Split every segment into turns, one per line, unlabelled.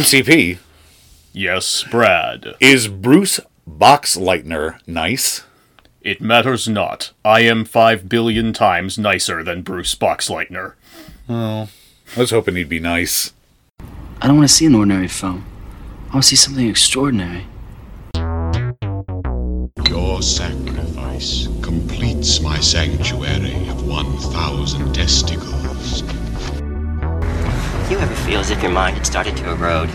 MCP
Yes, Brad.
is Bruce Boxleitner nice?
It matters not. I am five billion times nicer than Bruce Boxleitner.
I was hoping he'd be nice.
I don't want to see an ordinary film. I want to see something extraordinary.
Your sacrifice completes my sanctuary of 1,000 testicles.
Do you ever feel as if your mind had started to erode?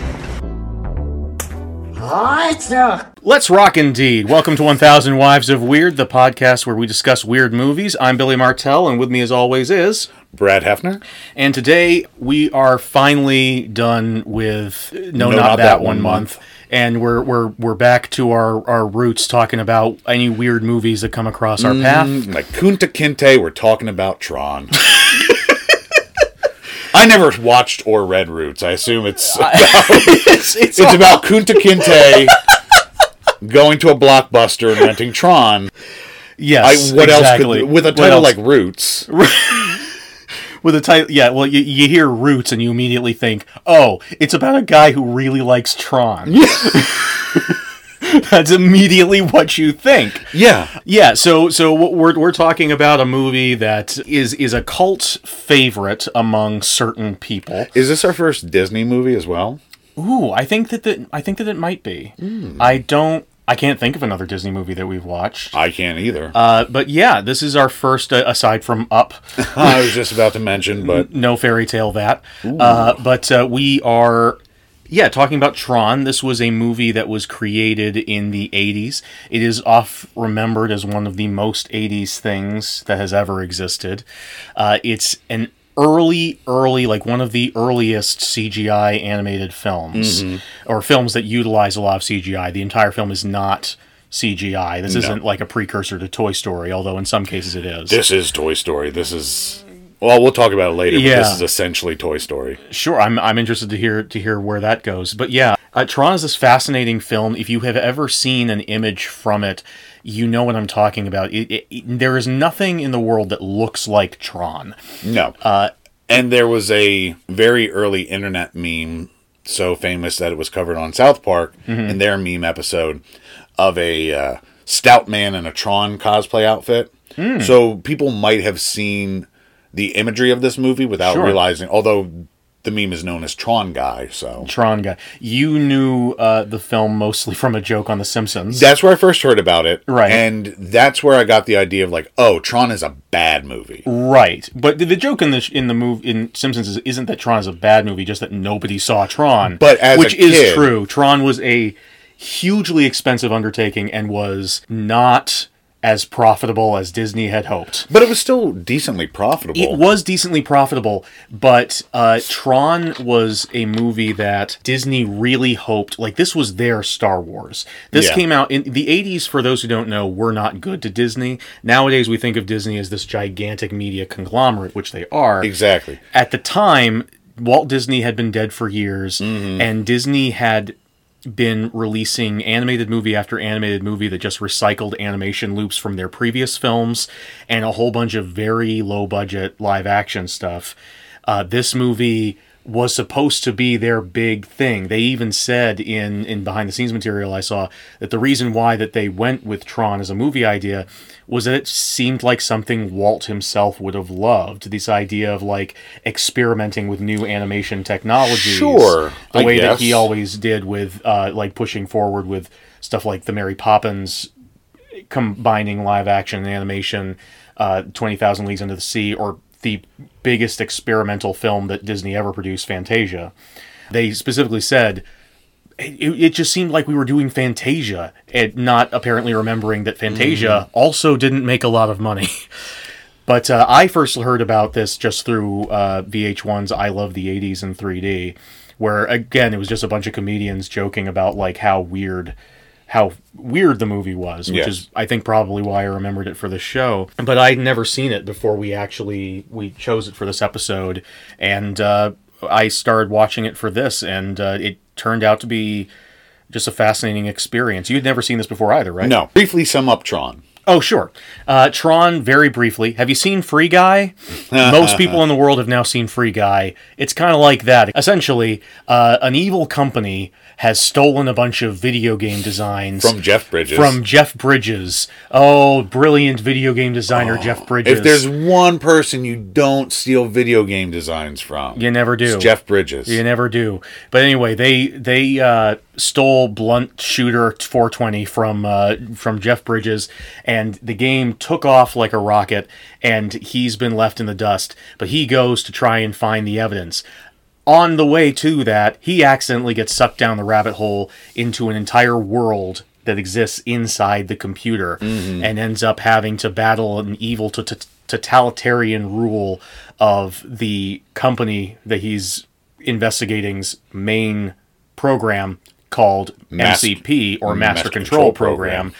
Let's rock indeed. Welcome to 1000 Wives of Weird, the podcast where we discuss weird movies. I'm Billy Martell, and with me as always is.
Brad Hefner?
And today we are finally done with No, Not, That, One Month. And we're, we're, we're back to our, our roots talking about any weird movies that come across our path.
Like Kunta Kinte, we're talking about Tron. I never watched or read Roots. I assume it's
It's, it's,
it's about Kunta Kinte going to a blockbuster and renting Tron. I,
yes.
what
exactly.
else could with a
What
title
else?
like Roots?
with a title yeah well you, you hear roots and you immediately think oh it's about a guy who really likes tron that's immediately what you think
Yeah,
yeah so so what we're, we're talking about a movie that is is a cult favorite among certain people
is this our first Disney movie as well?
ooh i think that the, i think that it might be i don't i can't think of another disney movie that we've watched
I can't either.
uh, but yeah this is our first uh, aside from up
I was just about to mention, but
no fairy tale that. Uh, but uh, we are, yeah, talking about Tron. This was a movie that was created in the 80s. It is oft remembered as one of the most 80s things that has ever existed. Uh, it's an early, early, like one of the earliest CGI animated films or films that utilize a lot of CGI. The entire film is not. CGI. This isn't like a precursor to Toy Story, although in some cases it is.
this is Toy Story. This is well, we'll talk about it later. But
Yeah.
this is essentially Toy Story.
Sure, I'm I'm interested to hear to hear where that goes. But yeah, uh, Tron is this fascinating film. If you have ever seen an image from it, you know what I'm talking about. It, it, it- there is nothing in the world that looks like Tron.
No.
Uh,
and there was a very early internet meme so famous that it was covered on South Park
Mm-hmm.
in their meme episode of a uh, stout man in a Tron cosplay outfit.
Hmm.
So people might have seen the imagery of this movie without
Sure.
realizing, although the meme is known as Tron Guy. So
Tron guy, you knew uh, the film mostly from a joke on The Simpsons.
that's where I first heard about it.
Right.
And that's where I got the idea of like, oh, Tron is a bad movie.
right, but the, the joke in the sh- in the move in Simpsons is, isn't that Tron is a bad movie, just that nobody saw Tron.
But as a
which is
kid-
true, Tron was a hugely expensive undertaking and was not as profitable as Disney had hoped.
But it was still decently profitable.
It was decently profitable, but uh, Tron was a movie that Disney really hoped. Like this was their Star Wars. This
Yeah.
came out in the '80s. For those who don't know, were not good to Disney. Nowadays, we think of Disney as this gigantic media conglomerate, which they are.
Exactly.
At the time, Walt Disney had been dead for years, and Disney had been releasing animated movie after animated movie that just recycled animation loops from their previous films and a whole bunch of very low budget live action stuff. Uh, this movie was supposed to be their big thing. They even said in in behind the scenes material I saw that the reason why that they went with Tron as a movie idea was that it seemed like something Walt himself would have loved. This idea of like experimenting with new animation technologies.
Sure,
The
I
way that he
guess.
always did with uh, like pushing forward with stuff like the Mary Poppins combining live action and animation, uh, 20,000 Leagues Under the Sea, or the biggest experimental film that Disney ever produced, Fantasia. They specifically said it, it just seemed like we were doing Fantasia and not apparently remembering that Fantasia also didn't make a lot of money. But uh, I first heard about this just through uh, VH1's I Love the 80s in 3D, where again, it was just a bunch of comedians joking about like how weird. How weird the movie was, which
Yes.
is I think probably why I remembered it for the show. But I'd never seen it before we actually we chose it for this episode, and uh, I started watching it for this, and uh, it turned out to be just a fascinating experience. You'd never seen this before either, right?
No. Briefly sum up Tron.
Oh, sure. Uh, Tron, very briefly. Have you seen Free Guy? Most people in the world have now seen Free Guy. It's kind of like that. Essentially, uh, an evil company has stolen a bunch of video game designs
From Jeff Bridges.
from Jeff Bridges. Oh, brilliant video game designer Jeff Bridges.
Oh, if there's one person you don't steal video game designs from,
You never do.
It's Jeff Bridges.
You never do. But anyway, they they uh, stole Blunt Shooter 420 from uh, from Jeff Bridges, and the game took off like a rocket, and he's been left in the dust. But he goes to try and find the evidence. On the way to that, he accidentally gets sucked down the rabbit hole into an entire world that exists inside the computer and ends up having to battle an evil to- to- totalitarian rule of the company that he's investigating's main program called
Mas-
MCP or Master,
Master Mm,
Control,
Control Program.
program,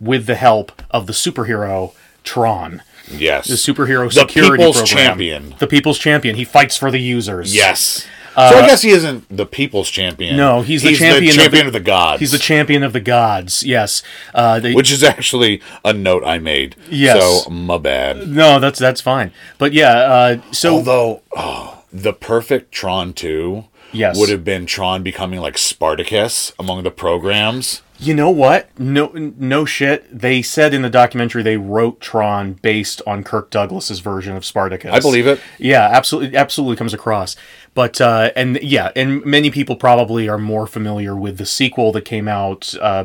with the help of the superhero Tron.
yes.
The superhero
The
security
people's
program.
champion.
The people's champion. He fights for the users.
Yes. so I guess he isn't the people's champion.
Uh, No, he's the champion of the-
champion of the, gods.
He's the champion of the gods. Yes. Uh, they,
which is actually a note I made.
Yes.
So my bad.
no, that's that's fine. But yeah, uh, so
Although oh, the perfect Tron two
Yes.
would have been Tron becoming like Spartacus among the programs.
you know what? No, no shit. They said in the documentary they wrote Tron based on Kirk Douglas's version of Spartacus.
I believe it.
Yeah, absolutely, absolutely comes across. But uh, and yeah, and many people probably are more familiar with the sequel that came out uh,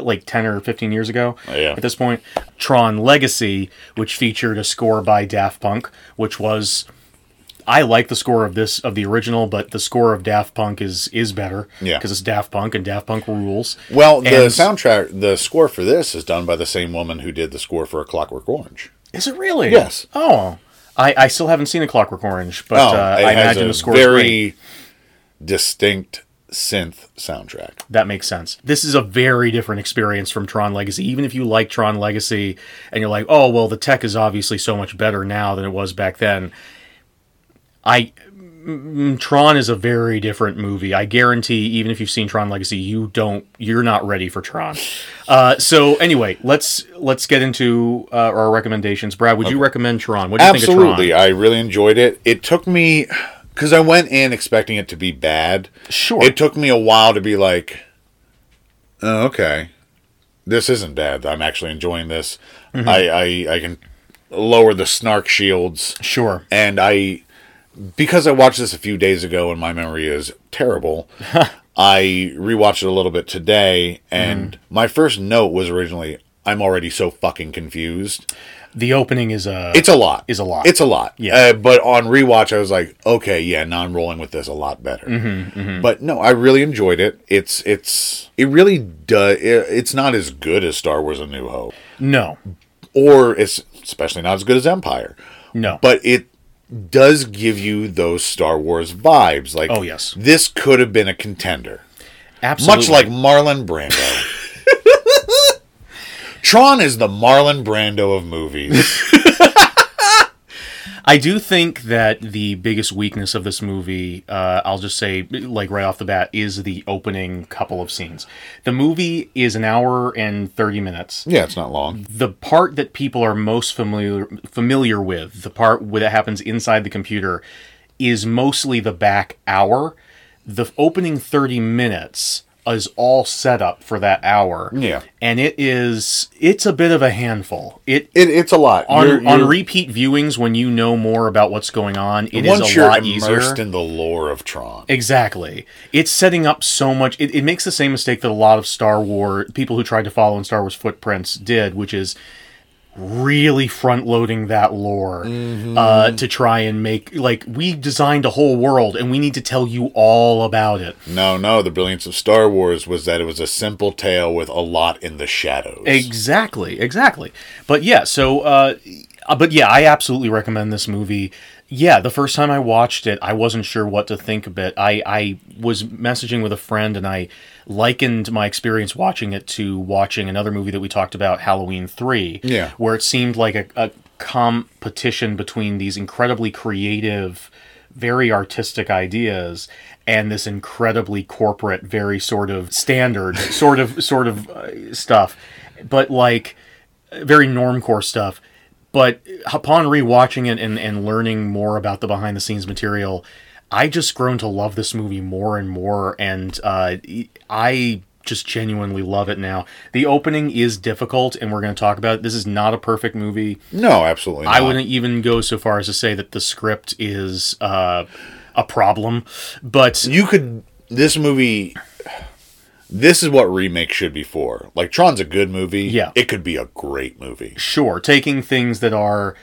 like ten or fifteen years ago.
Oh, yeah.
At this point, Tron Legacy, which featured a score by Daft Punk, which was. I like the score of this of the original, but the score of Daft Punk is is better
Yeah.
because it's Daft Punk and Daft Punk rules.
Well, the
And-
soundtrack, the score for this is done by the same woman who did the score for A Clockwork Orange.
Is it really?
Yes.
Oh, I, I still haven't seen A Clockwork Orange, but
Oh,
uh, I imagine the score is
very
great.
distinct synth soundtrack.
That makes sense. This is a very different experience from Tron Legacy. Even if you like Tron Legacy and you're like, oh, well, the tech is obviously so much better now than it was back then. I. mm, Tron is a very different movie. I guarantee, even if you've seen Tron Legacy, you don't, you're not ready for Tron. Uh, so anyway, let's let's get into uh, our recommendations. Brad, would you recommend Tron? What do you
Absolutely,
think
I really enjoyed it. It took me because I went in expecting it to be bad.
Sure.
It took me a while to be like, oh, okay, this isn't bad. I'm actually enjoying this.
Mm-hmm.
I, I I can lower the snark shields.
of Tron? Sure.
and I because I watched this a few days ago and my memory is terrible. I rewatched it a little bit today, and
Mm-hmm.
my first note was originally, "I'm already so fucking confused."
The opening is uh, a.
It's a lot.
Is a lot.
It's a lot.
Yeah.
Uh, but on rewatch, I was like, okay, yeah, now I'm rolling with this a lot better.
Mm-hmm,
But no, I really enjoyed it. It's it's it really does. It, it's not as good as Star Wars: A New Hope,
no,
or it's especially not as good as Empire
no.
but it does give you those Star Wars vibes. Like,
Oh, yes.
this could have been a contender,
absolutely.
much like Marlon Brando. Tron is the Marlon Brando of movies.
I do think that the biggest weakness of this movie, uh, I'll just say, like right off the bat, is the opening couple of scenes. The movie is an hour and thirty minutes.
yeah, it's not long.
The part that people are most familiar familiar with, the part where that happens inside the computer, is mostly the back hour. The opening thirty minutes is all set up for that hour.
Yeah.
and it is it's a bit of a handful. It
It, it's a lot.
on,
You're-
on
you're-
repeat viewings when you know more about what's going on it is
once
a
you're
lot
immersed
easier
in the lore of Tron,
exactly it's setting up so much it, it makes the same mistake that a lot of star wars people who tried to follow in star wars footprints did which is really front loading that lore uh,
Mm-hmm.
to try and make like we designed a whole world and we need to tell you all about it
no, no, the brilliance of Star Wars was that it was a simple tale with a lot in the shadows.
Exactly, exactly. But yeah, so uh, uh, but yeah, I absolutely recommend this movie. Yeah, the first time I watched it, I wasn't sure what to think of it. I I was messaging with a friend and I likened my experience watching it to watching another movie that we talked about, Halloween 3,
Yeah.
where it seemed like a, a competition between these incredibly creative very artistic ideas and this incredibly corporate very sort of standard sort of sort of uh, stuff but like very normcore stuff. But upon rewatching it and, and learning more about the behind the scenes material, I just grown to love this movie more and more, and uh, I just genuinely love it now. The opening is difficult, and we're going to talk about it. This is not a perfect movie.
No, absolutely. Not.
I wouldn't even go so far as to say that the script is uh, a problem, but
You could. This movie. This is what remakes should be for. Like Tron's a good movie.
Yeah.
It could be a great movie.
sure, taking things that are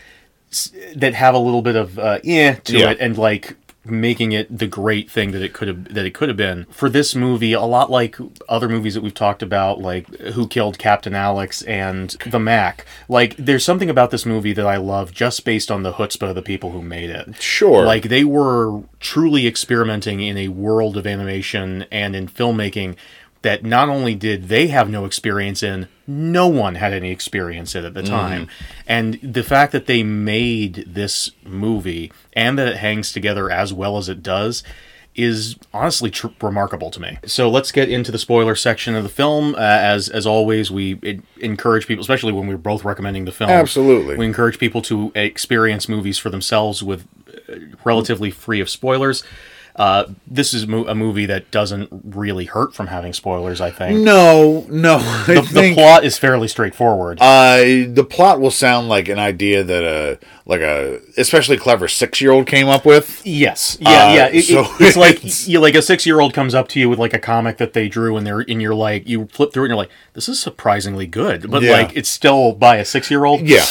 that have a little bit of uh, eh to
Yeah.
it, and like making it the great thing that it could have that it could have been for this movie. A lot like other movies that we've talked about, like Who Killed Captain Alex and The Mac. Like, there's something about this movie that I love just based on the chutzpah of the people who made it.
Sure.
Like they were truly experimenting in a world of animation and in filmmaking that not only did they have no experience in, no one had any experience in at the time. And the fact that they made this movie and that it hangs together as well as it does is honestly tr- remarkable to me. So let's get into the spoiler section of the film. Uh, as as always, we en- encourage people, especially when we're both recommending the film.
Absolutely.
we encourage people to experience movies for themselves with uh, relatively free of spoilers. Uh, this is mo- a movie that doesn't really hurt from having spoilers. I think
No, no. I
the, the
think-
plot is fairly straightforward.
Uh, the plot will sound like an idea that a like a especially clever six year old came up with.
yes, yeah,
uh,
yeah. It- it-
so
it's like
it's-
you like a six year old comes up to you with like a comic that they drew, and they're and you're like you flip through it and you're like this is surprisingly good, but
Yeah.
like it's still by a six year old.
Yeah.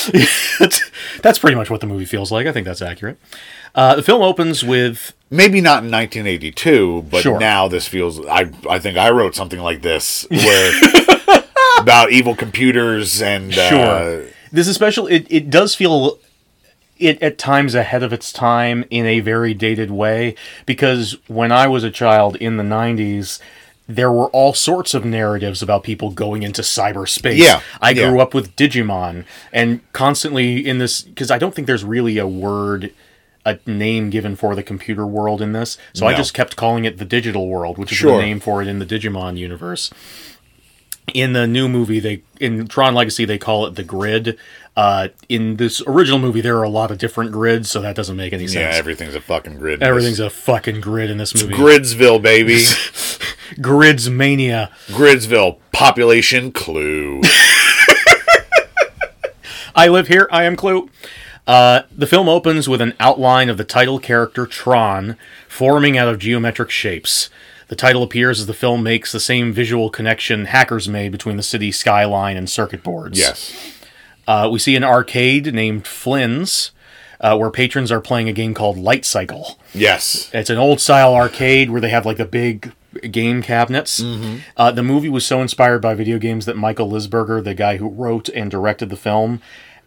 that's, that's pretty much what the movie feels like. I think that's accurate. Uh, the film opens with
Maybe not in 1982, but
Sure.
now this feels. I I think I wrote something like this where about evil computers and
Sure.
Uh,
this is special. It, it does feel it at times ahead of its time in a very dated way because when I was a child in the 90s, there were all sorts of narratives about people going into cyberspace.
Yeah,
I
yeah.
grew up with Digimon and constantly in this because I don't think there's really a word a name given for the computer world in this. So I
No.
just kept calling it the digital world, which is
Sure.
the name for it in the Digimon universe in the new movie they in Tron Legacy they call it the grid. Uh, in this original movie there are a lot of different grids, so that doesn't make any
yeah,
sense.
everything's a fucking grid.
Everything's a fucking grid in this movie.
Gridsville, baby.
Grids mania.
Gridsville population clue.
I live here. I am Clue. Uh, the film opens with an outline of the title character Tron forming out of geometric shapes. The title appears as the film makes the same visual connection hackers made between the city skyline and circuit boards.
yes.
Uh, we see an arcade named Flynn's, uh, where patrons are playing a game called Light Cycle.
Yes.
It's an old style arcade where they have like the big game cabinets. Uh, the movie was so inspired by video games that Michael Lisberger, the guy who wrote and directed the film,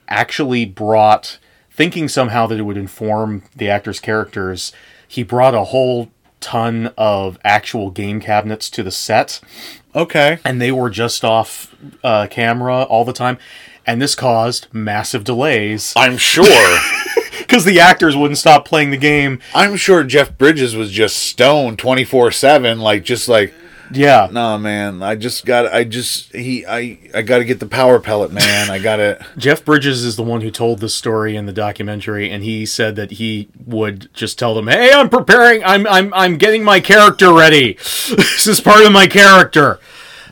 actually brought, thinking somehow that it would inform the actors' characters, he brought a whole ton of actual game cabinets to the set
Okay.
and they were just off uh, camera all the time. And this caused massive delays
I'm sure.
because the actors wouldn't stop playing the game.
I'm sure Jeff Bridges was just stoned 24 seven, like just like.
Yeah.
No man, I just got I just he I I got to get the power pellet, man. I got to
Jeff Bridges is the one who told this story in the documentary, and he said that he would just tell them, "Hey, I'm preparing. I'm I'm I'm getting my character ready. this is part of my character."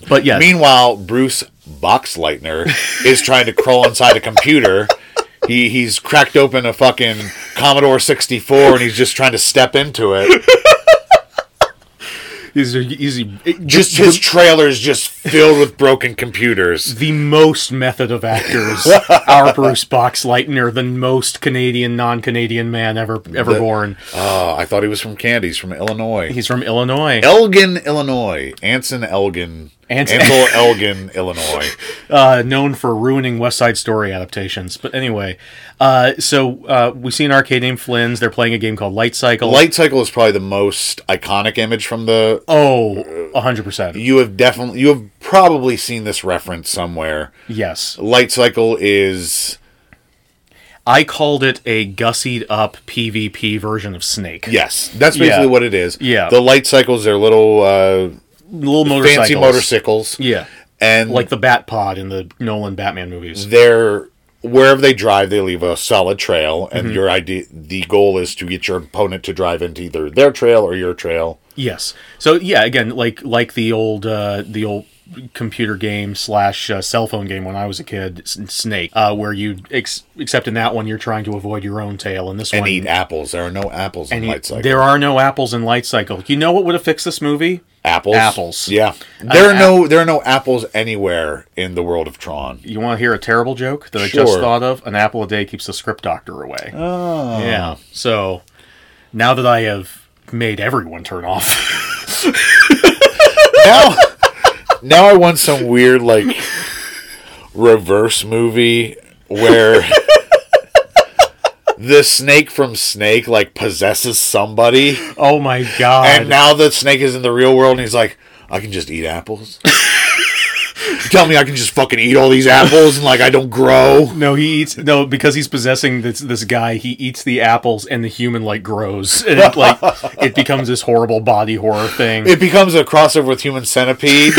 But yeah,
Meanwhile, Bruce Boxleitner is trying to crawl inside a computer. He he's cracked open a fucking Commodore 64 and he's just trying to step into it.
he's, he's it-
Just his trailer is just filled with broken computers.
the most method of actors. our Bruce Boxleitner, the most Canadian non-Canadian man ever ever born.
Oh, I thought he was from Candy's from Illinois.
He's from Illinois.
Elgin, Illinois. Anson Elgin.
Ans-
Ansel Elgin, Illinois.
uh, known for ruining West Side Story adaptations. But anyway, uh, so uh, we see an arcade named Flynn's. They're playing a game called Light Cycle.
Light Cycle is probably the most iconic image from the
Oh, 100%.
you have definitely you have probably seen this reference somewhere.
Yes.
Light cycle is
I called it a gussied up PvP version of Snake.
yes, that's basically
Yeah.
what it is.
Yeah.
the light cycles are little uh,
Little motorcycles.
fancy motorcycles,
Yeah.
and
like the Bat Pod in the Nolan Batman movies.
Mm-hmm. they're wherever they drive, they leave a solid trail, and
Mm-hmm.
your idea, the goal is to get your opponent to drive into either their trail or your trail.
Yes. So yeah, again, like like the old uh, the old computer game slash uh, cell phone game when I was a kid, S- Snake, uh, where you ex- except in that one you're trying to avoid your own tail, and this
And
one
eat apples. There are no apples in
and you-
Light Cycle.
there are no apples in Light Cycle. You know what would have fixed this movie?
apples.
apples. Uh,
Yeah. There
An
are no there are no apples anywhere in the world of Tron.
You want to hear a terrible joke that I just
Sure.
thought of? An apple a day keeps the script doctor away. Oh. Yeah. So now that I have made everyone turn off,
Now, now I want some weird like reverse movie where the snake from Snake like possesses somebody.
oh my god.
And now the snake is in the real world, and he's like, I can just eat apples. You Tell me I can just fucking eat all these apples and like I don't grow.
No, he eats no because he's possessing this this guy. He eats the apples, and the human like grows, and it, like it becomes this horrible body horror thing.
It becomes a crossover with Human Centipede,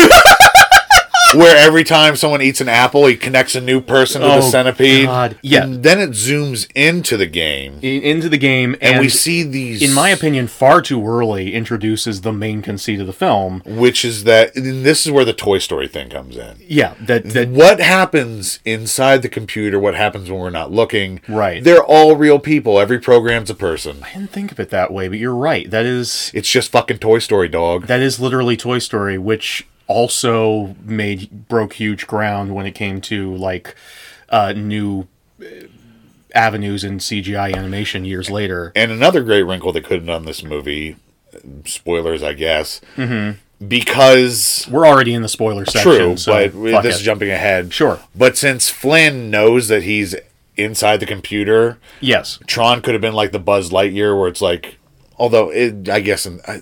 where every time someone eats an apple, he connects a new person to the
Oh,
centipede.
God. Yeah.
And then it zooms into the game, and,
In- into the game, and,
we see these.
in my opinion, far too early introduces the main conceit of the film.
which is that and this is where the Toy Story thing comes in.
Yeah, that that
what happens inside the computer, what happens when we're not looking.
Right.
They're all real people. Every program's a person.
I didn't think of it that way, but you're right. That is
It's just fucking Toy Story, dog.
that is literally Toy Story, which also made broke huge ground when it came to like uh, new uh, avenues in CGI animation years later.
And another great wrinkle that could have done this movie, spoilers, I guess,
Mm-hmm.
because
We're already in the spoiler section.
true,
so
but
fuck
this
it.
is jumping ahead.
Sure.
But since Flynn knows that he's inside the computer,
Yes,
Tron could have been like the Buzz Lightyear, where it's like, although it, I guess, and I,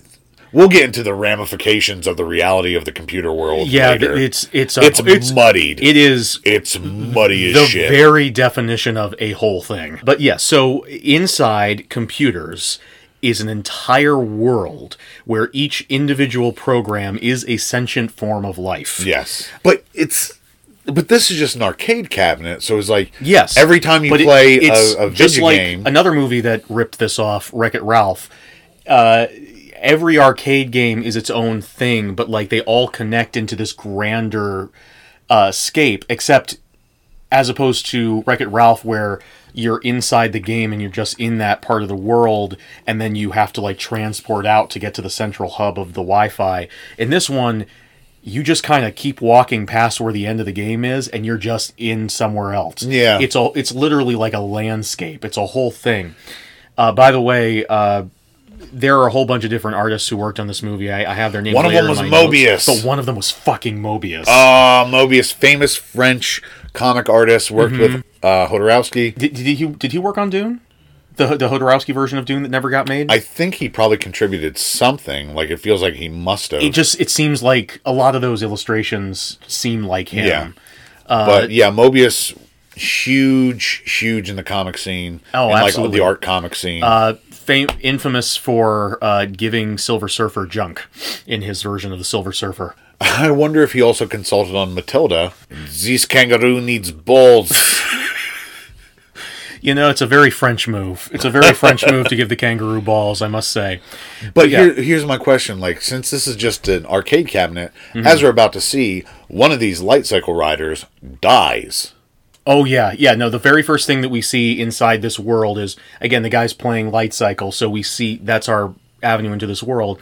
we'll get into the ramifications of the reality of the computer world.
yeah,
later.
th- it's uh, it's a,
it's, muddied.
It is
it's muddy as
the
shit.
very definition of a whole thing. But yes, so inside computers is an entire world where each individual program is a sentient form of life.
yes, but it's. But this is just an arcade cabinet, so it's like
Yes.
Every time you
But it-
play
it's
a, a
just
video
like
game,
Another movie that ripped this off, Wreck It Ralph. Uh, every arcade game is its own thing, but like they all connect into this grander uh, scape, except as opposed to Wreck It Ralph, where you're inside the game and you're just in that part of the world, and then you have to like transport out to get to the central hub of the Wi Fi. In this one, you just kind of keep walking past where the end of the game is, and you're just in somewhere else.
Yeah.
it's all it's literally like a landscape. It's a whole thing. Uh, by the way, uh, there are a whole bunch of different artists who worked on this movie. I, I have their names.
One of
later
them was
in my notes,
Mobius.
but one of them was fucking Mobius.
uh, Mobius, famous French comic artist, worked
Mm-hmm.
with uh, Hodorowski.
Did, did he did he work on Dune? The the Hodorowski version of Dune that never got made.
I think he probably contributed something. Like it feels like he must have.
it just it seems like a lot of those illustrations seem like him.
Yeah. but yeah, Mobius huge, huge in the comic scene.
Oh,
and, Like
absolutely.
the art comic scene.
Uh, fam- infamous for uh, giving Silver Surfer junk in his version of the Silver Surfer.
I wonder if he also consulted on Matilda. This kangaroo needs balls.
You know, it's a very French move. It's a very French move to give the kangaroo balls, I must say.
But
Yeah.
here, here's my question: Like, since this is just an arcade cabinet,
Mm-hmm.
as we're about to see, one of these light cycle riders dies.
Oh yeah, yeah. No, the very first thing that we see inside this world is again the guy's playing light cycle. So we see that's our avenue into this world,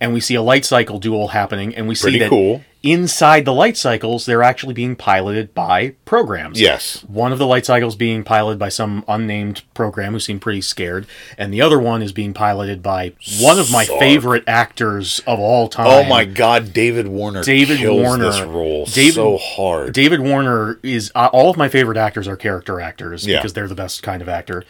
and we see a light cycle duel happening, and we see
Pretty
that
cool.
inside the light cycles they're actually being piloted by programs.
Yes.
One of the light cycles being piloted by some unnamed program who seemed pretty scared, and the other one is being piloted by one of my
Sark.
favorite actors of all time.
Oh my God, David Warner.
David
kills
Warner.
This role
David-
so hard.
David Warner is uh, all of my favorite actors are character actors
Yeah.
because they're the best kind of actor,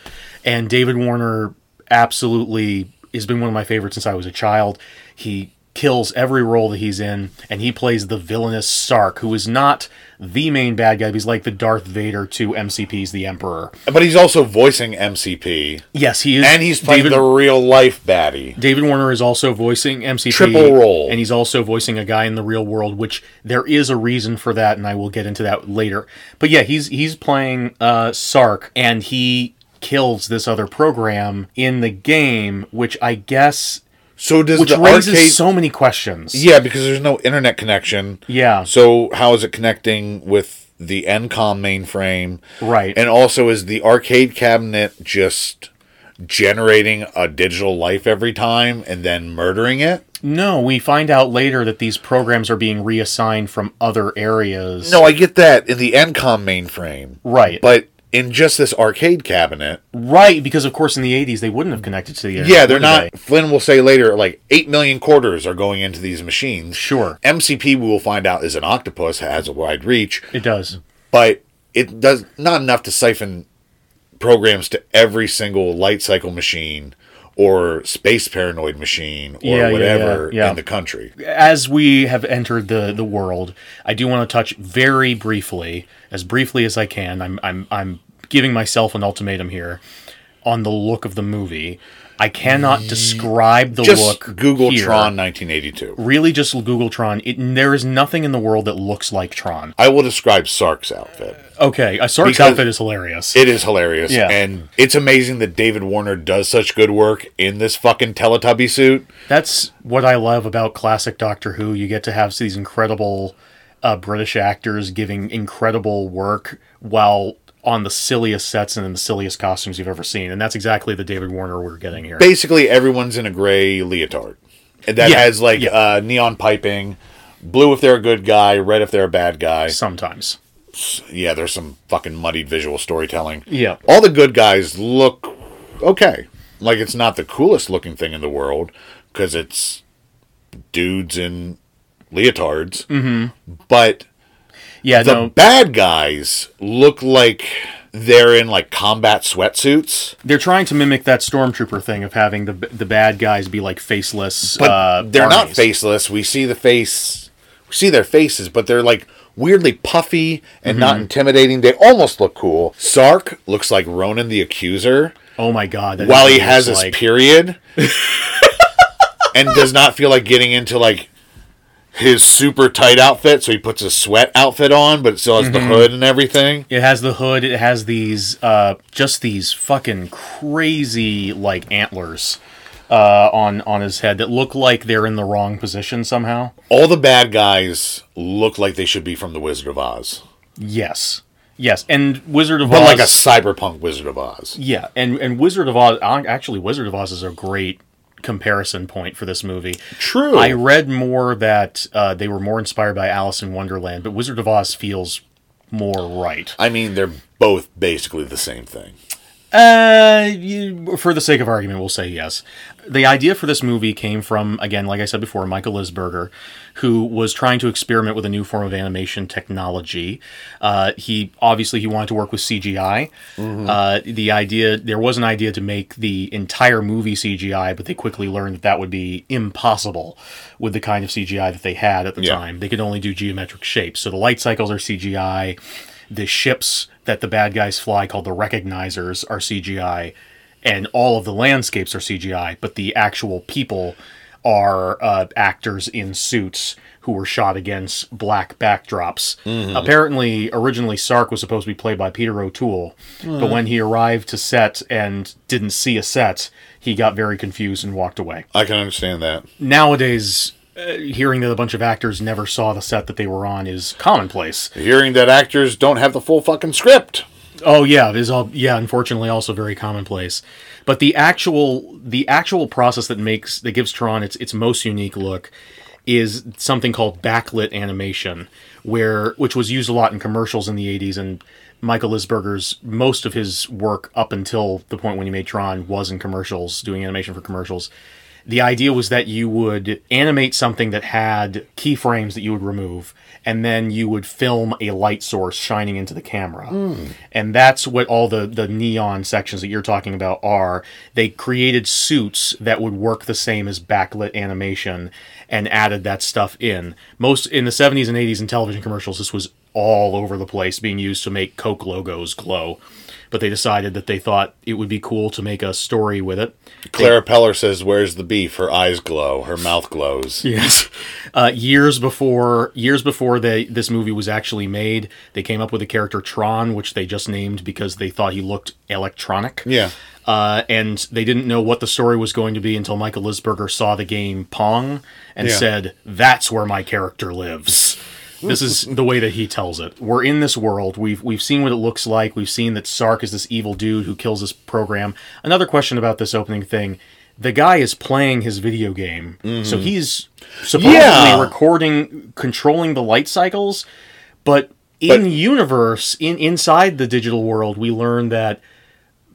and David Warner absolutely has been one of my favorites since I was a child. He kills every role that he's in, and he plays the villainous Sark, who is not the main bad guy. But he's like the Darth Vader to MCP's The Emperor.
But he's also voicing MCP,
Yes, he is,
and he's playing
David,
the real life baddie.
David Warner is also voicing MCP
Triple role.
and he's also voicing a guy in the real world, which there is a reason for that, and I will get into that later. But yeah, he's he's playing uh, Sark, and he kills this other program in the game, which I guess
So does
which
the
raises
arcade?
so many questions.
yeah, because there's no internet connection.
Yeah.
So how is it connecting with the NCOM mainframe?
Right.
And also, is the arcade cabinet just generating a digital life every time and then murdering it?
No, we find out later that these programs are being reassigned from other areas.
No, I get that in the NCOM mainframe,
Right.
but in just this arcade cabinet,
Right, because of course in the 80s they wouldn't have connected to the internet.
yeah, they're
would
not.
they?
Flynn will say later, like eight million quarters are going into these machines.
Sure.
MCP, we will find out, is an octopus has a wide reach,
It does.
but it does not enough to siphon programs to every single light cycle machine or space paranoid machine or
Yeah, yeah, yeah,
whatever
yeah.
in the country.
As we have entered the the world, I do want to touch very briefly, as briefly as I can. I'm I'm I'm giving myself an ultimatum here on the look of the movie. I cannot describe the
Just
look.
Google
here.
Tron 1982.
Really, just Google Tron. It, there is nothing in the world that looks like Tron.
I will describe Sark's outfit.
Okay, a Sark's
Because-
outfit is hilarious.
It is hilarious.
Yeah.
And it's amazing that David Warner does such good work in this fucking Teletubby suit.
That's what I love about classic Doctor Who. You get to have these incredible uh, British actors giving incredible work while on the silliest sets and in the silliest costumes you've ever seen. And that's exactly the David Warner we're getting here.
Basically, everyone's in a gray leotard And that
Yeah,
has like
yeah.
uh, neon piping, blue if they're a good guy, red if they're a bad guy.
Sometimes.
Yeah, there's some fucking muddied visual storytelling.
Yeah.
All the good guys look okay. Like, it's not the coolest looking thing in the world because it's dudes in leotards. Mm-hmm. But.
Yeah,
the
no,
bad guys look like they're in like combat sweatsuits,
they're trying to mimic that stormtrooper thing of having the the bad guys be like faceless.
but
uh,
they're not
armies.
faceless. We see the face, we see their faces, but they're like weirdly puffy and not
Mm-hmm.
intimidating. They almost look cool. Sark looks like Ronan the Accuser
Oh my god! that
while
is
he
what
has
it's
his
like.
period and does not feel like getting into like his super tight outfit, so he puts a sweat outfit on, but it still has the hood and everything.
It has the hood. It has these, uh, just these fucking crazy like antlers uh, on on his head that look like they're in the wrong position somehow.
All the bad guys look like they should be from the Wizard of Oz,
Yes, yes, and Wizard of
but
Oz.
like a cyberpunk Wizard of Oz.
yeah, and and Wizard of Oz. Actually, Wizard of Oz is a great comparison point for this movie.
True.
I read more that uh, they were more inspired by Alice in Wonderland, but Wizard of Oz feels more right.
I mean, they're both basically the same thing.
Uh, you, for the sake of argument, we'll say yes. The idea for this movie came from, again, like I said before, Michael Lisberger, who was trying to experiment with a new form of animation technology. Uh, he obviously he wanted to work with CGI. Uh, the idea there was an idea to make the entire movie CGI, but they quickly learned that that would be impossible with the kind of CGI that they had at the
Yeah.
time. They could only do geometric shapes, so the light cycles are CGI the ships that the bad guys fly called the recognizers are CGI and all of the landscapes are CGI but the actual people are uh, actors in suits who were shot against black backdrops. Apparently, originally Sark was supposed to be played by Peter O'Toole, but when he arrived to set and didn't see a set, he got very confused and walked away
I can understand that.
nowadays uh, hearing that a bunch of actors never saw the set that they were on is commonplace.
Hearing that actors don't have the full fucking script.
Oh yeah, it is all yeah, unfortunately also very commonplace. But the actual the actual process that makes that gives Tron its its most unique look is something called backlit animation, where which was used a lot in commercials in the 80s and Michael Lisberger's most of his work up until the point when he made Tron was in commercials, doing animation for commercials. the idea was that you would animate something that had keyframes that you would remove, and then you would film a light source shining into the camera. And that's what all the, the neon sections that you're talking about are. They created suits that would work the same as backlit animation and added that stuff in. Most in the 70s and 80s in television commercials, this was all over the place being used to make Coke logos glow. But they decided that they thought it would be cool to make a story with it.
Clara Peller says, "Where's the beef?" Her eyes glow. Her mouth glows.
Yes. Uh, years before, years before they, this movie was actually made, they came up with the character Tron, which they just named because they thought he looked electronic.
Yeah.
Uh, and they didn't know what the story was going to be until Michael Lisberger saw the game Pong and
Yeah.
said, "That's where my character lives." This is the way that he tells it. We're in this world. We've we've seen what it looks like. We've seen that Sark is this evil dude who kills this program. Another question about this opening thing: the guy is playing his video game, so he's supposedly
Mm-hmm. Yeah.
recording, controlling the light cycles. But in
But-
universe, in inside the digital world, we learn that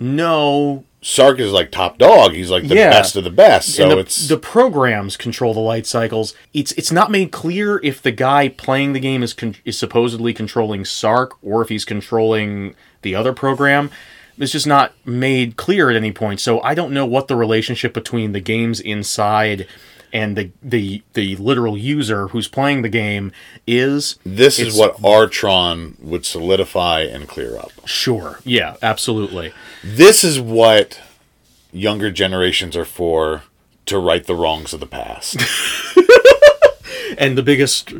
no,
Sark is like top dog. He's like the
Yeah.
best of the best. So
and the,
it's
the programs control the light cycles. It's it's not made clear if the guy playing the game is con- is supposedly controlling Sark or if he's controlling the other program. It's just not made clear at any point. So I don't know what the relationship between the games inside and the the the literal user who's playing the game is.
this is
it's-
what Artron would solidify and clear up.
Sure. Yeah. Absolutely.
This is what younger generations are for to right the wrongs of the past.
and the biggest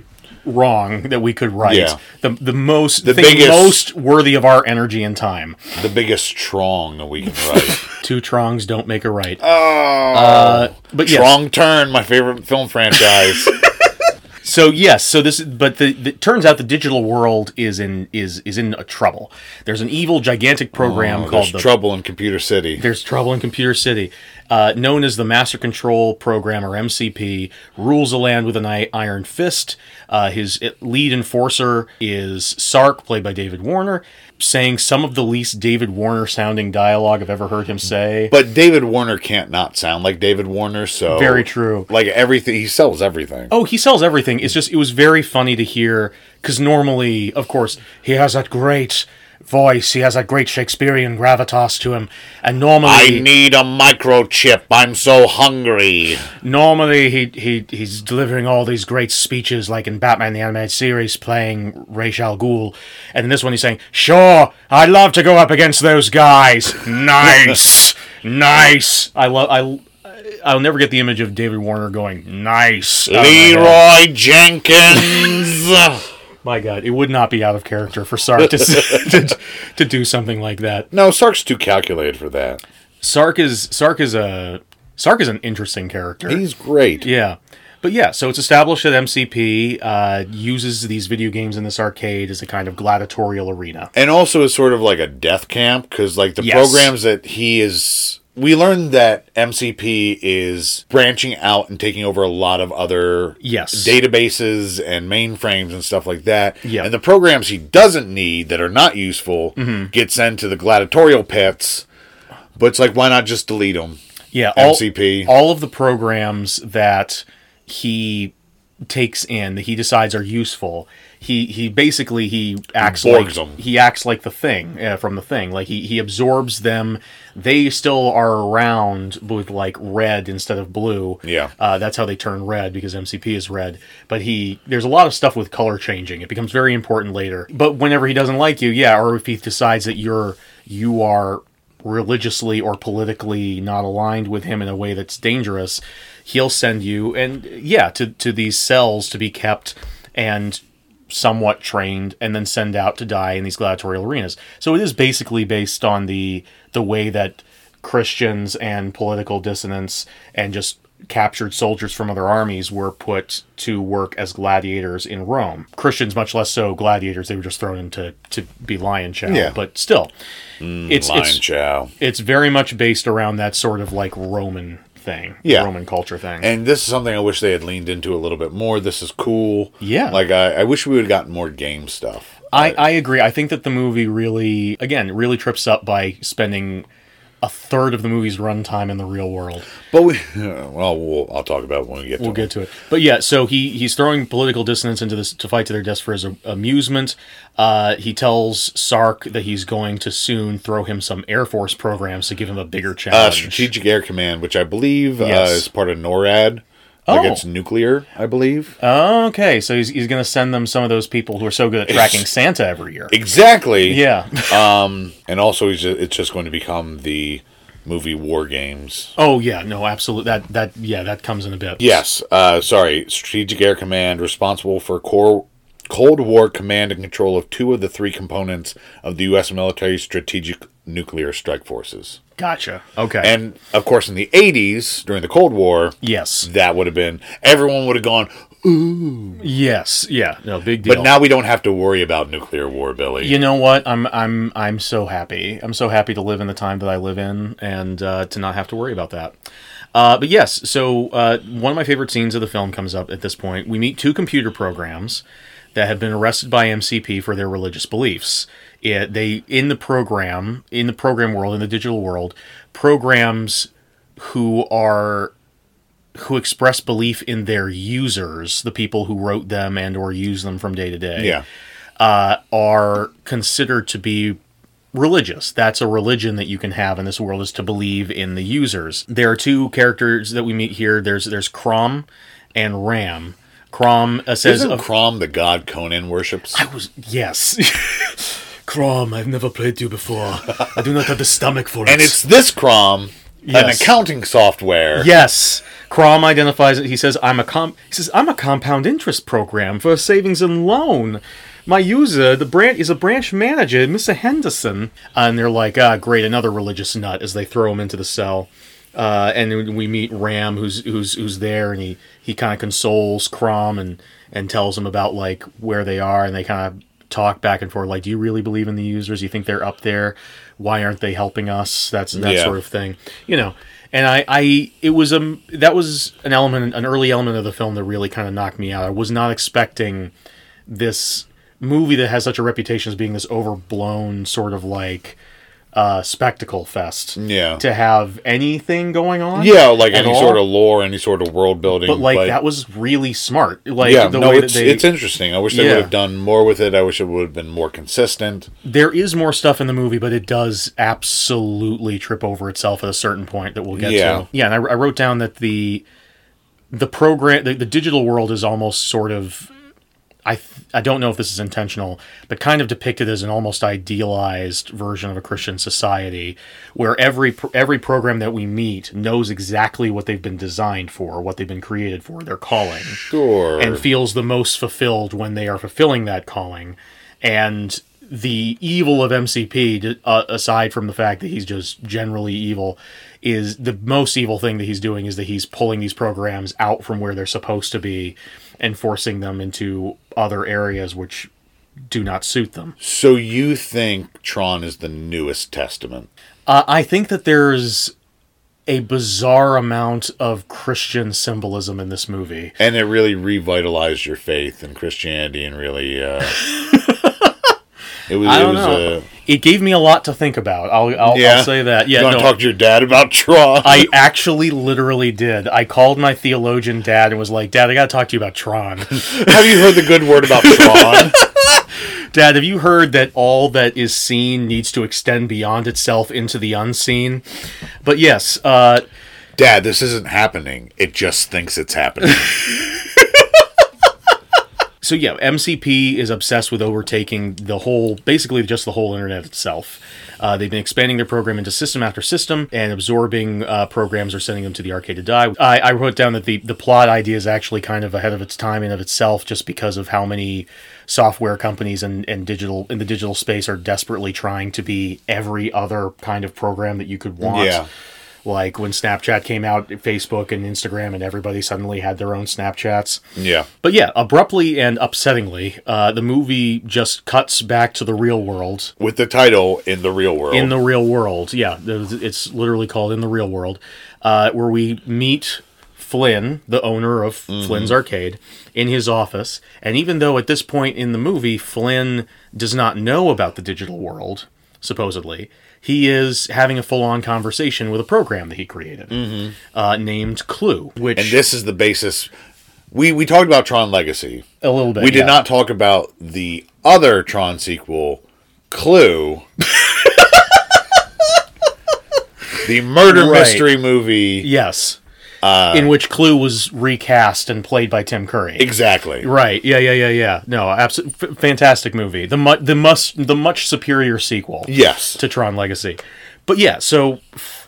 wrong that we could write
Yeah.
the the most
The
the thing
biggest-
most worthy of our energy and time
the biggest Trong we can write.
two trongs don't make a right
Oh,
Uh, but yes
Trong Turn, my favorite film franchise.
so yes so this but the, the turns out the digital world is in is is in a trouble there's an evil gigantic
Oh,
program called
there's
the
trouble in Computer City.
There's trouble in Computer City, uh, known as the Master Control Program or MCP, rules the land with an i- iron fist. Uh, his i- lead enforcer is Sark, played by David Warner, saying some of the least David Warner sounding dialogue I've ever heard him say.
But David Warner can't not sound like David Warner, so
Very true.
Like everything, he sells everything.
Oh, he sells everything. It's just it was very funny to hear because normally, of course, he has that great voice. He has that great Shakespearean gravitas to him, and normally
I need a microchip. I'm so hungry.
normally he, he he's delivering all these great speeches like in Batman the Animated Series playing Ra's al Ghul and in this one he's saying sure I'd love to go up against those guys nice nice I love I I'll never get the image of David Warner going nice out
Oh,
of my head.
Leroy Jenkins.
my god it would not be out of character for Sark to, to to do something like that
no, Sark's too calculated for that.
Sark is Sark is a Sark is an interesting character
He's great.
Yeah. But yeah, so it's established that MCP uh, uses these video games in this arcade as a kind of gladiatorial arena.
and also is sort of like a death camp because like the
Yes.
programs that he is we learned that mcp is branching out and taking over a lot of other
Yes.
databases and mainframes and stuff like that
Yeah.
and the programs he doesn't need that are not useful
Mm-hmm.
get sent to the gladiatorial pits but it's like why not just delete them
Yeah, all,
MCP.
All of the programs that he takes in that he decides are useful. He he basically he acts like
Borgs 'em.
he acts like the thing uh, from the thing. Like he he absorbs them. They still are around with like red instead of blue.
Yeah.
uh, that's how they turn red because MCP is red. But he there's a lot of stuff with color changing. It becomes very important later. But whenever he doesn't like you, yeah, or if he decides that you're you are religiously or politically not aligned with him in a way that's dangerous, he'll send you and yeah to to these cells to be kept and somewhat trained and then send out to die in these gladiatorial arenas. So it is basically based on the the way that Christians and political dissidents and just captured soldiers from other armies were put to work as gladiators in Rome. Christians much less so gladiators, they were just thrown into to be lion chow.
Yeah.
But still it's
lion
it's
chow
it's very much based around that sort of like Roman thing.
Yeah.
Roman culture thing.
and this is something I wish they had leaned into a little bit more. This is cool.
Yeah.
Like, I, I wish we would have gotten more game stuff.
I, I agree. I think that the movie really, again, really trips up by spending a third of the movie's runtime in the real world.
But we, well, we'll I'll talk about it when we get to
We'll
it.
get to it. But yeah, so he he's throwing political dissonance into this to fight to their deaths for his a- amusement. Uh, he tells Sark that he's going to soon throw him some Air Force programs to give him a bigger
uh,
challenge.
Strategic Air Command, which I believe
Yes.
uh, is part of NORAD. Like
Oh. Uh,
it's nuclear, I believe.
okay, so he's, he's going to send them some of those people who are so good at tracking Santa every year.
exactly. Um,
Yeah.
And also, he's just, it's just going to become the movie War Games.
Oh yeah, no, absolutely. That that yeah, that comes in a bit.
Yes. Uh, sorry. Strategic Air Command, responsible for core Cold War command and control of two of the three components of the U.S. military strategic nuclear strike forces.
Gotcha. Okay.
And of course, in the 80s, during the Cold War,
yes.
that would have been, everyone would have gone,
Yes. Yeah. No big deal.
but now we don't have to worry about nuclear war, Billy.
You know what? I'm I'm I'm so happy. I'm so happy to live in the time that I live in and uh, to not have to worry about that. Uh, but yes, so uh, one of my favorite scenes of the film comes up at this point. We meet two computer programs that have been arrested by MCP for their religious beliefs. It, they in the program in the program world in the digital world programs who are who express belief in their users, the people who wrote them and or use them from day to day
yeah.
uh, are considered to be religious. That's a religion that you can have in this world is to believe in the users. There are two characters that we meet here. There's there's Crom and Ram. Crom uh, says,
Isn't
of-
Crom the god Conan worships?
I was yes. Crom, I've never played you before. I do not have the stomach for it.
And it's this Crom, an
Yes.
accounting software.
Yes, Crom identifies it. He says, "I'm a com." He says, "I'm a compound interest program for savings and loan." My user, the branch is a branch manager, Mr. Henderson, and they're like, "Ah, great, another religious nut." As they throw him into the cell, uh, and then we meet Ram, who's who's who's there, and he he kind of consoles Crom and and tells him about like where they are, and they kind of talk back and forth, like, "Do you really believe in the users? You think they're up there? Why aren't they helping us?" That's that
Yeah.
sort of thing, you know. And I, I, it was um, that was an element, an early element of the film that really kind of knocked me out. I was not expecting this movie that has such a reputation as being this overblown sort of like uh, spectacle fest
Yeah.
to have anything going on.
Yeah, like
at
any
all.
sort of lore, any sort of world building.
But like that was really smart. Like
yeah,
the
no,
way that
it's,
they
it's interesting. I wish they
Yeah.
would have done more with it. I wish it would have been more consistent.
there is more stuff in the movie, but it does absolutely trip over itself at a certain point that we'll get
Yeah.
to. Yeah, and I, I wrote down that the the program, the, the digital world is almost sort of, I th- I don't know if this is intentional, but kind of depicted as an almost idealized version of a Christian society, where every pr- every program that we meet knows exactly what they've been designed for, what they've been created for, their calling
Sure.
and feels the most fulfilled when they are fulfilling that calling. And the evil of MCP, d- uh, aside from the fact that he's just generally evil, is the most evil thing that he's doing is that he's pulling these programs out from where they're supposed to be and forcing them into other areas which do not suit them.
so you think Tron is the newest testament?
Uh, I think that there's a bizarre amount of Christian symbolism in this movie.
And it really revitalized your faith in Christianity and really uh It was
I
it
don't
was
know.
uh,
it gave me a lot to think about. I'll, I'll, I'll say that. Yeah,
you want
no,
to talk to your dad about Tron?
I actually literally did. I called my theologian dad and was like, "Dad, I got to talk to you about Tron.
Have you heard the good word about Tron?
dad, have you heard that all that is seen needs to extend beyond itself into the unseen?" But yes, uh,
Dad, this isn't happening. It just thinks it's happening.
so yeah, MCP is obsessed with overtaking the whole, basically just the whole internet itself. Uh, they've been expanding their program into system after system and absorbing uh, programs or sending them to the arcade to die. I, I wrote down that the, the plot idea is actually kind of ahead of its time in of itself, just because of how many software companies and, and digital in the digital space are desperately trying to be every other kind of program that you could want
Yeah.
like when Snapchat came out, Facebook and Instagram, and everybody suddenly had their own Snapchats.
yeah.
But yeah, abruptly and upsettingly, uh, the movie just cuts back to the real world.
With the title in the real world.
In the real world, yeah, th- it's literally called "In the Real World," uh, where we meet Flynn, the owner of
Mm-hmm.
Flynn's Arcade, in his office. And even though at this point in the movie Flynn does not know about the digital world, supposedly, he is having a full on conversation with a program that he created uh, named Clue, which
Mm-hmm. And this is the basis. We we talked about Tron Legacy.
a little bit
we did
yeah.
not talk about the other Tron sequel, Clue. the murder
Right.
mystery movie.
Yes. Uh, in which Clue was recast and played by Tim Curry.
Exactly.
right. Yeah, yeah, yeah, yeah. No, absolutely f- fantastic movie. The mu- the must the much superior sequel
Yes.
to Tron Legacy. But yeah, so f-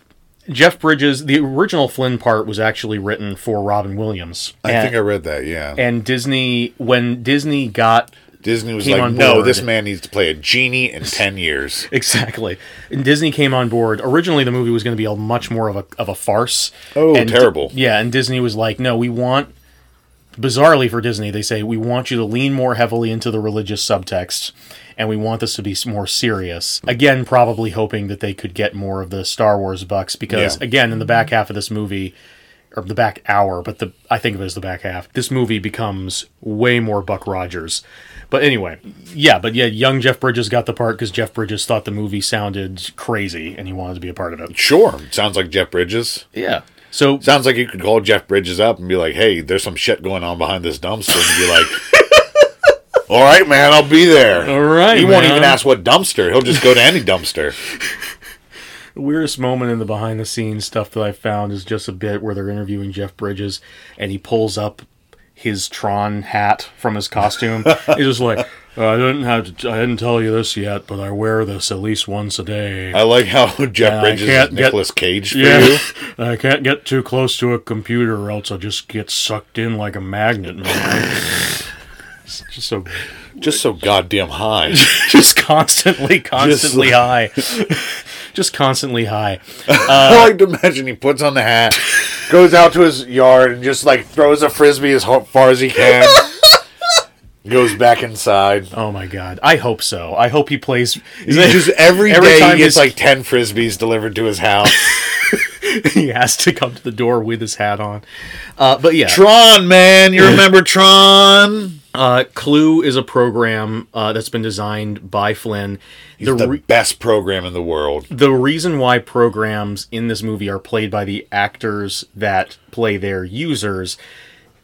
Jeff Bridges, the original Flynn part was actually written for Robin Williams.
I
and,
think I read that, yeah.
and Disney when Disney got
Disney was
came
like,
on
no,
board."
this man needs to play a genie in 10 years.
Exactly. And Disney came on board. Originally, the movie was going to be a much more of a of a farce.
Oh,
And-
terrible.
Yeah, and Disney was like, "No, we want." Bizarrely for Disney, they say we want you to lean more heavily into the religious subtext, and we want this to be s- more serious. Again, probably hoping that they could get more of the Star Wars bucks because,
Yeah.
again, in the back half of this movie, or the back hour, but the I think of it as the back half. This movie becomes way more Buck Rogers. But anyway, yeah, but yeah, young Jeff Bridges got the part because Jeff Bridges thought the movie sounded crazy and he wanted to be a part of it.
Sure. Sounds like Jeff Bridges.
Yeah. So
Sounds like you could call Jeff Bridges up and be like, hey, there's some shit going on behind this dumpster. And be like, all right, man, I'll be there.
All right,
He won't
man.
even ask what dumpster. He'll just go to any dumpster.
The weirdest moment in the behind the scenes stuff that I found is just a bit where they're interviewing Jeff Bridges and he pulls up his Tron hat from his costume. He's just like, I didn't have to, I didn't tell you this yet, but I wear this at least once a day.
I like how Jeff
Uh, I
Bridges is
can't get-
Nicolas Cage for you.
Yeah. I can't get too close to a computer or else I'll just get sucked in like a magnet. Man. It's just so
Just so goddamn high.
just constantly constantly high. just constantly high.
I like to imagine he puts on the hat, goes out to his yard, and just like throws a frisbee as ho- far as he can. goes back inside.
Oh my god. I hope so. I hope he plays
He just every
Every
day
time
he gets
his-
like ten frisbees delivered to his house.
he has to come to the door with his hat on. Uh, but yeah.
Tron, man, you remember Tron?
Uh, Clue is a program uh, that's been designed by Flynn. The
The
re-
best program in the world.
the reason why programs in this movie are played by the actors that play their users,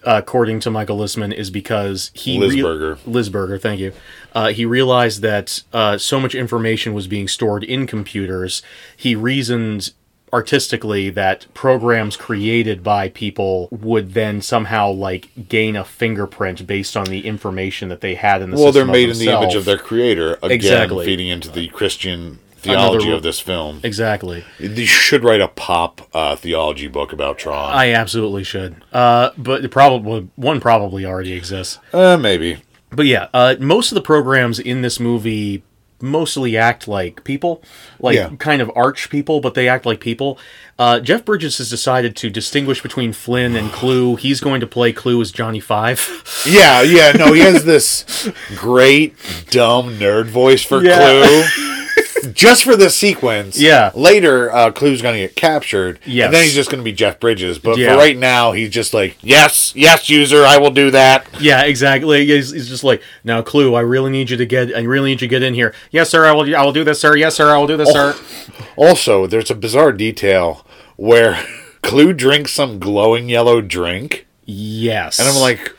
uh, according to Michael Lisman, is because he
Lisberger.
Lisberger, thank you. Uh, he realized that uh, so much information was being stored in computers. He reasoned artistically that programs created by people would then somehow like gain a fingerprint based on the information that they had in the
Well, they're
system of
made in the image
themselves.
of their creator, again
Exactly.
feeding into the Christian
Another
theology
ru-
of this film.
exactly
You should write a pop uh, theology book about Tron.
I absolutely should. Uh, but the probably one probably already exists.
uh, maybe.
But yeah, uh, most of the programs in this movie mostly act like people, like
Yeah.
kind of arch people, but they act like people. Uh, Jeff Bridges has decided to distinguish between Flynn and Clue. He's going to play Clue as Johnny Five.
Yeah, yeah, no, he has this great dumb nerd voice for
Yeah.
Clue. Just for this sequence.
Yeah.
Later, uh, Clue's going to get captured.
Yes.
And then he's just going to be Jeff Bridges. But
Yeah.
for right now, he's just like, yes, yes, user, I will do that.
yeah, exactly. He's, he's just like, now Clue, I really need you to get, I really need you to get in here. Yes, sir, I will, I will do this, sir. Yes, sir, I will do this, sir.
Oh. Also, there's a bizarre detail where Clue drinks some glowing yellow drink.
Yes,
And I'm like,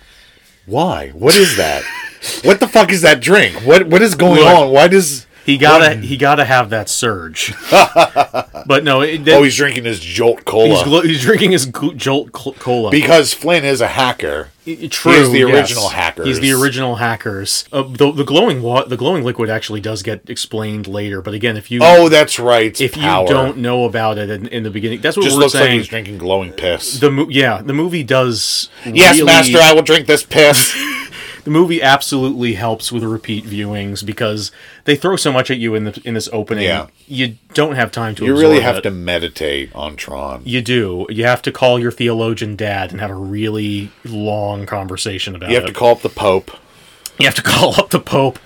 why? What is that? what the fuck is that drink? What What is going
Look.
on? Why does.
He gotta he gotta have that surge. but no, it, that,
Oh,
he's
he's drinking his Jolt Cola.
glo- he's drinking his gl- Jolt cl- cola.
Oh, because Flynn is a hacker.
True,
he is the
yes.
original hackers.
He's the original hackers. Uh, the, the glowing wa- the glowing liquid actually does get explained later. But again, if you
Oh, that's right. it's
if you
power.
don't know about it in, in the beginning, that's what
just
we're
looks like
saying.
he's drinking glowing piss.
the mo- yeah, the movie does.
yes,
really-
master, I will drink this piss.
the movie absolutely helps with repeat viewings because they throw so much at you in the in this opening.
Yeah.
you don't have time to.
you really
absorb
have
it.
to meditate on Tron.
You do. You have to call your theologian dad and have a really long conversation about
You have
it.
to call up the Pope.
You have to call up the Pope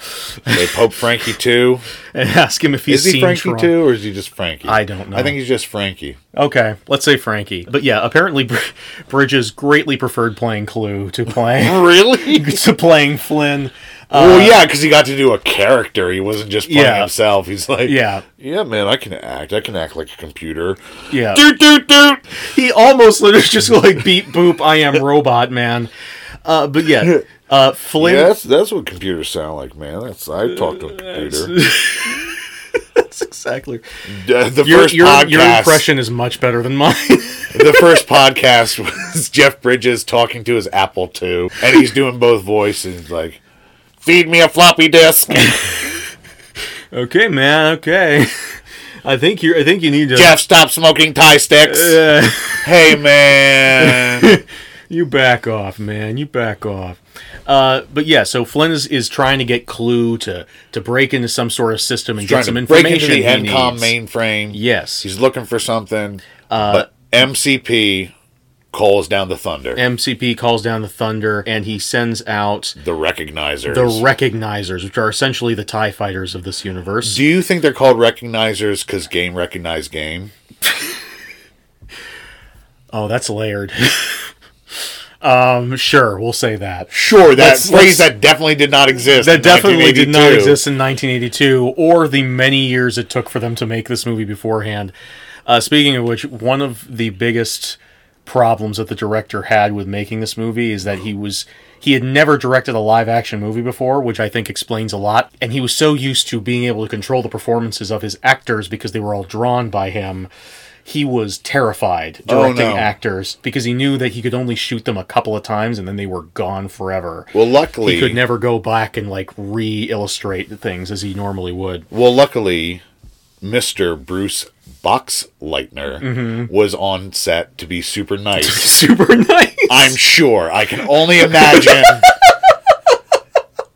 They Pope Frankie too.
and ask him if he's
Is he
seen
Frankie
Tron.
too, or is he just Frankie?
I don't know.
I think he's just Frankie.
Okay, let's say Frankie. But yeah, apparently Br- Bridges greatly preferred playing Clue to playing
Really? Uh,
to playing Flynn.
well, yeah, because he got to do a character. He wasn't just playing
Yeah.
himself. He's like,
Yeah.
yeah, man, I can act. I can act like a computer.
Yeah.
Doot doot doot.
he almost literally just like beep boop I am robot man. Uh, but yeah, uh, Flynn
Yeah, that's that's what computers sound like, man. That's I talk to a computer.
that's exactly
The, the
your
first
your,
podcast,
your impression is much better than mine.
the first podcast was Jeff Bridges talking to his Apple II, and he's doing both voices, like, "Feed me a floppy disk."
okay, man. Okay, I think you I think you need to.
Jeff, stop smoking tie sticks.
Uh,
hey, man.
You back off, man. You back off. Uh, but yeah, so Flynn is, is trying to get Clue to to break into some sort of system and
Trying
get some
to break into
information
the
he
NCOM
needs. Uh,
mainframe.
Yes,
He's looking for something, but MCP calls down the thunder.
MCP calls down the thunder and he sends out
the recognizers.
the recognizers, which are essentially the Tie Fighters of this universe.
Do you think they're called recognizers because game recognize game?
oh, that's layered. um, sure, we'll say that.
Sure, that
Let's- let's-
phrase that definitely did not exist. in
That definitely did not
1982.
exist in 1982, or the many years it took for them to make this movie beforehand. Uh, speaking of which, one of the biggest problems that the director had with making this movie is that he was he had never directed a live action movie before, which I think explains a lot. And he was so used to being able to control the performances of his actors because they were all drawn by him. He was terrified directing
Oh, no.
actors because he knew that he could only shoot them a couple of times and then they were gone forever
Well, luckily,
he could never go back and like re-illustrate things as he normally would.
well, luckily, Mister Bruce Boxleitner
Mm-hmm.
was on set to be super nice.
Super nice.
I'm sure. I can only imagine.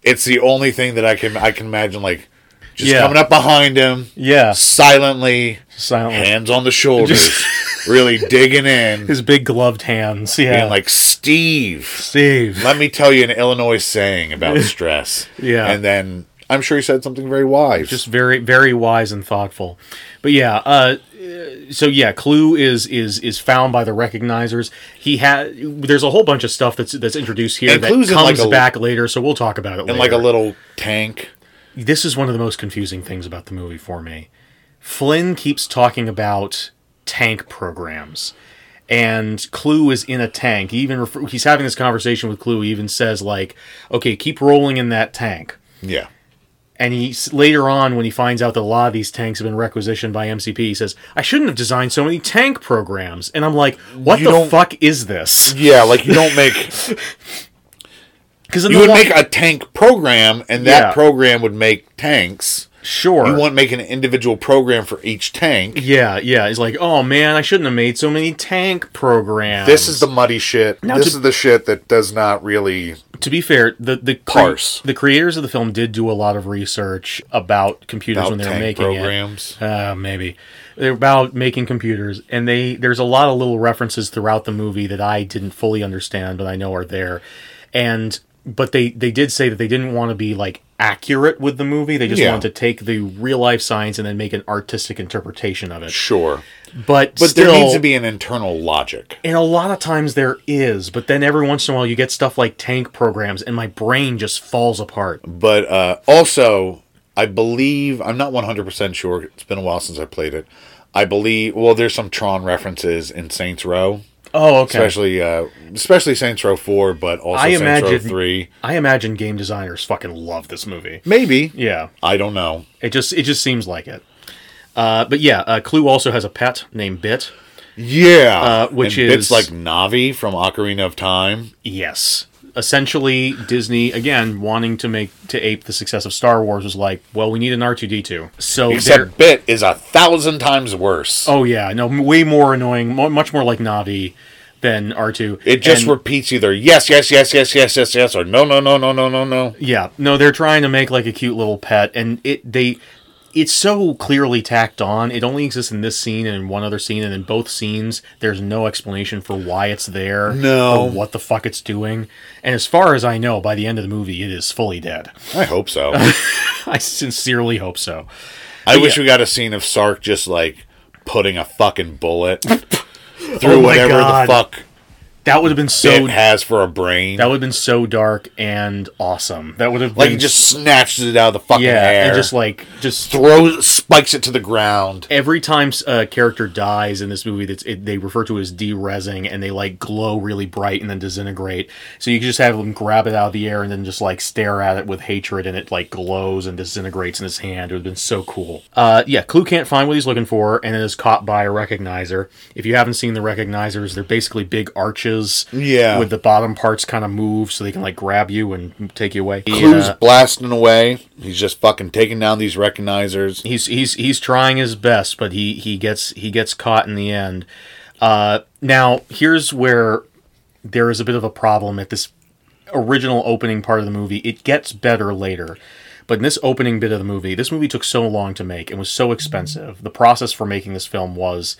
it's the only thing that I can I can imagine. Like just
Yeah.
coming up behind him,
Yeah,
silently,
silently.
hands on the shoulders, really digging in,
His big gloved hands. Yeah,
being like Steve.
Steve.
Let me tell you an Illinois saying about stress.
Yeah.
and then I'm sure he said something very wise.
Just very, very wise and thoughtful. But yeah, uh, so yeah, Clue is is is found by the recognizers. He had there's a whole bunch of stuff that's that's introduced here
And
that
Clue's in, like,
comes
a-
back later. So we'll talk about it.
in
later.
like a little tank.
this is one of the most confusing things about the movie for me. Flynn keeps talking about tank programs, and Clue is in a tank. He even refer- he's having this conversation with Clue. He even says like, "Okay, keep rolling in that tank."
Yeah.
And he s- later on, when he finds out that a lot of these tanks have been requisitioned by MCP, he says, "I shouldn't have designed so many tank programs." And I'm like, "What
You
the
don't-
fuck is this?"
Yeah, like you don't make
Because
you would make a tank program and that
Yeah.
program would make tanks.
sure
You wouldn't make an individual program for each tank.
Yeah, yeah. He's like, "Oh man, I shouldn't have made so many tank programs."
This is the muddy shit.
Now
this
to-
is the shit that does not really.
to be fair, the the cre-
Parse.
the creators of the film did do a lot of research about computers
About
when they were
tank
making
programs.
it. Uh, maybe they're about making computers, and they there's a lot of little references throughout the movie that I didn't fully understand, but I know are there, and but they they did say that they didn't want to be like accurate with the movie. They just
Yeah.
wanted to take the real life science and then make an artistic interpretation of it.
Sure.
But
But
still,
there needs to be an internal logic.
and a lot of times there is, but then every once in a while you get stuff like tank programs, and my brain just falls apart.
But uh, also, I believe. I'm not 100% sure. It's been a while since I played it. I believe. Well, there's some Tron references in Saints Row.
Oh, okay.
Especially, uh, especially Saints Row Four, but also
I
Saints Row
imagine-
Three.
I imagine game designers fucking love this movie.
Maybe.
Yeah,
I don't know.
it just it just seems like it. Uh, but yeah, uh, Clue also has a pet named Bit.
Yeah,
Uh, which
it's
is-
like Navi from Ocarina of Time.
Yes, essentially Disney again wanting to make to ape the success of Star Wars was like, well, we need an R two D two. So they're-
Except Bit is a thousand times worse.
oh yeah, no, m- way more annoying, mo- much more like Navi than R two.
It just
and,
repeats either yes, yes, yes, yes, yes, yes, yes, or no, no, no, no, no, no, no.
Yeah, no, they're trying to make like a cute little pet, and it they it's so clearly tacked on. It only exists in this scene and in one other scene, and in both scenes, there's no explanation for why it's there,
No.
or what the fuck it's doing. And as far as I know, by the end of the movie, it is fully dead.
I hope so.
I sincerely hope so.
I wish we got a scene of Sark just like putting a fucking bullet through
Oh my
whatever
God.
the fuck
That would have been so.
it has for a brain.
That would have been so dark and awesome. That would have
like
been
he just snatches it out of the fucking
yeah,
air
and just like just
throws, spikes it to the ground.
every time a character dies in this movie, that's it, they refer to as de-resing, and they like glow really bright and then disintegrate. So you can just have them grab it out of the air and then just like stare at it with hatred, and it like glows and disintegrates in his hand. It would have been so cool. Uh, yeah, Clue can't find what he's looking for, and it is caught by a recognizer. If you haven't seen the recognizers, they're basically big arches,
Yeah.
with the bottom parts kind of move so they can like grab you and take you away. uh,
Clue's
Yeah.
blasting away. He's just fucking taking down these recognizers.
he's he's he's trying his best, but he he gets he gets caught in the end. Uh, now here's where there is a bit of a problem at this original opening part of the movie. It gets better later. But in this opening bit of the movie, this movie took so long to make and was so expensive. The process for making this film was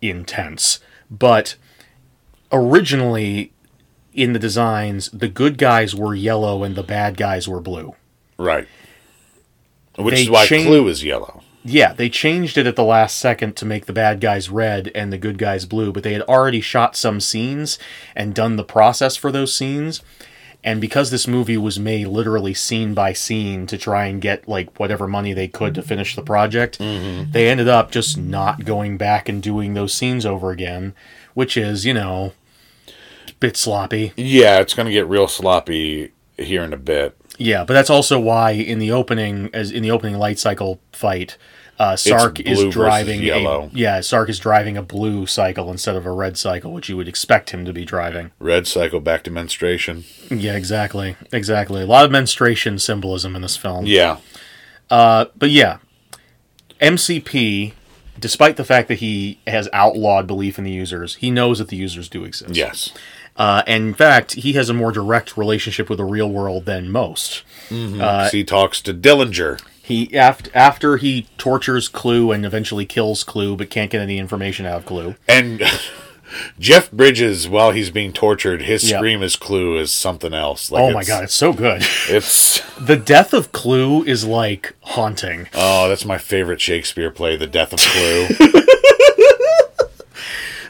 intense. But originally in the designs, the good guys were yellow and the bad guys were blue.
Right. Which
They
is why
changed-
Clue is yellow.
Yeah, they changed it at the last second to make the bad guys red and the good guys blue, but they had already shot some scenes and done the process for those scenes. And because this movie was made literally scene by scene to try and get like whatever money they could to finish the project, they ended up just not going back and doing those scenes over again, which is, you know, a bit sloppy.
Yeah, it's gonna get real sloppy here in a bit.
Yeah, but that's also why in the opening, as in the opening light cycle fight, uh, Sark
blue
is
versus
driving
yellow.
A, yeah, Sark is driving a blue cycle instead of a red cycle, which you would expect him to be driving.
Red cycle back to menstruation.
Yeah, exactly, exactly. A lot of menstruation symbolism in this film.
Yeah.
But yeah, MCP, despite the fact that he has outlawed belief in the users, he knows that the users do exist.
Yes.
uh, and in fact, he has a more direct relationship with the real world than most.
he talks to Dillinger.
He after after he tortures Clue and eventually kills Clue, but can't get any information out of Clue.
And Jeff Bridges, while he's being tortured, his
Yeah.
scream as Clue is something else. Like
oh my
it's-
god, it's so good.
It's
the death of Clue is like haunting.
oh, that's my favorite Shakespeare play, The Death of Clue.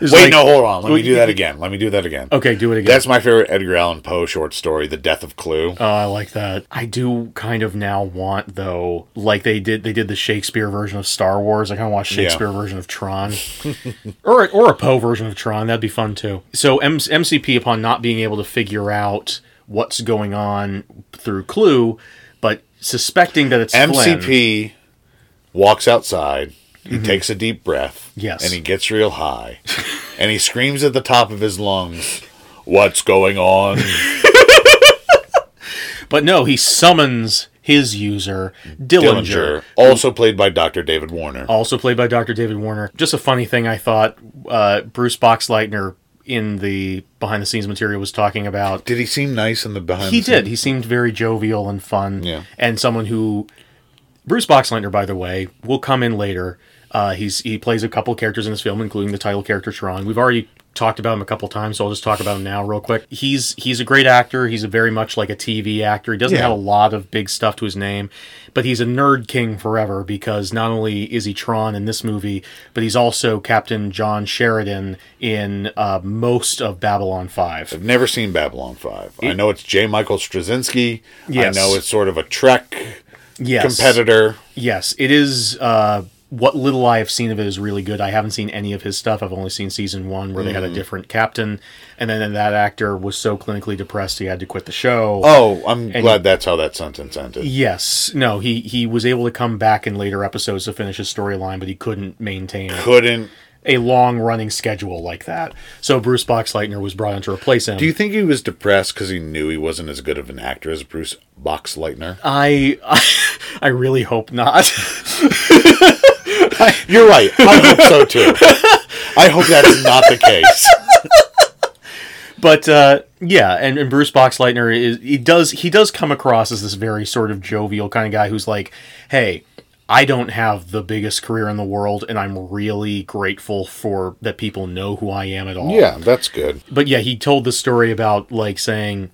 It's
Wait,
like-
no, hold on. Let me
Wait,
do that again. Let me do that again.
Okay, do it again.
That's my favorite Edgar Allan Poe short story, The Death of Clue.
Oh, I like that. I do kind of now want though, like they did they did the Shakespeare version of Star Wars. I kind of want Shakespeare version of Tron, or or a Poe version of Tron. That'd be fun too. So M- MCP, upon not being able to figure out what's going on through Clue, but suspecting that it's Flynn- Mm-hmm.
MCP walks outside. He takes a deep breath.
Yes.
And he gets real high. and he screams at the top of his lungs, What's going on?
But no, he summons his user,
Dillinger,
Dillinger,
also played by Dr. David Warner.
also played by Dr. David Warner. Just a funny thing I thought uh, Bruce Boxleitner in the behind the scenes material was talking about.
Did he seem nice in the behind?
He
the scenes?
did. He seemed very jovial and fun.
Yeah.
And someone who Bruce Boxleitner, by the way, will come in later. Uh, he's he plays a couple characters in this film, including the title character Tron. We've already talked about him a couple times, so I'll just talk about him now real quick. He's he's a great actor. He's a very much like a TV actor. He doesn't
Yeah.
have a lot of big stuff to his name, but he's a nerd king forever because not only is he Tron in this movie, but he's also Captain John Sheridan in uh, most of Babylon Five.
I've never seen Babylon Five. I know it's J. Michael Straczynski.
Yes.
I know it's sort of a Trek
Yes.
competitor.
Yes, it is. Uh, what little I have seen of it is really good. I haven't seen any of his stuff. I've only seen season one where they
Mm.
had a different captain, and then that actor was so clinically depressed he had to quit the show.
Oh, I'm glad that's how that sentence ended.
Yes, no, he he was able to come back in later episodes to finish his storyline, but he couldn't maintain
Couldn't.
a long running schedule like that. So Bruce Boxleitner was brought in to replace him.
Do you think he was depressed because he knew he wasn't as good of an actor as Bruce Boxleitner?
I, I I really hope not.
You're right. I hope so too. I hope that's not the case.
but uh, yeah, and, and Bruce Boxleitner is he does he does come across as this very sort of jovial kind of guy who's like, "Hey, I don't have the biggest career in the world, and I'm really grateful for that people know who I am at all.
Yeah, that's good.
But yeah, he told the story about like saying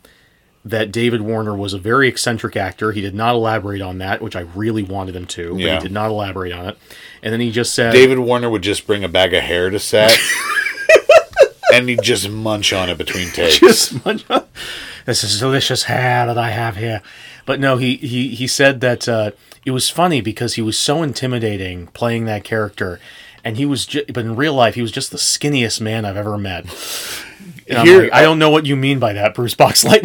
that David Warner was a very eccentric actor. He did not elaborate on that, which I really wanted him to, but
Yeah.
he did not elaborate on it. And then he just said,
David Warner would just bring a bag of hair to set. and he'd just munch on it between takes.
just munch on- this is delicious hair that I have here. But no, he he he said that uh, it was funny because he was so intimidating playing that character, and he was ju- but in real life he was just the skinniest man I've ever met. And I'm
Here-
like, I don't know what you mean by that, Bruce Boxlight.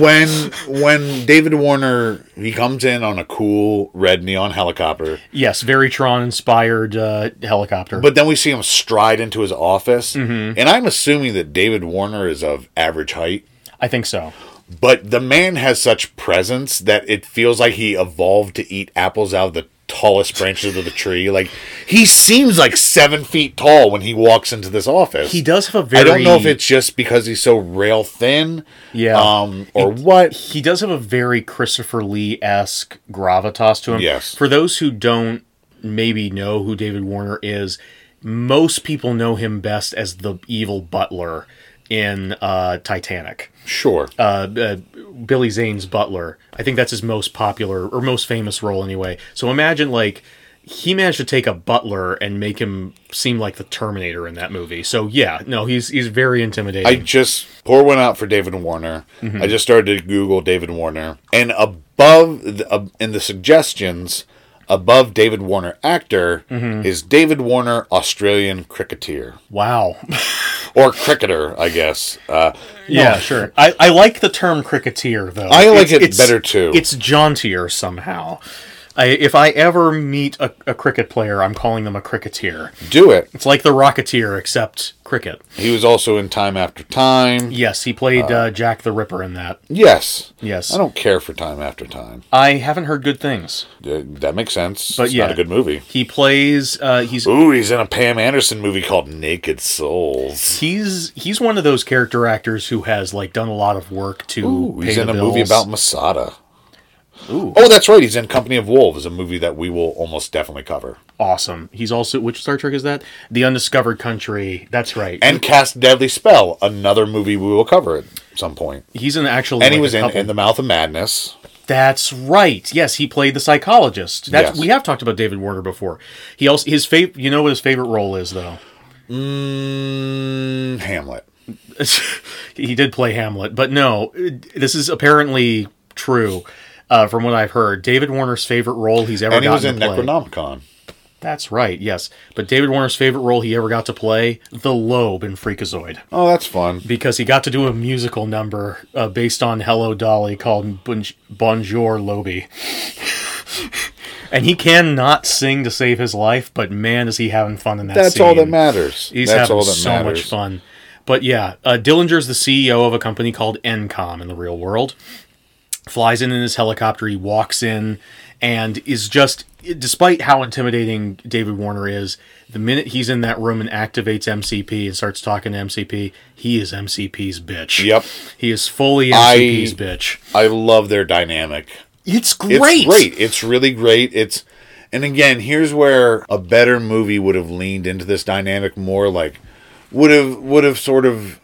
when when David Warner he comes in on a cool red neon helicopter,
yes, very Tron inspired uh, helicopter.
but then we see him stride into his office,
Mm-hmm.
and I'm assuming that David Warner is of average height,
I think so.
but the man has such presence that it feels like he evolved to eat apples out of the tallest branches of the tree. Like he seems like seven feet tall when he walks into this office.
He does have a very
I don't know if it's just because he's so rail thin,
Yeah.
um, or what.
he does have a very Christopher Lee esque gravitas to him.
Yes.
For those who don't maybe know who David Warner is, most people know him best as the evil butler in uh, Titanic.
Sure,
Uh, uh, Billy Zane's butler. I think that's his most popular or most famous role anyway. So imagine like he managed to take a butler and make him seem like the Terminator in that movie. So yeah, no, he's he's very intimidating.
I just pour one out for David Warner.
Mm-hmm.
I just started to Google David Warner, and above the, uh, in the suggestions, above David Warner actor
Mm-hmm.
is David Warner Australian cricketer
wow.
or cricketer, I guess. Uh,
Yeah, sure. I, I like the term cricketer though.
I like it better, too.
It's jauntier somehow. I, if I ever meet a, a cricket player, I'm calling them a cricketer.
do it.
It's like the Rocketeer, except cricket.
He was also in Time After Time.
Yes, he played uh, Jack the Ripper in that.
Yes,
Yes,
I don't care for Time After Time.
I haven't heard good things.
Uh, That makes sense.
But
it's
yeah,
not a good movie.
He plays. Uh, he's
Ooh, he's in a Pam Anderson movie called Naked Souls.
he's he's one of those character actors who has like done a lot of work to.
Ooh,
pay
he's
the
in a movie
bills.
about Masada. Oh, that's right. He's in Company of Wolves, a movie that we will almost definitely cover.
awesome. He's also which Star Trek is that? The Undiscovered Country. That's right.
And Cast Deadly Spell, another movie we will cover at some point.
he's in actually.
And he
like,
was
a
in
couple-
In the Mouth of Madness.
That's right. Yes, he played the psychologist. That's
Yes.
we have talked about David Warner before. He also his fav you know what his favorite role is though.
Mm, Hamlet.
he did play Hamlet, but no, this is apparently true. Uh, from what I've heard, David Warner's favorite role he's ever
And he
gotten
was in
to play.
Necronomicon.
That's right, yes. But David Warner's favorite role he ever got to play, the Loeb in Freakazoid,
Oh, that's fun.
because he got to do a musical number uh, based on Hello Dolly called bon- Bonjour Loby. and he cannot sing to save his life, but man, is he having fun in that.
That's all that
scene.
matters.
He's
that's
having
all that
so
matters.
much fun. But yeah, uh, Dillinger's the CEO of a company called Encom in the real world. Flies in in his helicopter, he walks in, and is just, despite how intimidating David Warner is, the minute he's in that room and activates MCP and starts talking to MCP, he is MCP's bitch.
Yep.
He is fully
I-
MCP's bitch.
I love their dynamic.
It's
It's
great.
great. It's really great. It's and again, here's where a better movie would have leaned into this dynamic more like would have would have sort of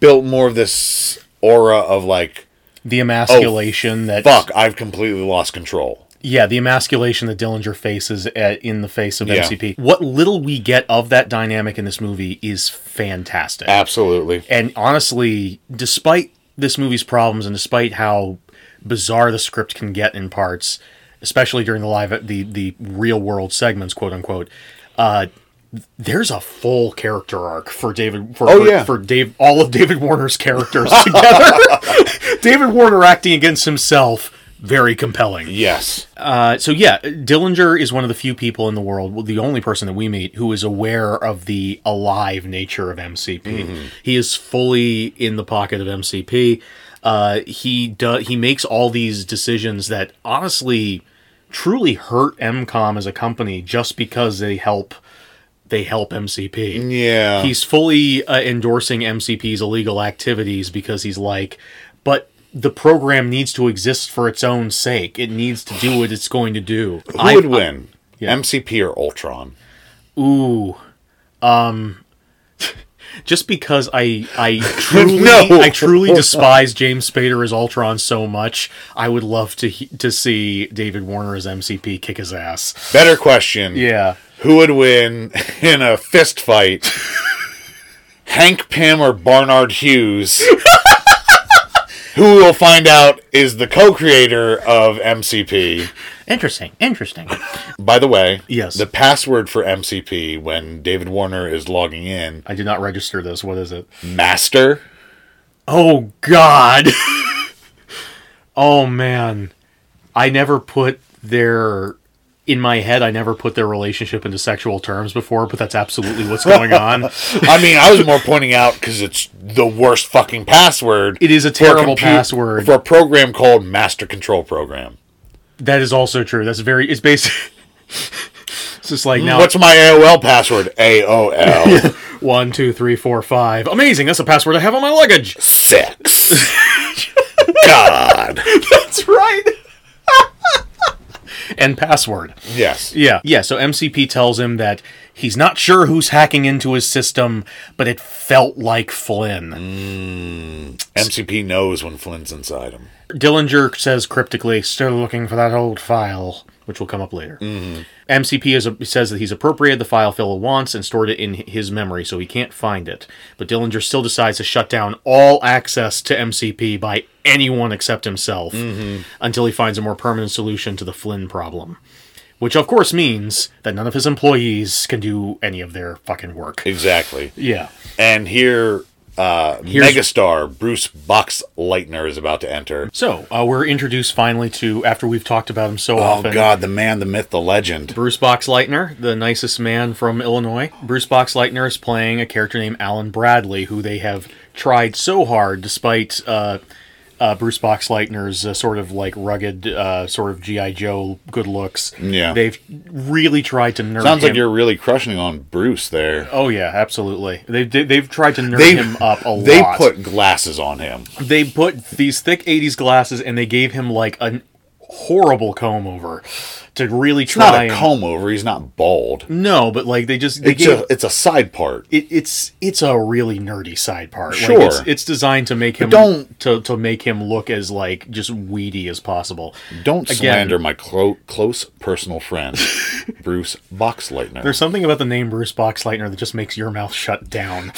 built more of this aura of like
The emasculation that
Oh, fuck, I've completely lost control.
Yeah, the emasculation that Dillinger faces at, in the face of
Yeah.
MCP. What little we get of that dynamic in this movie is fantastic.
Absolutely.
And honestly, despite this movie's problems and despite how bizarre the script can get in parts, especially during the live the the real world segments, quote unquote, uh, there's a full character arc for David for
Oh,
for,
yeah.
for Dave all of David Warner's characters together. David Warner acting against himself, very compelling.
Yes.
Uh, so yeah, Dillinger is one of the few people in the world, well, the only person that we meet who is aware of the alive nature of MCP. He is fully in the pocket of MCP. Uh, he does. He makes all these decisions that honestly, truly hurt MCOM as a company just because they help. They help MCP.
Yeah.
Oh. He's fully uh, endorsing MCP's illegal activities because he's like, but the program needs to exist for its own sake. It needs to do what it's going to do.
Who would win, MCP or Ultron?
Ooh. Um just because I I truly
No.
I truly despise James Spader as Ultron so much, I would love to he- to see David Warner as MCP kick his ass.
Better question.
Yeah.
Who would win in a fist fight? Hank Pym or Barnard Hughes? Who we'll find out is the co-creator of MCP.
Interesting. Interesting.
By the way,
Yes.
the password for MCP when David Warner is logging in,
I did not register this. What is it?
master.
Oh god. oh man. I never put their in my head I never put their relationship into sexual terms before, but that's absolutely what's going on.
I mean, I was more pointing out because it's the worst fucking password.
It is a
for
terrible
compu-
password.
for a program called Master Control Program.
That is also true. That's very. It's basically. it's just like now.
What's my AOL password? AOL
one, two, three, four, five? Amazing. That's a password I have on my luggage.
six. God.
That's right. and password.
Yes.
Yeah. Yeah. So MCP tells him that he's not sure who's hacking into his system, but it felt like Flynn.
MCP knows when Flynn's inside him.
Dillinger says cryptically, "Still looking for that old file." Which will come up later. MCP is says that he's appropriated the file Phila wants and stored it in his memory, so he can't find it. But Dillinger still decides to shut down all access to MCP by anyone except himself until he finds a more permanent solution to the Flynn problem. Which, of course, means that none of his employees can do any of their fucking work.
Exactly.
Yeah.
And here, uh, megastar Bruce Box Lightner is about to enter.
So, uh, we're introduced finally to, after we've talked about him so
Oh,
often.
God, the man, the myth, the legend.
Bruce Boxleitner, the nicest man from Illinois. Bruce Boxleitner is playing a character named Alan Bradley, who they have tried so hard, despite uh, uh, Bruce Boxleitner's uh, sort of like rugged, uh, sort of GI Joe good looks.
Yeah.
they've really tried to nerd.
Sounds
him.
like you're really crushing on Bruce there.
Oh yeah, absolutely. They've they've tried to nerd
They-
him up a
They
lot.
put glasses on him.
they put these thick '80s glasses, and they gave him like a horrible comb over to really
It's not a
try. and-
comb over. He's not bald.
No, but like they just they
It's,
gave
a, it's a side part.
it, it's it's a really nerdy side part.
Sure.
like it's, it's designed to make him
don't-
to to make him look as like just weedy as possible.
Don't
Again-
slander my clo- close personal friend, Bruce Boxleitner.
There's something about the name Bruce Boxleitner that just makes your mouth shut down.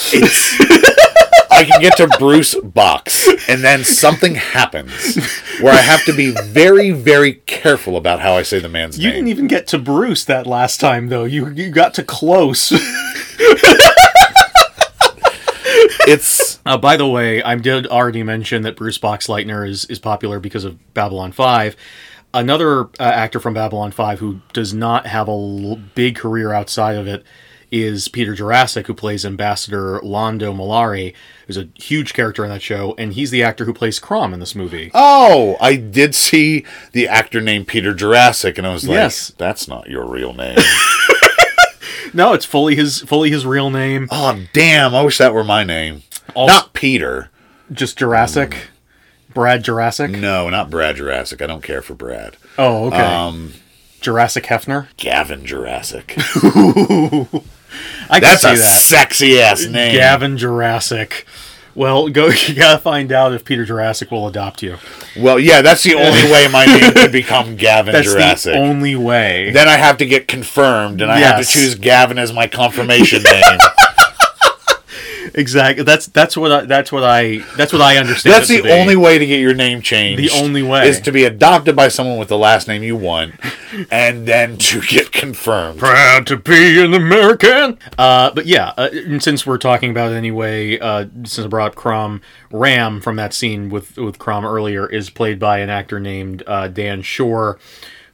I can get to Bruce Box, and then something happens where I have to be very, very careful about how I say the man's
You
name.
didn't even get to Bruce that last time though. You you got to close.
It's
Uh, by the way, I did already mention that Bruce Boxleitner is is popular because of Babylon Five. Another uh, actor from Babylon Five who does not have a l- big career outside of it is Peter Jurassic, who plays Ambassador Londo Malari, who's a huge character in that show, and he's the actor who plays Crom in this movie.
oh, I did see the actor named Peter Jurassic, and I was like,
Yes.
that's not your real name."
No, it's fully his fully his real name,
oh, damn! I wish that were my name.
Also-
not Peter.
just Jurassic, Brad Jurassic.
No, not Brad Jurassic. I don't care for Brad.
Oh, okay.
um,
Jurassic Hefner.
Gavin Jurassic.
I can
That's
see
a
that.
sexy ass name.
Gavin Jurassic. Well, go. You gotta find out if Peter Jurassic will adopt you.
Well, yeah, that's the only way my name could become Gavin
That's
Jurassic.
the only way.
then I have to get confirmed, and I have to
Yes.
choose Gavin as my confirmation name.
exactly. That's that's what I, that's what I that's what I understand.
That's
it to
the
be.
only way to get your name changed.
The only way.
is to be adopted by someone with the last name you want, and then to get confirmed.
Proud to be an American. Uh, but yeah, uh, and since we're talking about it anyway, uh, since I brought up Crom, Ram from that scene with with Crom earlier is played by an actor named uh, Dan Shore,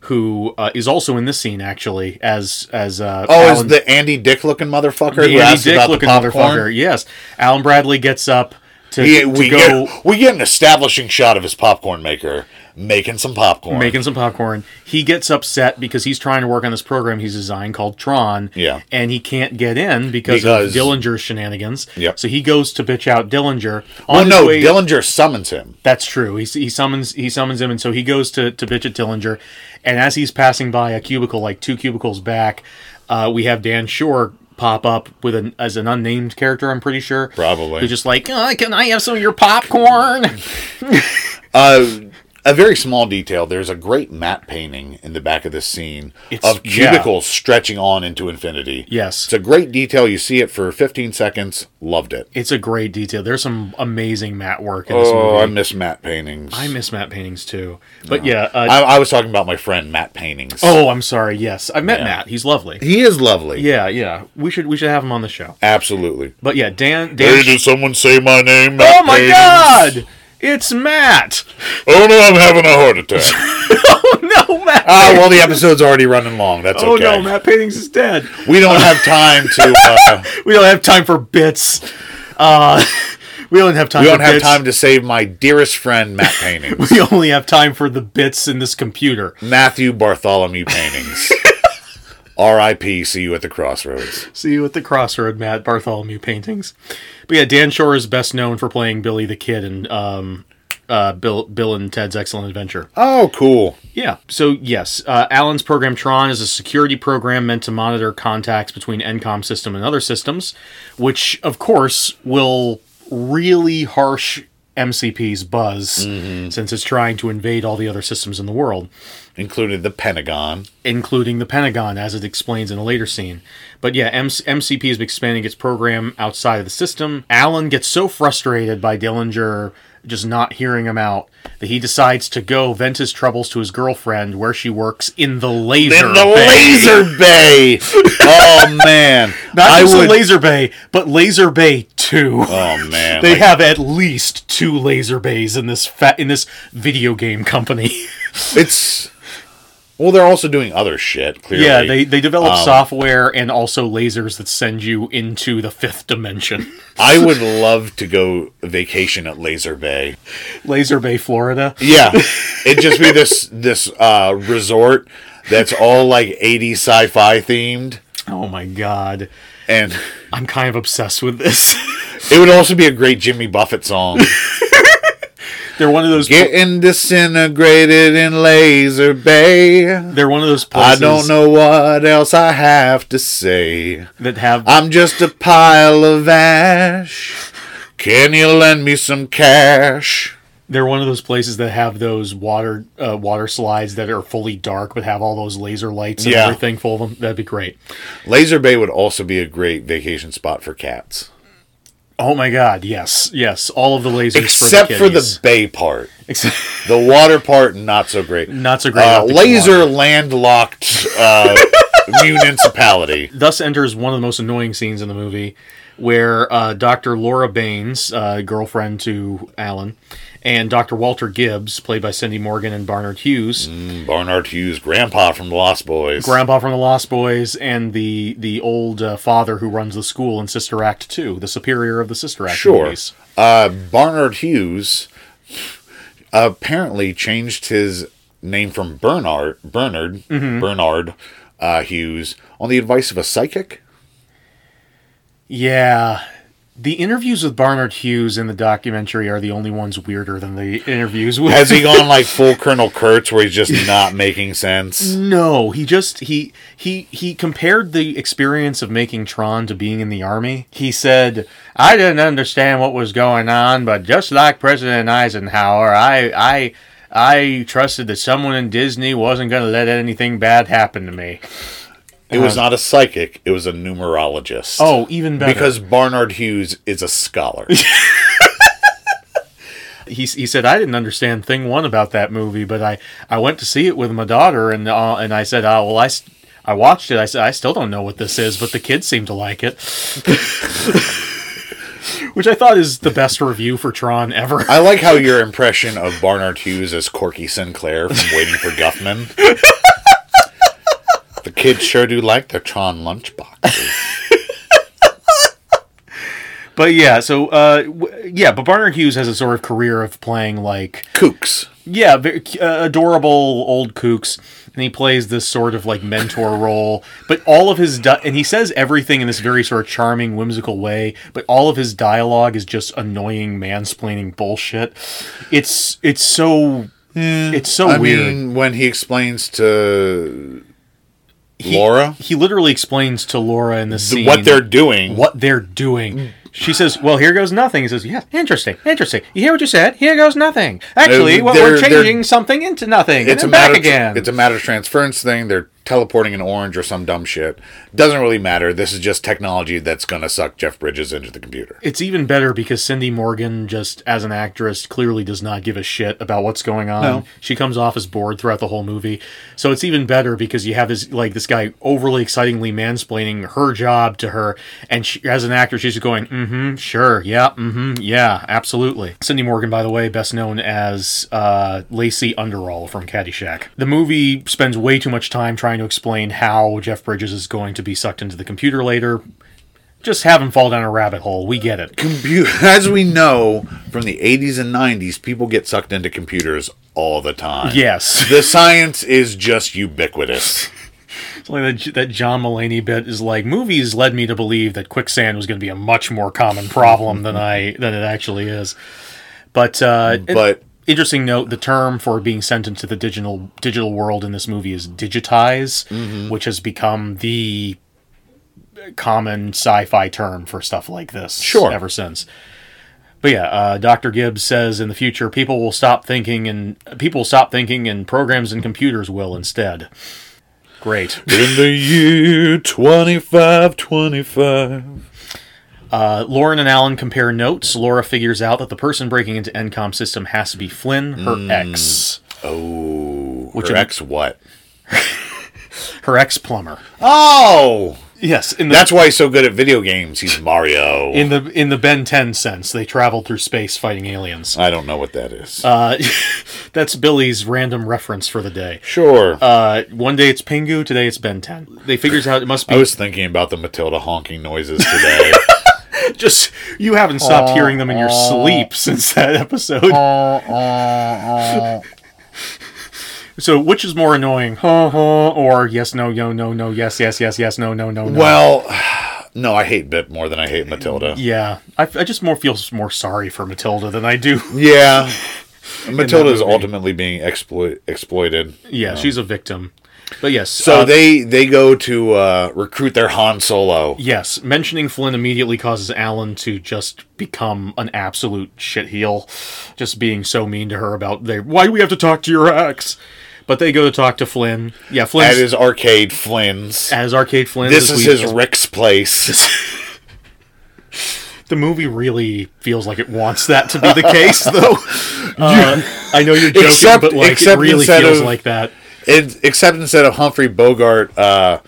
who uh, is also in this scene actually as as uh,
Oh,
Alan-
is the Andy Dick looking motherfucker?
The
who
Andy
asked
Dick
about the
looking
popcorn?
motherfucker. Yes. Alan Bradley gets up to,
He-
to
we,
go
get, we get an establishing shot of his popcorn maker making some popcorn.
making some popcorn. He gets upset because he's trying to work on this program he's designed called Tron.
Yeah.
And he can't get in because,
Because-
of Dillinger's shenanigans.
Yep.
So he goes to bitch out Dillinger. On
well,
his
Oh, no,
way-
Dillinger summons him.
That's true. He, he summons he summons him, and so he goes to to bitch at Dillinger. And as he's passing by a cubicle, like two cubicles back, uh, we have Dan Shore pop up with an as an unnamed character. I'm pretty sure.
Probably.
Who's just like, "Uh, can I have some of your popcorn?
Uh, a very small detail. There's a great map painting in the back of this scene
It's-
of
yeah.
cubicles stretching on into infinity.
Yes.
It's a great detail. You see it for 15 seconds. Loved it.
it's a great detail. There's some amazing matte work in this
Oh, I
movie.
miss matte paintings.
i miss matte paintings too. But yeah. Uh,
I, I was talking about my friend Matt Paintings.
oh, I'm sorry. Yes, I met Matt. He's lovely.
he is lovely.
Yeah, yeah. We should we should have him on the show.
Absolutely.
But yeah, Dan.
Hey,
Dan
did someone say my name?
oh
Matt
my
Paintings?
God! It's Matt.
Oh no, I'm having a heart attack.
Oh, no, Matt.
Ah, well, the episode's already running long. That's
Oh
okay.
no, Matt Paintings is dead.
We don't have time to. Uh,
We don't have time for bits. Uh, we don't have time.
we
for
don't have
bits.
time to save my dearest friend Matt Paintings,
We only have time for the bits in this computer.
Matthew Bartholomew Paintings. R.I.P. See you at the crossroads.
See you at the crossroad, Matt Bartholomew paintings. But yeah, Dan Shore is best known for playing Billy the Kid in um, uh, Bill Bill and Ted's Excellent Adventure.
Oh, cool.
Yeah. So yes, uh, Allen's program Tron is a security program meant to monitor contacts between NCOM system and other systems, which of course will really harsh MCP's buzz since it's trying to invade all the other systems in the world,
Included the Pentagon.
including the Pentagon, as it explains in a later scene. But yeah, M- MCP is expanding its program outside of the system. Allen gets so frustrated by Dillinger just not hearing him out that he decides to go vent his troubles to his girlfriend where she works in the laser
In the
bay.
laser bay. Oh man,
Not
I
just
would.
the laser bay, but laser bay 2.
oh man,
They
like,
have at least two laser bays in this fa- in this video game company.
it's. Well, they're also doing other shit. Clearly,
Yeah, they, they develop
Um,
software and also lasers that send you into the fifth dimension.
I would love to go vacation at Laser Bay.
Laser Bay, Florida.
Yeah, it'd just be this this uh, resort that's all like 80s sci-fi themed,
Oh my god.
and
I'm kind of obsessed with this.
it would also be a great Jimmy Buffett song.
they're one of those
Getting disintegrated in Laser Bay.
they're one of those
I
places
don't know what else I have to say.
that have
I'm just a pile of ash. Can you lend me some cash?
they're one of those places that have those water uh, water slides that are fully dark but have all those laser lights and
Yeah.
everything full of them. That'd be great.
Laser Bay would also be a great vacation spot for cats.
Oh my god, yes. Yes, all of the lasers
Except
for the
for the
kiddies.
bay part.
Except-
The water part, not so great.
Not so great
Uh,
out the
laser landlocked uh, municipality.
thus enters one of the most annoying scenes in the movie where uh, Dr. Laura Baines, uh, girlfriend to Alan, and Dr. Walter Gibbs, played by Cindy Morgan and Barnard Hughes,
Barnard Hughes, grandpa from the Lost Boys.
grandpa from the Lost Boys, and the the old uh, father who runs the school in Sister Act 2, the superior of the Sister Act
Sure.
movies.
Uh, Barnard Hughes apparently changed his name from Bernard Bernard
Mm-hmm.
Bernard uh, Hughes on the advice of a psychic.
Yeah. The interviews with Barnard Hughes in the documentary are the only ones weirder than the interviews with
Has he gone like full Colonel Kurtz, where he's just not making sense?
No, he just he he he compared the experience of making Tron to being in the army. He said, "I didn't understand what was going on, but just like President Eisenhower, I I I trusted that someone in Disney wasn't going to let anything bad happen to me."
It was not a psychic; it was a numerologist.
Uh-huh. Oh, even better.
because Barnard Hughes is a scholar.
he, he said I didn't understand thing one about that movie, but I, I went to see it with my daughter and uh, and I said, oh well, I, s- I watched it. I said I still don't know what this is, but the kids seem to like it, which I thought is the best review for Tron ever.
I like how your impression of Barnard Hughes is Corky Sinclair from Waiting for Guffman. the kids sure do like their Tron lunchbox.
But yeah, so uh, w- yeah, but Barnard Hughes has a sort of career of playing like
Kooks.
yeah, very, uh, adorable old kooks, and he plays this sort of like mentor role. But all of his di- and he says everything in this very sort of charming, whimsical way. But all of his dialogue is just annoying mansplaining bullshit. It's it's so it's so
I
weird.
mean, when he explains to
He-
Laura
he literally explains to Laura in this
th-
scene
what they're doing,
what they're doing. She says, "Well, here goes nothing." He says, "Yeah, interesting, interesting. You hear what you said? Here goes nothing. Actually,
Uh,
what
they're-
we're
they're-
changing something into nothing.
it's
It's
a
and then back
matter.
again.
It's a matter of transference thing. They're teleporting an orange or some dumb shit. Doesn't really matter. This is just technology that's gonna suck Jeff Bridges into the computer.
it's even better because Cindy Morgan, just as an actress, clearly does not give a shit about what's going on. She comes off as bored throughout the whole movie. So it's even better because you have this like this guy overly excitingly mansplaining her job to her, and she, as an actor, she's going, "Mm-hmm, sure, yeah, mm-hmm, yeah, absolutely." Cindy Morgan, by the way, best known as uh, Lacey Underall from Caddyshack. The movie spends way too much time trying to explain how Jeff Bridges is going to be sucked into the computer later. Just have him fall down a rabbit hole. We get it.
Computer, as we know from the '80s and '90s, people get sucked into computers all the time.
Yes.
the science is just ubiquitous.
It's like that, that John Mulaney bit is like movies led me to believe that quicksand was going to be a much more common problem than I than it actually is. But uh, it-
But
interesting note: the term for being sent into the digital digital world in this movie is digitize, which has become the common sci-fi term for stuff like this.
Sure.
Ever since. But yeah, uh, Dr. Gibbs says in the future people will stop thinking and people will stop thinking and programs and computers will instead. Great.
in the year 2525.
Uh, Lauren and Alan compare notes. Laura figures out that the person breaking into NCOM system has to be Flynn, her ex,
Oh,
Which
her
of-
ex what?
her ex plumber.
Oh,
Yes, in the
that's why he's so good at video games. He's Mario.
in the in the Ben Ten sense, they traveled through space fighting aliens.
I don't know what that is.
Uh, that's Billy's random reference for the day.
sure.
Uh, one day it's Pingu, today it's Ben Ten. They figures out it must be
I was thinking about the Matilda honking noises today.
just you haven't
Uh,
stopped hearing them in your sleep since that episode.
uh,
so which is more annoying, huh, huh, or yes, no, no, no, no, yes, yes, yes, yes, no, no, no, no.
well, no, I hate Bit more than I hate Matilda.
yeah, I, I just more feel more sorry for Matilda than I do.
Yeah. Matilda is ultimately being explo- exploited.
yeah, she's a victim. But yes,
So
uh,
they they go to uh, recruit their Han Solo.
Yes, mentioning Flynn immediately causes Alan to just become an absolute shitheel, just being so mean to her about they why do we have to talk to your ex? But they go to talk to Flynn. Yeah,
At
Flynn's
his arcade, Flynn's.
as arcade Flynn.
This is
week-
his Rick's place.
The movie really feels like it wants that to be the case, though. Uh, I know you're joking,
Except-
but like it
except
really
instead
feels
of-
like that.
It- except instead of Humphrey Bogart uh,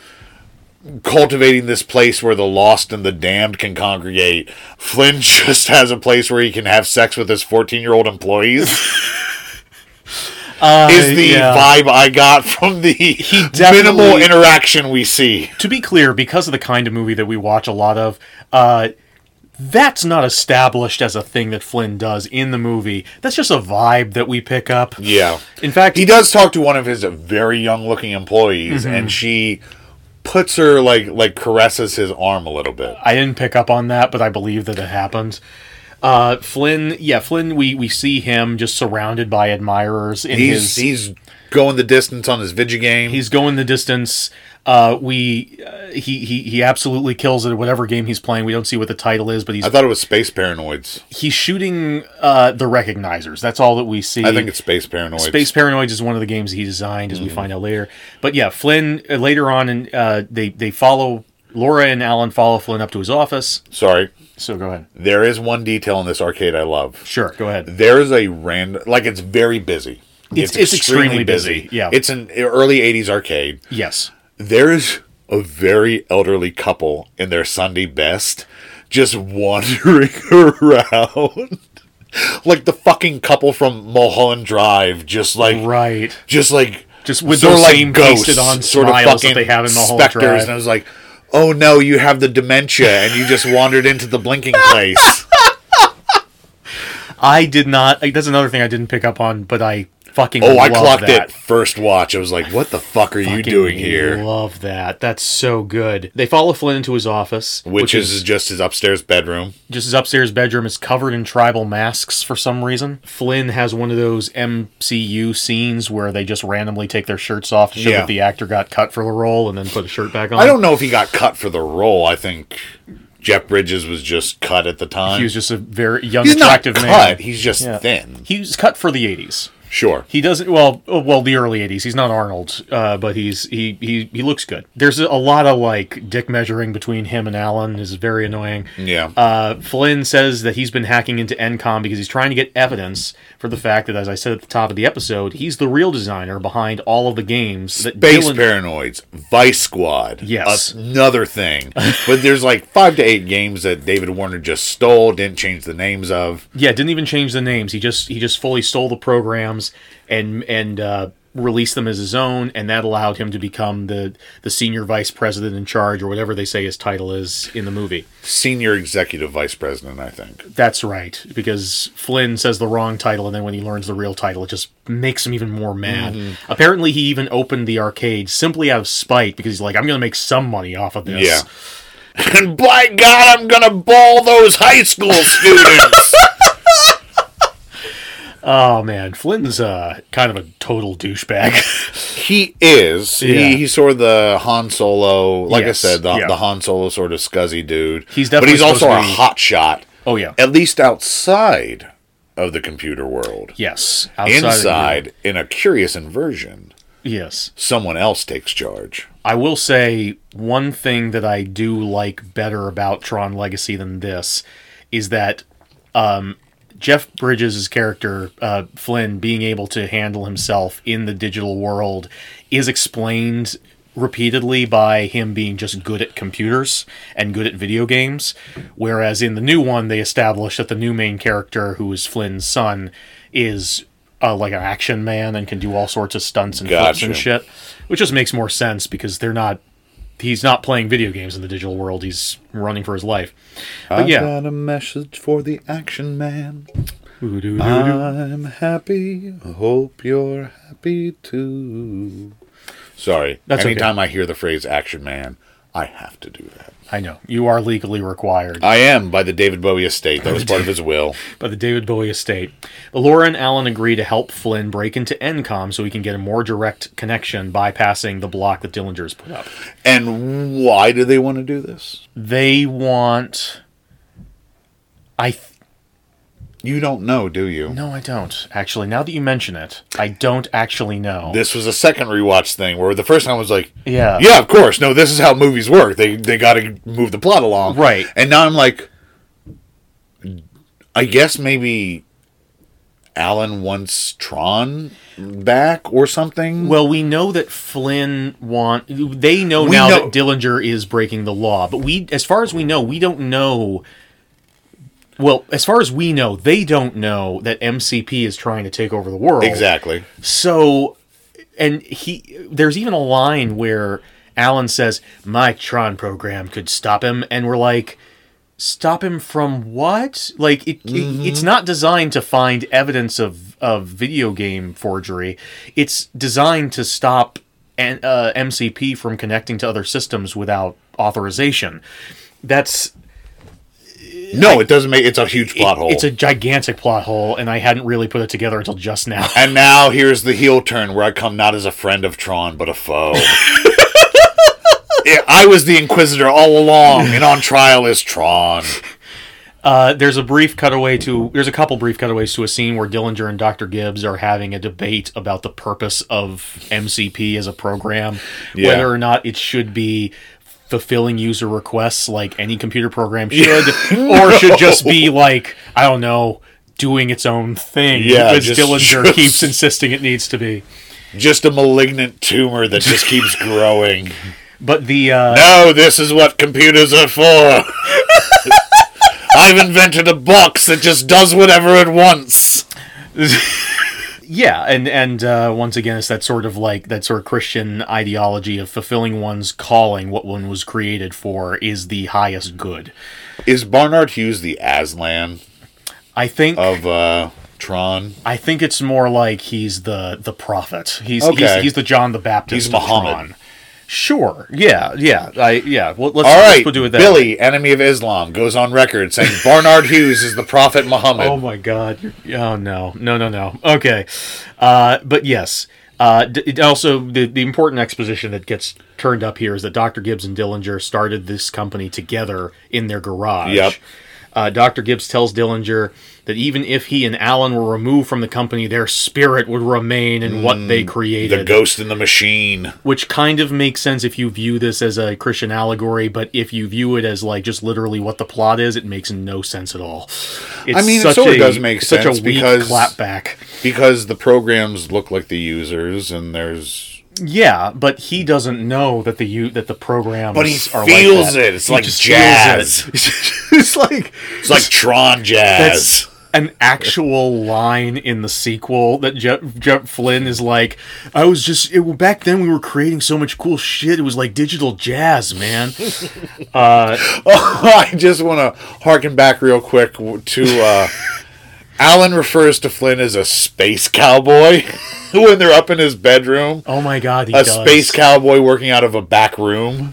cultivating this place where the lost and the damned can congregate, Flynn just has a place where he can have sex with his 14 year old employees. is the
Uh, yeah.
vibe I got from the minimal
definitely-
interaction we see.
to be clear, because of the kind of movie that we watch a lot of, uh, that's not established as a thing that Flynn does in the movie. That's just a vibe that we pick up.
Yeah.
In fact,
He does talk to one of his very young looking employees,
Mm-hmm.
and she puts her, like, like caresses his arm a little bit.
I didn't pick up on that, but I believe that it happened. Uh, Flynn, yeah, Flynn. We we see him just surrounded by admirers in
He's
his.
he's going the distance on his video game.
he's going the distance. Uh, we uh, he he he absolutely kills it at whatever game he's playing. We don't see what the title is, but he's
I thought it was Space Paranoids.
he's shooting uh, the recognizers. That's all that we see.
I think it's Space Paranoids.
Space Paranoids is one of the games he designed, as we find out later. But yeah, Flynn uh, later on, and uh, they they follow Laura and Alan follow Flynn up to his office.
Sorry.
So go ahead.
There is one detail in this arcade I love.
Sure, go ahead.
There is a random like it's very busy.
It's- it's extremely busy, yeah.
It's an early 80s arcade.
Yes,
There is a very elderly couple in their Sunday best just wandering around. like the fucking couple from Mulholland Drive just like
right.
just like
Just with
sort of
those same pasted on smiles that they have in Mulholland
specters.
Drive.
And I was like, oh no, you have the dementia and you just wandered into the blinking place.
I did not. like, That's another thing I didn't pick up on, but I fucking
Oh, I
love
clocked
that.
it first watch. I was like, what the fuck are you
Fucking
doing here?
Love that. That's so good. They follow Flynn into his office,
Which, is, just his upstairs bedroom.
just his upstairs bedroom is covered in tribal masks for some reason. Flynn has one of those MCU scenes where they just randomly take their shirts off to show
Yeah.
that the actor got cut for the role and then put a shirt back on.
I don't know if he got cut for the role. I think Jeff Bridges was just cut at the time.
He was just a very young,
He's not
attractive
cut.
man.
He's just thin.
He was cut for the '80s.
Sure.
He doesn't well, oh, well, the early '80s. He's not Arnold, uh, but he's he he he looks good. There's a lot of like dick measuring between him and Alan is very annoying.
yeah.
Uh, Flynn says that he's been hacking into Encom because he's trying to get evidence for the fact that, as I said at the top of the episode, he's the real designer behind all of the games that
Base
Dylan.
Paranoids, Vice Squad.
Yes.
Another thing. but there's like five to eight games that David Warner just stole, didn't change the names of.
yeah, didn't even change the names. He just he just fully stole the programs and and uh, released them as his own, and that allowed him to become the the senior vice president in charge or whatever they say his title is in the movie.
Senior Executive Vice President, I think.
That's right, because Flynn says the wrong title, and then when he learns the real title, it just makes him even more mad.
Mm-hmm.
Apparently, he even opened the arcade simply out of spite because he's like, "I'm going to make some money off of this."
Yeah. And by God, I'm going to ball those high school students.
Oh man, Flynn's uh, kind of a total douchebag.
he is.
Yeah.
He, he's sort of the Han Solo, like
Yes.
I said, the,
Yeah.
the Han Solo sort of scuzzy dude.
He's
But he's
definitely
also
supposed
a
to be-
hot shot,
oh yeah,
at least outside of the computer world.
yes. of-
Inside, in a curious inversion,
yes.
someone else takes charge.
I will say one thing that I do like better about Tron Legacy than this is that um, Jeff Bridges' character uh, Flynn being able to handle himself in the digital world is explained repeatedly by him being just good at computers and good at video games whereas in the new one they establish that the new main character who is Flynn's son is uh, like an action man and can do all sorts of stunts and flips and
Gotcha.
shit which just makes more sense because they're not he's not playing video games in the digital world he's running for his life but yeah
a message for the action man. Uh-huh. Ah. I'm happy. Hope you're happy too. Sorry.
That's okay.
Anytime I hear the phrase action man, I have to do that.
I know you are legally required
I am by the David Bowie estate. That was part of his will.
by the David Bowie estate. But Laura and Alan agree to help Flynn break into Encom so he can get a more direct connection bypassing the block that Dillinger's put up.
And why do they want to do this?
They want I th-
You don't know, do you?
no, I don't actually. Now that you mention it, I don't actually know.
This was a second rewatch thing where the first time I was like,
yeah,
yeah, of course. No, this is how movies work. They they got to move the plot along,
Right.
And now I'm like, I guess maybe Alan wants Tron back or something.
Well, we know that Flynn want they know
We
now
know-
that Dillinger is breaking the law, but we as far as we know, we don't know well, as far as we know, they don't know that MCP is trying to take over the world.
exactly.
So and he there's even a line where Alan says, "My Tron program could stop him." And we're like, "Stop him from what?" Like it,
Mm-hmm.
it it's not designed to find evidence of of video game forgery. It's designed to stop an, uh, MCP from connecting to other systems without authorization. That's
No, it doesn't make. It's a huge plot hole.
it's a gigantic plot hole and I hadn't really put it together until just now.
and now here's the heel turn where I come not as a friend of Tron but a foe. Yeah, I was the Inquisitor all along, and on trial is Tron.
Uh, there's a brief cutaway to there's a couple brief cutaways to a scene where Dillinger and Dr. Gibbs are having a debate about the purpose of MCP as a program,
Yeah.
whether or not it should be fulfilling user requests like any computer program should, or should just be like I don't know, doing its own thing.
Yeah,
because
just-
Dillinger
just-
keeps insisting it needs to be.
Just a malignant tumor that just keeps growing.
But the uh,
No, Oh, this is what computers are for. I've invented a box that just does whatever it wants.
Yeah, and and uh, once again, it's that sort of like that sort of Christian ideology of fulfilling one's calling, what one was created for, is the highest good.
Is Barnard Hughes the Aslan
I think
of uh, Tron?
I think it's more like he's the the prophet. He's
Okay.
he's, he's the John the Baptist.
He's
of
Muhammad.
Tron. Sure. Yeah. Yeah. I. Yeah. Well, let's,
All right,
let's do it that. way.
Billy, enemy of Islam, goes on record saying Barnard Hughes is the Prophet Muhammad.
Oh my God! You're- Oh no! No! No! No! Okay, uh, but yes. Uh, d- it also, the, the important exposition that gets turned up here is that Dr. Gibbs and Dillinger started this company together in their garage.
Yep.
Uh, Dr. Gibbs tells Dillinger that even if he and Allen were removed from the company, their spirit would remain in what they created
Mm, the ghost in the machine.
which kind of makes sense if you view this as a Christian allegory, but if you view it as like just literally what the plot is, it makes no sense at all. It's
I mean, it sorta does make
such
sense
a weak
because-
clapback.
Because the programs look like the users and there's
Yeah, but he doesn't know that the you that the programs.
But he
are
feels
like that.
it. It's
He
like
just feels it.
jazz.
it's like
it's like Tron jazz.
That's an actual line in the sequel that Jeff, Jeff Flynn is like, I was just it, back then we were creating so much cool shit. It was like digital jazz, man. Uh,
I just want to harken back real quick to uh, Alan refers to Flynn as a space cowboy when they're up in his bedroom.
Oh my god, he
a
does.
space cowboy working out of a back room.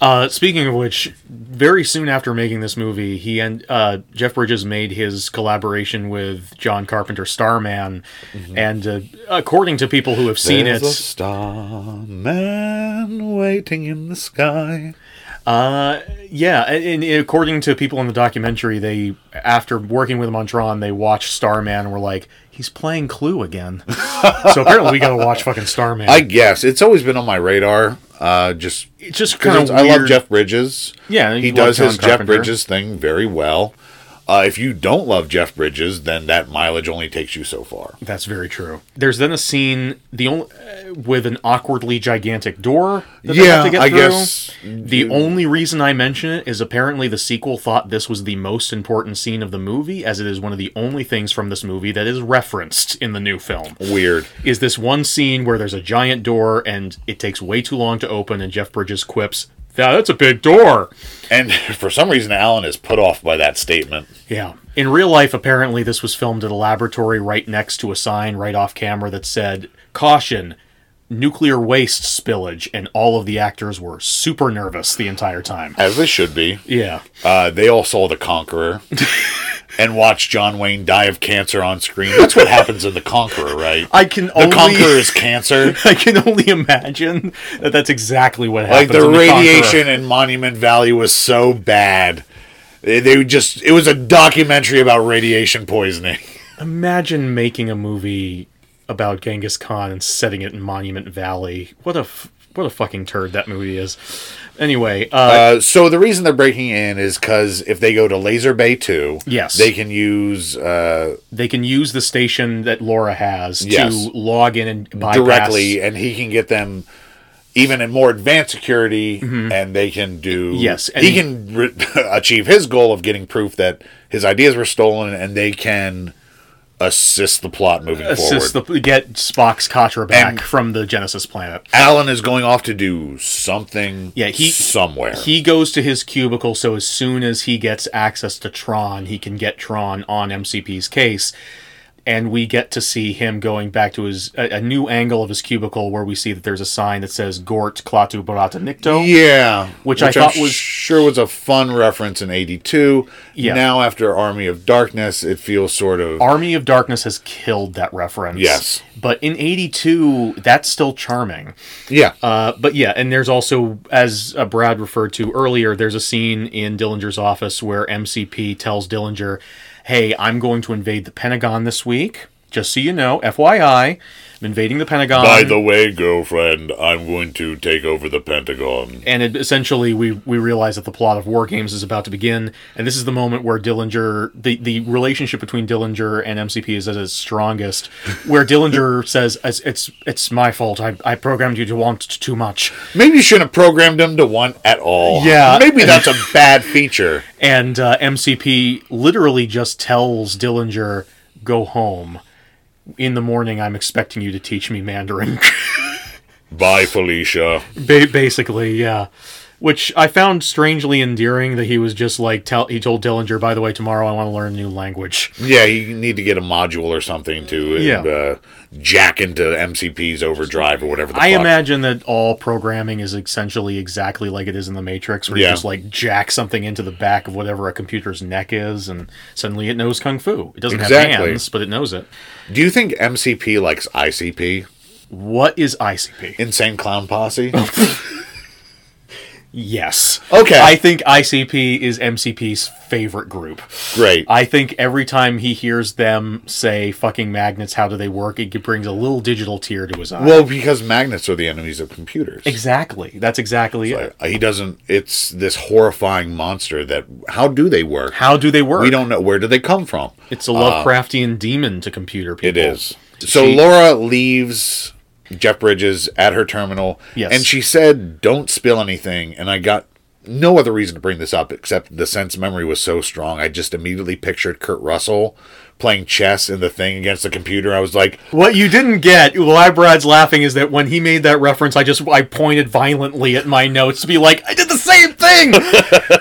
Uh, speaking of which, very soon after making this movie, he and uh, Jeff Bridges made his collaboration with John Carpenter, Starman, and uh, according to people who have seen
There's Mm-hmm. a
it,
starman waiting in the sky.
uh, yeah, and, and according to people in the documentary, they after working with him on Tron, they watched Starman and were like, "He's playing Clue again." so apparently, we got to watch fucking Starman.
I guess it's always been on my radar. Uh, just
it's just kind
because
of
I love Jeff Bridges.
Yeah,
he
you
does
love
his
John
Jeff
Carpenter.
Bridges thing very well. Uh, if you don't love Jeff Bridges, then that mileage only takes you so far.
That's very true. There's then a scene the only uh, with an awkwardly gigantic door. That they have to get
I
through.
guess
The only reason I mention it is apparently the sequel thought this was the most important scene of the movie, as it is one of the only things from this movie that is referenced in the new film.
weird.
Is this one scene where there's a giant door and it takes way too long to open, and Jeff Bridges quips, "Yeah, that's a big door."
And for some reason, Alan is put off by that statement.
Yeah. In real life, apparently, this was filmed at a laboratory right next to a sign right off camera that said, Caution, nuclear waste spillage. And all of the actors were super nervous the entire time.
As they should be.
Yeah.
Uh, they all saw The Conqueror and watched John Wayne die of cancer on screen. That's what happens in The Conqueror, right?
I can
the
only.
Conqueror is cancer.
I can only imagine that that's exactly what
Like
happened.
the radiation in Monument Valley was so bad. They, they would just it was a documentary about radiation poisoning.
Imagine making a movie about Genghis Khan and setting it in Monument Valley. What a f- what a fucking turd that movie is. Anyway, uh,
Uh, so the reason they're breaking in is because if they go to Laser Bay Two,
Yes.
they can use uh,
they can use the station that Laura has
Yes.
to log in and bypass
directly, and he can get them even in more advanced security, and they can do
Mm-hmm. Yes, and
he,
he-
can re- achieve his goal of getting proof that his ideas were stolen, and they can assist the plot moving forward.
assist the get Spock's Katra back
And-
from the Genesis planet.
Alan is going off to do something.
Yeah, he-
somewhere.
He goes to his cubicle, so as soon as he gets access to Tron, he can get Tron on MCP's case. And we get to see him going back to his a, a new angle of his cubicle where we see that there's a sign that says Gort Klaatu Barata Nikto.
yeah,
Which I thought was-
sure was a fun reference in '82.
Yeah.
Now after Army of Darkness, it feels sort of
Army of Darkness has killed that reference.
Yes.
But in 82, that's still charming.
yeah.
Uh, but yeah, and there's also, as uh, Brad referred to earlier, there's a scene in Dillinger's office where MCP tells Dillinger, "Hey, I'm going to invade the Pentagon this week. Just so you know, FYI, I'm invading the Pentagon."
By the way, girlfriend, I'm going to take over the Pentagon.
and it, essentially, we we realize that the plot of War Games is about to begin, and this is the moment where Dillinger, the the relationship between Dillinger and MCP is at its strongest, where Dillinger says, "It's it's, it's my fault. I, I programmed you to want too much."
Maybe you shouldn't have programmed him to one at all.
Yeah.
Maybe that's a bad feature.
And uh, MCP literally just tells Dillinger, go home. in the morning I'm expecting you to teach me Mandarin.
Bye, Felicia.
Ba- basically, yeah. Which I found strangely endearing that he was just like tell he told Dillinger, by the way, tomorrow I want to learn a new language.
Yeah, you need to get a module or something to and,
Yeah.
uh, jack into MCP's overdrive or whatever the
I
fuck.
imagine that all programming is essentially exactly like it is in the Matrix, where
Yeah.
you just like jack something into the back of whatever a computer's neck is, and suddenly it knows kung fu. It doesn't have
Exactly.
hands, but it knows it.
Do you think MCP likes ICP?
What is ICP?
Insane Clown Posse?
Oh, Yes.
Okay.
I think ICP is MCP's favorite group.
Great.
I think every time he hears them say "fucking magnets," how do they work? It brings a little digital tear to his eye.
well, because magnets are the enemies of computers.
exactly. That's exactly it.
Like, he doesn't. It's this horrifying monster that. How do they work?
How do they work?
We don't know. Where do they come from?
It's a Lovecraftian demon to computer people.
It is. So
She-
Laura leaves Jeff Bridges at her terminal.
Yes.
And she said, don't spill anything. And I got no other reason to bring this up except the sense memory was so strong. I just immediately pictured Kurt Russell playing chess in the thing against the computer. I was like,
What you didn't get, why Brad's laughing, is that when he made that reference, I just I pointed violently at my notes to be like, I did the same thing.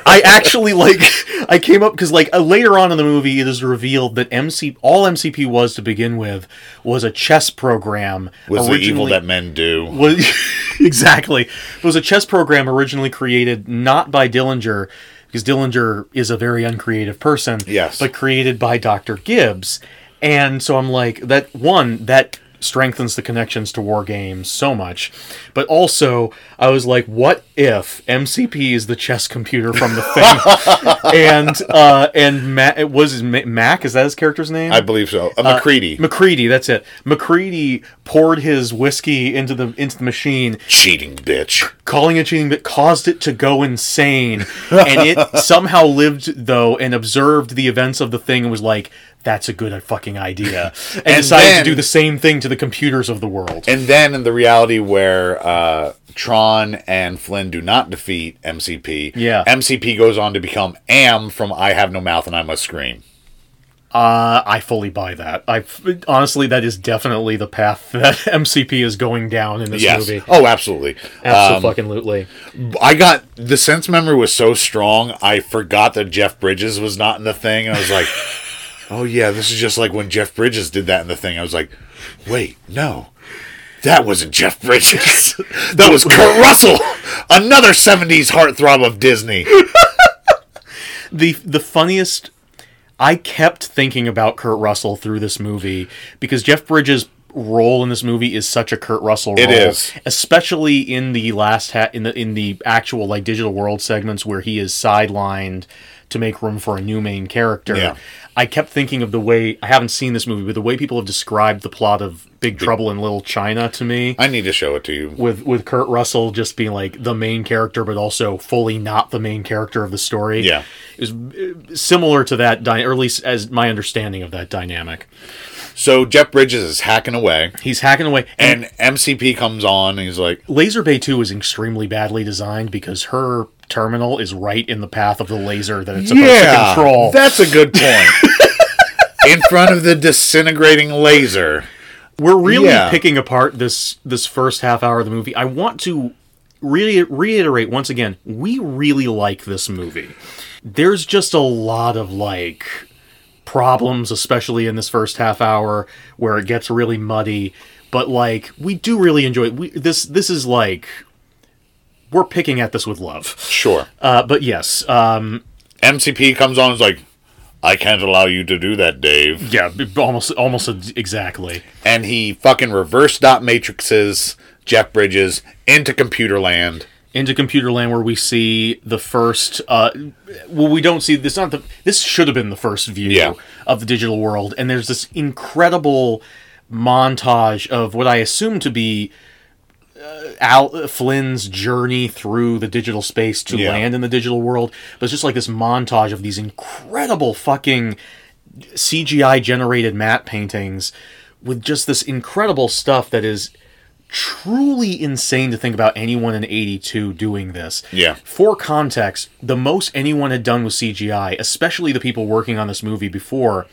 I actually like I came up because like uh, later on in the movie, it is revealed that MC all MCP was to begin with was a chess program
was the evil
originally-
that men do?
was exactly it was a chess program originally created not by Dillinger because Dillinger is a very uncreative person.
Yes.
but created by Dr. Gibbs, and so I'm like that one that strengthens the connections to war games so much but also i was like what if mcp is the chess computer from the thing and uh and mac it was Ma- mac is that his character's name
I believe so. Uh, McCready.
McCready, that's it. McCready poured his whiskey into the into the machine,
Cheating bitch.
calling it cheating, that caused it to go insane. And it somehow lived though and observed the events of the thing and was like, "That's a good uh, fucking idea," and, decided
then-
to do the same thing to the computers of the world.
And then in the reality where uh, Tron and Flynn do not defeat MCP,
Yeah.
MCP goes on to become Am from I Have No Mouth and I Must Scream.
Uh, I fully buy that. I f- honestly, that is definitely the path that MCP is going down in this
Yes. Um,
movie.
Oh, absolutely.
Absolutely.
I got the sense memory was so strong, I forgot that Jeff Bridges was not in the thing. And I was like, oh, yeah, this is just like when Jeff Bridges did that in the thing. I was like, wait, no. That wasn't Jeff Bridges. that was Kurt Russell, another 70s heartthrob of Disney.
the the funniest I kept thinking about Kurt Russell through this movie because Jeff Bridges role in this movie is such a Kurt Russell role
It is.
especially in the last hat in the in the actual like digital world segments where he is sidelined to make room for a new main character
Yeah.
I kept thinking of the way I haven't seen this movie but the way people have described the plot of Big Trouble in Little China to me
I need to show it to you.
with with Kurt Russell just being like the main character, but also fully not the main character of the story.
Yeah.
it was uh, similar to that, dy- or at least as my understanding of that dynamic.
So Jeff Bridges is hacking away,
He's hacking away, and,
and MCP comes on, and he's like,
Laser Bay Two is extremely badly designed because her terminal is right in the path of the laser that it's supposed to control.
That's a good point. In front of the disintegrating laser.
We're really
Yeah.
picking apart this this first half hour of the movie. I want to really reiterate once again, we really like this movie. There's just a lot of like problems especially in this first half hour where it gets really muddy, but like we do really enjoy it. We this this is like we're picking at this with love.
Sure.
Uh, but yes, um,
MCP comes on and is like, I can't allow you to do that, Dave.
yeah, b- almost almost exactly.
And he fucking reverse dot matrices Jeff Bridges into computer land.
into computer land where we see the first uh well we don't see this not the this should have been the first view
Yeah.
of the digital world and there's this incredible montage of what i assume to be uh, Al Flynn's journey through the digital space to
Yeah.
land in the digital world, but it's just like this montage of these incredible fucking CGI generated matte paintings with just this incredible stuff that is truly insane to think about anyone in 82 doing this.
Yeah.
For context, the most anyone had done with CGI, especially the people working on this movie before,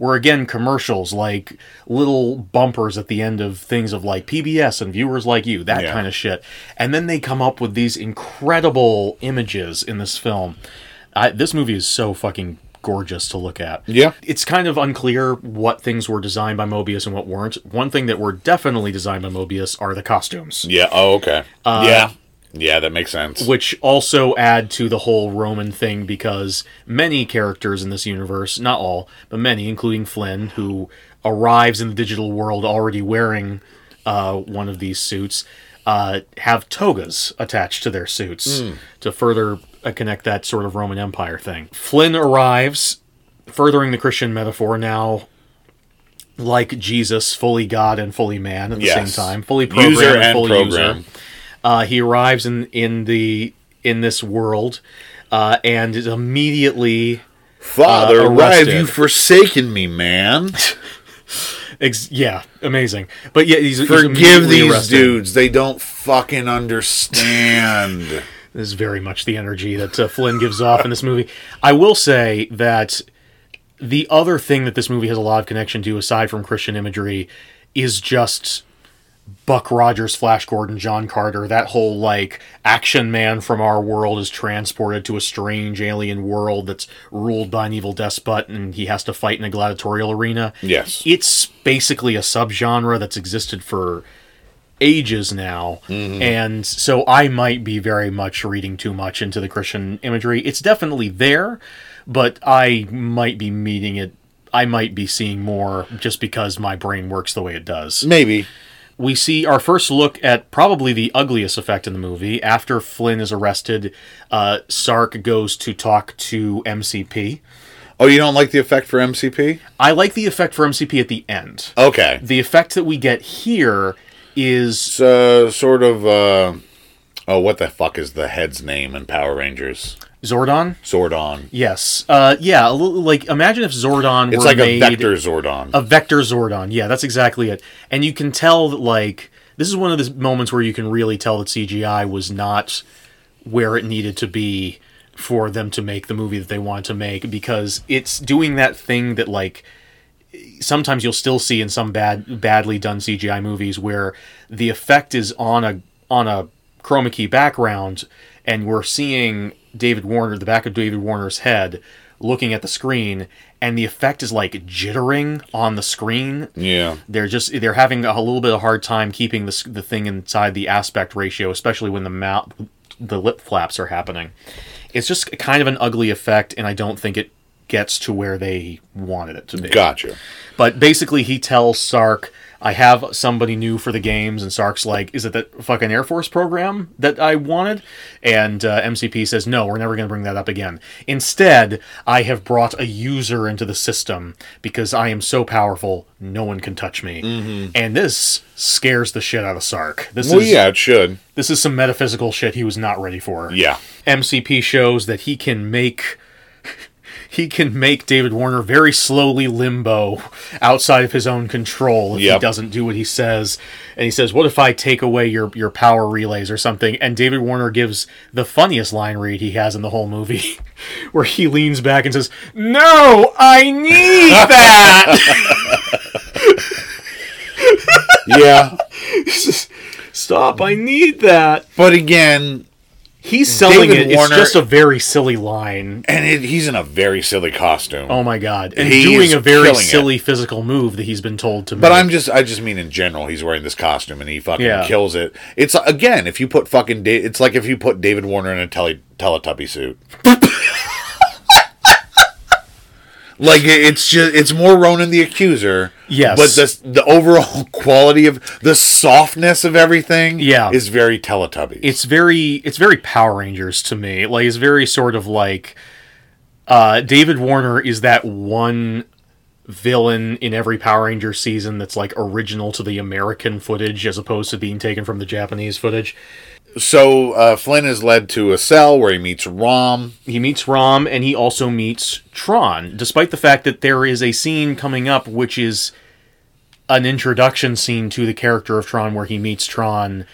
were again commercials, like little bumpers at the end of things of like PBS and viewers like you, that
Yeah.
kind of shit. And then they come up with these incredible images in this film. I, this movie is so fucking gorgeous to look at.
Yeah.
It's kind of unclear what things were designed by Mobius and what weren't. One thing that were definitely designed by Mobius are the costumes.
Yeah. Oh, okay. yeah. Yeah, that makes sense.
which also add to the whole Roman thing because many characters in this universe, not all, but many, including Flynn, who arrives in the digital world already wearing uh, one of these suits, uh, have togas attached to their suits to further uh, connect that sort of Roman Empire thing. Flynn arrives, furthering the Christian metaphor now. Like Jesus, fully God and fully man at the
Yes.
same time, fully program
User
and,
and
fully
program.
user. Uh, he arrives in in the in this world uh, and is immediately
Father,
uh,
why have
arrested.
you forsaken me, man?
ex- yeah amazing but yeah he's he's
Forgive
immediately
these
arrested.
dudes. They don't fucking understand.
this is very much the energy that uh, Flynn gives off in this movie I will say that the other thing that this movie has a lot of connection to aside from Christian imagery is just Buck Rogers, Flash Gordon, John Carter, that whole like action man from our world is transported to a strange alien world that's ruled by an evil despot and he has to fight in a gladiatorial arena.
Yes.
It's basically a subgenre that's existed for ages now. And so I might be very much reading too much into the Christian imagery. It's definitely there, but I might be meeting it. I might be seeing more just because my brain works the way it does
Maybe.
we see our first look at probably the ugliest effect in the movie. After Flynn is arrested, uh, Sark goes to talk to MCP.
Oh, you don't like the effect for MCP?
I like the effect for MCP at the end.
Okay.
The effect that we get here is
It's uh, sort of. Uh, oh, what the fuck is the head's name in Power Rangers?
Zordon.
Zordon.
Yes. Uh, yeah. a little- Like imagine if Zordon
It's
were
like
made
a vector Zordon.
a vector Zordon. Yeah, that's exactly it. And you can tell that like this is one of the moments where you can really tell that CGI was not where it needed to be for them to make the movie that they wanted to make because it's doing that thing that like sometimes you'll still see in some bad badly done CGI movies where the effect is on a on a chroma key background and we're seeing David Warner the back of David Warner's head looking at the screen and the effect is like jittering on the screen
yeah.
they're just they're having a little bit of hard time keeping the s- the thing inside the aspect ratio, especially when the mouth the lip flaps are happening. It's just kind of an ugly effect, and I don't think it gets to where they wanted it to be.
Gotcha.
But basically, he tells Sark, "I have somebody new for the games," and Sark's like, "Is it that fucking Air Force program that I wanted?" And uh, MCP says, "No, we're never going to bring that up again. Instead, I have brought a user into the system because I am so powerful, no one can touch me." And this scares the shit out of Sark. This
Mm-hmm. Well,
is
yeah, it should.
this is some metaphysical shit he was not ready for.
Yeah.
MCP shows that he can make he can make David Warner very slowly limbo outside of his own control if he
Yep.
doesn't do what he says. And he says, "What if I take away your your power relays or something?" And David Warner gives the funniest line read he has in the whole movie where he leans back and says, "No, I need that."
Yeah.
Stop, I need that.
but again,
He's selling
David
it.
Warner-
it's just a very silly line.
and it, he's in a very silly costume.
Oh my god! And
He
doing
is
a very
killing it.
silly physical move that he's been told to
But
make.
I'm just, I just mean in general, he's wearing this costume and he fucking
Yeah.
kills it. It's again, if you put fucking, da- it's like if you put David Warner in a tele- Teletubby suit. like it- it's just, it's more Ronan the Accuser.
Yes.
but the the overall quality of the softness of everything,
Yeah.
is very Teletubby.
It's very it's very Power Rangers to me. Like it's very sort of like uh, David Warner is that one villain in every Power Ranger season that's like original to the American footage as opposed to being taken from the Japanese footage.
so uh, Flynn is led to a cell where he meets Rom.
he meets Rom and he also meets Tron, despite the fact that there is a scene coming up which is an introduction scene to the character of Tron where he meets Tron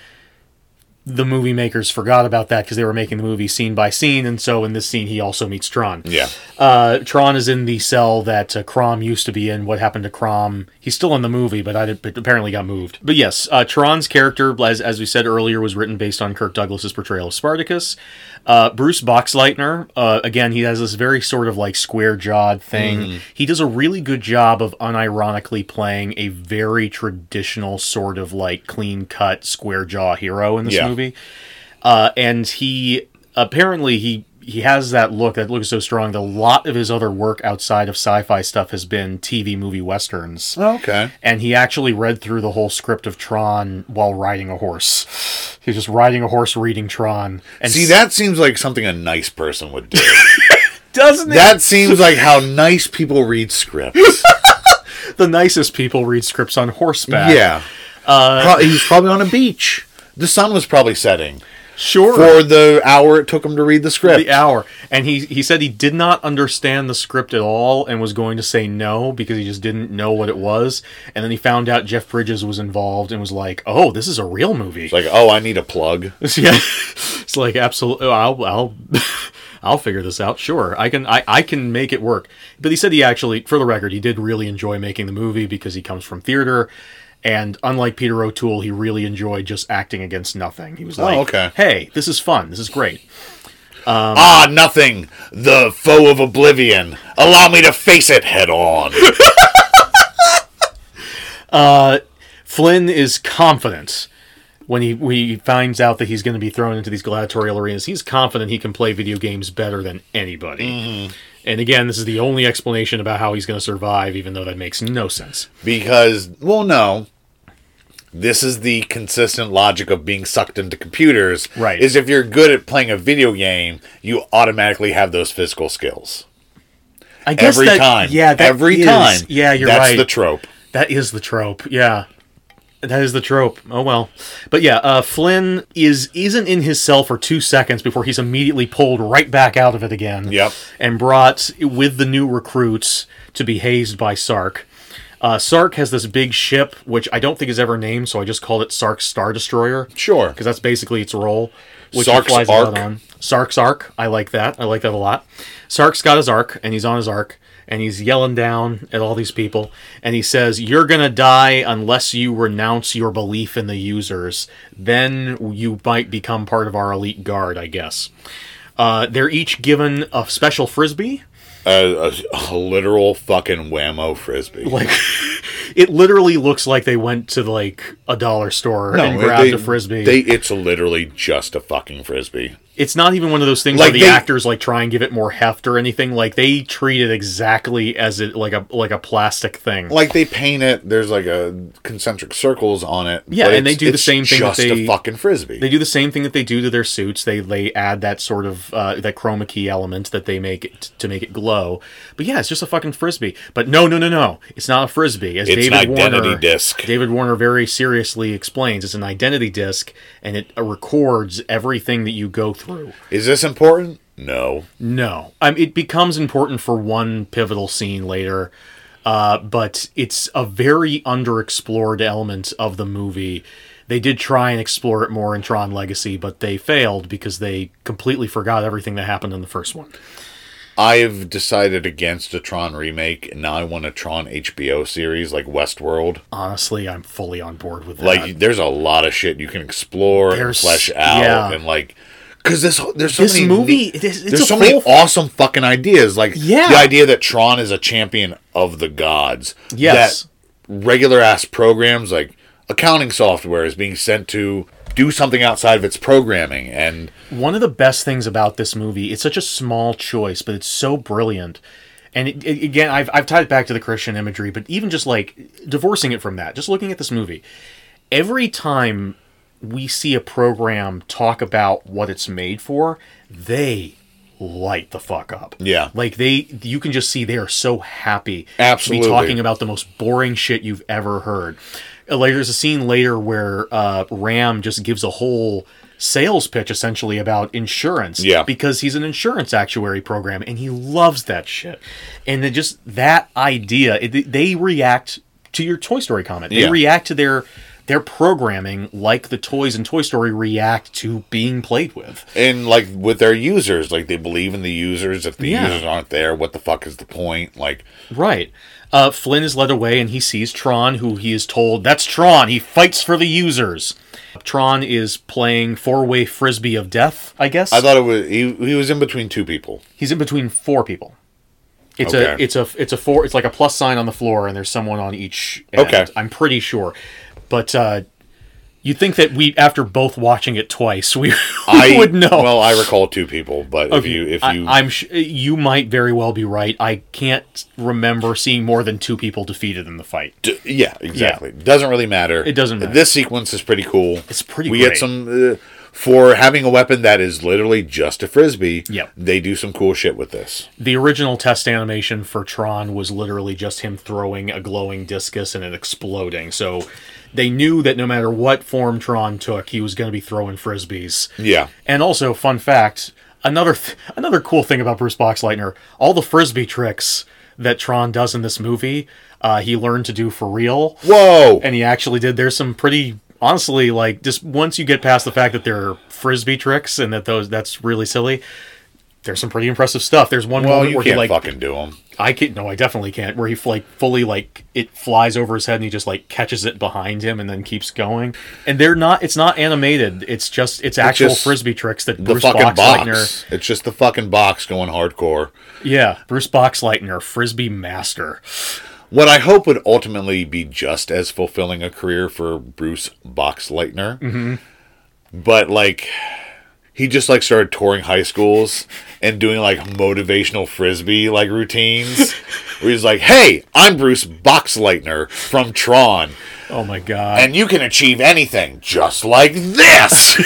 the movie makers forgot about that because they were making the movie scene by scene, and so in this scene he also meets Tron.
Yeah.
Uh, Tron is in the cell that uh, Crom used to be in. What happened to Crom? He's still in the movie, but I did, but apparently got moved. But yes, uh, Tron's character, as, as we said earlier, was written based on Kirk Douglas's portrayal of Spartacus. Uh, Bruce Boxleitner, uh, again, he has this very sort of like square jawed thing. He does a really good job of unironically playing a very traditional sort of like clean cut square jaw hero in this
Yeah.
movie uh, and he apparently he he has that look that look is so strong that a lot of his other work outside of sci-fi stuff has been tv movie westerns
Okay.
and he actually read through the whole script of tron while riding a horse he's just riding a horse reading tron and
See, that seems like something a nice person would do.
doesn't
that seems like how nice people read scripts.
the nicest people read scripts on horseback
Yeah.
Uh,
Pro- he was probably on a beach. The sun was probably setting
sure
for the hour it took him to read the script.
the hour and he he said he did not understand the script at all and was going to say no because he just didn't know what it was and then he found out jeff bridges was involved and was like oh this is a real movie
Like, oh, I need a plug.
yeah it's like absolutely i'll i'll i'll figure this out sure i can I, I can make it work but he said he actually for the record he did really enjoy making the movie because he comes from theater and unlike Peter O'Toole, he really enjoyed just acting against nothing. He was like,
okay.
"Hey, this is fun. This is great."
ah, nothing. The foe of oblivion. Allow me to face it head on.
Flynn is confident when he, when he finds out that he's going to be thrown into these gladiatorial arenas. He's confident he can play video games better than anybody.
Mm-hmm.
And again, this is the only explanation about how he's going to survive, even though that makes no sense.
because, well, no. This is the consistent logic of being sucked into computers.
Right.
Is if you're good at playing a video game, you automatically have those physical skills.
I guess
Every
that-
time.
yeah, that
Every
is-
time.
yeah, you're
That's
right.
the trope.
That is the trope. Yeah. That is the trope. Oh well. But yeah, uh, Flynn is isn't in his cell for two seconds before he's immediately pulled right back out of it again.
Yep.
And brought with the new recruits to be hazed by Sark. Uh, Sark has this big ship, which I don't think is ever named, so I just called it Sark's Star Destroyer.
Sure.
Because that's basically its role. Which he
Sark's
flies out
Ark.
on. Sark's Ark. I like that. I like that a lot. Sark's got his Ark, and he's on his Ark, and he's yelling down at all these people, and he says, You're going to die unless you renounce your belief in the users. Then you might become part of our elite guard, I guess. Uh, they're each given a special frisbee.
a, a- a literal fucking whammo frisbee.
Like, it literally looks like they went to like a dollar store and grabbed
they-
a frisbee.
They, it's literally just a fucking frisbee.
it's not even one of those things
Like,
where the
they-
actors like try and give it more heft or anything. Like they treat it exactly as it like a like a plastic thing.
Like they paint it. There's like a concentric circles on it.
Yeah,
but
and they
it's-
do the
it's
same thing that
Just a
they-
fucking frisbee.
they do the same thing that they do to their suits. They they add that sort of uh, that chroma key element that they make it to make it glow. But yeah, it's just a fucking frisbee. But no, no, no, no, it's not a frisbee. As
It's an
David
identity
Warner,
disc.
David Warner very seriously explains, it's an identity disc, and it uh, records everything that you go through.
Is this important? No.
No, I mean, it becomes important for one pivotal scene later, uh, but it's a very underexplored element of the movie. They did try and explore it more in Tron Legacy, but they failed because they completely forgot everything that happened in the first one.
I've decided against a Tron remake, and now I want a Tron HBO series like Westworld.
Honestly, I'm fully on board with that.
Like, there's a lot of shit you can explore and
There's-
flesh out,
yeah.
and like, because this there's so
This
many
movie,
neat-
it is- it's
there's
a
so
whole-
many awesome fucking ideas. Like,
Yeah.
the idea that Tron is a champion of the gods.
Yes.
That regular ass programs like accounting software is being sent to do something outside of its programming, and
one of the best things about this movie it's such a small choice but it's so brilliant and it, it- again I've, I've tied it back to the christian imagery but even just like divorcing it from that just looking at this movie every time we see a program talk about what it's made for they light the fuck up
Yeah.
like they you can just see they are so happy
Absolutely.
to be talking about the most boring shit you've ever heard. Uh, Like there's a scene later where uh, Ram just gives a whole sales pitch essentially about insurance.
Yeah.
Because he's an insurance actuary program and he loves that shit. And then just that idea, it, they react to your Toy Story comment. They
Yeah.
react to their their programming, like the toys in Toy Story, react to being played with.
and like with their users, like they believe in the users. If the
Yeah.
users aren't there, what the fuck is the point? Like,
Right. Uh, Flynn is led away and he sees Tron, who he is told, that's Tron. He fights for the users. Tron is playing four way frisbee of death, I guess.
I thought it was he, he was in between two people.
He's in between four people. It's a
Okay.
it's a it's a four it's like a plus sign on the floor and there's someone on each end.
Okay.
I'm pretty sure. But uh you think that we after both watching it twice we, we
I
would know.
Well, I recall two people, but if you if you
I, am sh- you might very well be right. I can't remember seeing more than two people defeated in the fight.
D- yeah, exactly. Doesn't really matter.
It doesn't matter.
This sequence is pretty cool.
It's pretty
We
great.
get some uh, for having a weapon that is literally just a frisbee.
Yep.
They do some cool shit with this.
The original test animation for Tron was literally just him throwing a glowing discus and it exploding. So they knew that no matter what form Tron took, he was going to be throwing frisbees.
Yeah.
And also, fun fact: another th- another cool thing about Bruce Boxleitner, all the frisbee tricks that Tron does in this movie, uh, he learned to do for real,
Whoa.
and he actually did. There's some pretty honestly, like just once you get past the fact that there are frisbee tricks and that those that's really silly. There's some pretty impressive stuff. There's one
well,
moment
Oh, you
where he
can't
like
fucking do them.
I can't. No, I definitely can't. Where he like fully like it flies over his head and he just like catches it behind him and then keeps going. And they're not. It's not animated. It's just it's actual
just
frisbee tricks that
The
Bruce
fucking
Boxleitner.
box. It's just the fucking box going hardcore.
Yeah, Bruce Boxleitner, frisbee master.
What I hope would ultimately be just as fulfilling a career for Bruce Boxleitner. But like he just like started touring high schools and doing like motivational frisbee like routines where he's like, "Hey, I'm Bruce Boxleitner from Tron,
Oh my god.
and you can achieve anything just like this."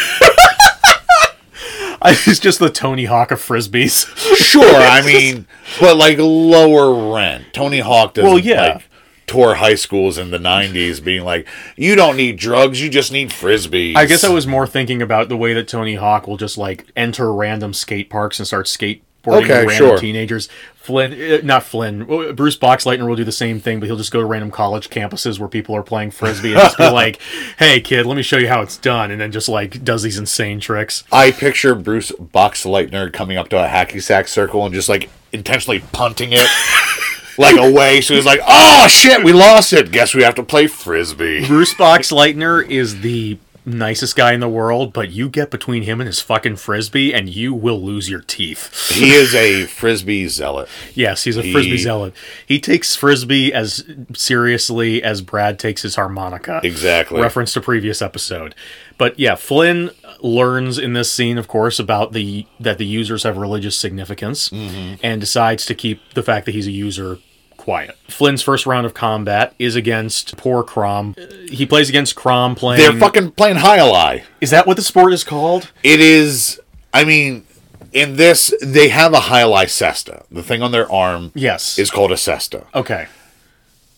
it's just the Tony Hawk of frisbees.
sure, I mean, but like lower rent. Tony Hawk doesn't
Well, yeah.
like tour high schools in the 90s being like, "You don't need drugs, you just need frisbees."
I guess I was more thinking about the way that Tony Hawk will just like enter random skate parks and start skateboarding with
Okay,
random
sure.
teenagers. Flynn, uh, not Flynn, uh, Bruce Boxleitner will do the same thing, but he'll just go to random college campuses where people are playing frisbee and just be like, "Hey, kid, let me show you how it's done," and then just like does these insane tricks.
I picture Bruce Boxleitner coming up to a hacky sack circle and just like intentionally punting it like away. So he's like, "Oh shit, we lost it. Guess we have to play frisbee."
Bruce Boxleitner is the nicest guy in the world, but you get between him and his fucking frisbee, and you will lose your teeth.
He is a frisbee zealot.
Yes, he's a frisbee
He-
zealot. He takes frisbee as seriously as Brad takes his harmonica.
Exactly.
Reference to previous episode. But yeah, Flynn learns in this scene, of course, about the that the users have religious significance,
Mm-hmm.
and decides to keep the fact that he's a user quiet. Flynn's first round of combat is against poor Crom. Uh, He plays against Crom playing.
They're fucking playing high ally.
is that what the sport is called?
It is. I mean, in this they have a high lie cesta. The thing on their arm
Yes.
is called a cesta.
Okay.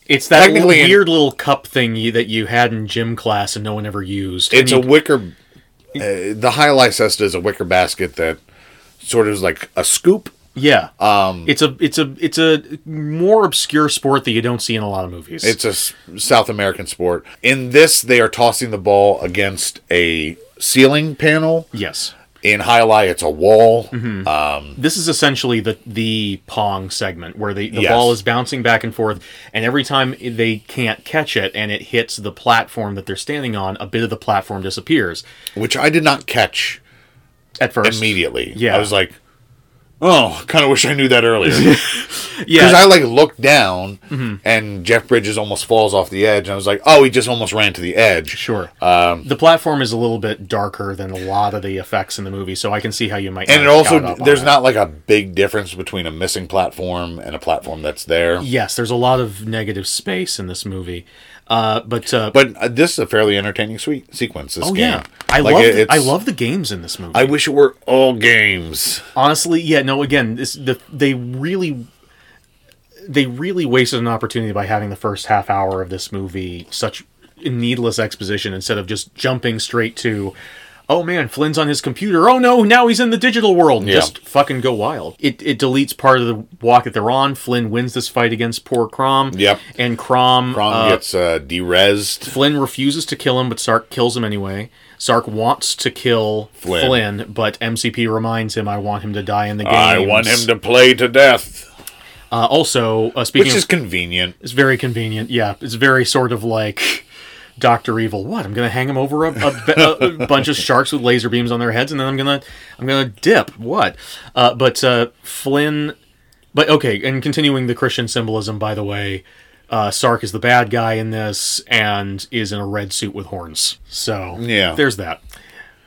It's that little
Technically in-
weird little cup thing you, that you had in gym class and no one ever used.
It's a
And you-
wicker. Uh, the high lie cesta is a wicker basket that sort of is like a scoop.
yeah. Um, it's a it's a it's a more obscure sport that you don't see in a lot of movies.
It's a s- South American sport. In this, they are tossing the ball against a ceiling panel.
yes.
In High Lie, it's a wall.
Mm-hmm. This is essentially the the pong segment where the, the
Yes.
ball is bouncing back and forth, and every time they can't catch it and it hits the platform that they're standing on, a bit of the platform disappears.
Which I did not catch
At first,
immediately.
Yeah.
I was like, oh, kind of wish I knew that earlier. Because
yeah, Mm-hmm.
I like looked down and Jeff Bridges almost falls off the edge. And I was like, oh, he just almost ran to the edge.
Sure.
Um,
the platform is a little bit darker than a lot of the effects in the movie, so I can see how you might.
And it
not have caught
also,
up on
there's
that.
not like a big difference between a missing platform and a platform that's there.
Yes, there's a lot of negative space in this movie, uh, but uh,
But uh, this is a fairly entertaining sweet sequence. This
oh
game.
yeah, I
Like,
love
it-
the, I
it's-
love the games in this movie.
I wish it were all games.
Honestly, yeah, no. Again, this the they really they really wasted an opportunity by having the first half hour of this movie such needless exposition instead of just jumping straight to. oh man, Flynn's on his computer. Oh no, now he's in the digital world.
Yeah.
Just fucking go wild. It, it deletes part of the walk that they're on. Flynn wins this fight against poor Crom.
Yep.
And Crom,
Kron
uh,
gets uh, derezed.
Flynn refuses to kill him, but Sark kills him anyway. Sark wants to kill
Flynn.
Flynn, but MCP reminds him, "I want him to die in the game."
I want him to play to death,
Uh, also, uh, speaking
which
of,
is convenient.
it's very convenient. Yeah, it's very sort of like Doctor Evil. What? I'm gonna hang him over a, a, be- a bunch of sharks with laser beams on their heads, and then I'm gonna I'm gonna dip. What? Uh, but uh, Flynn. But okay, and continuing the Christian symbolism, by the way, uh, Sark is the bad guy in this, and is in a red suit with horns. So
Yeah.
there's that.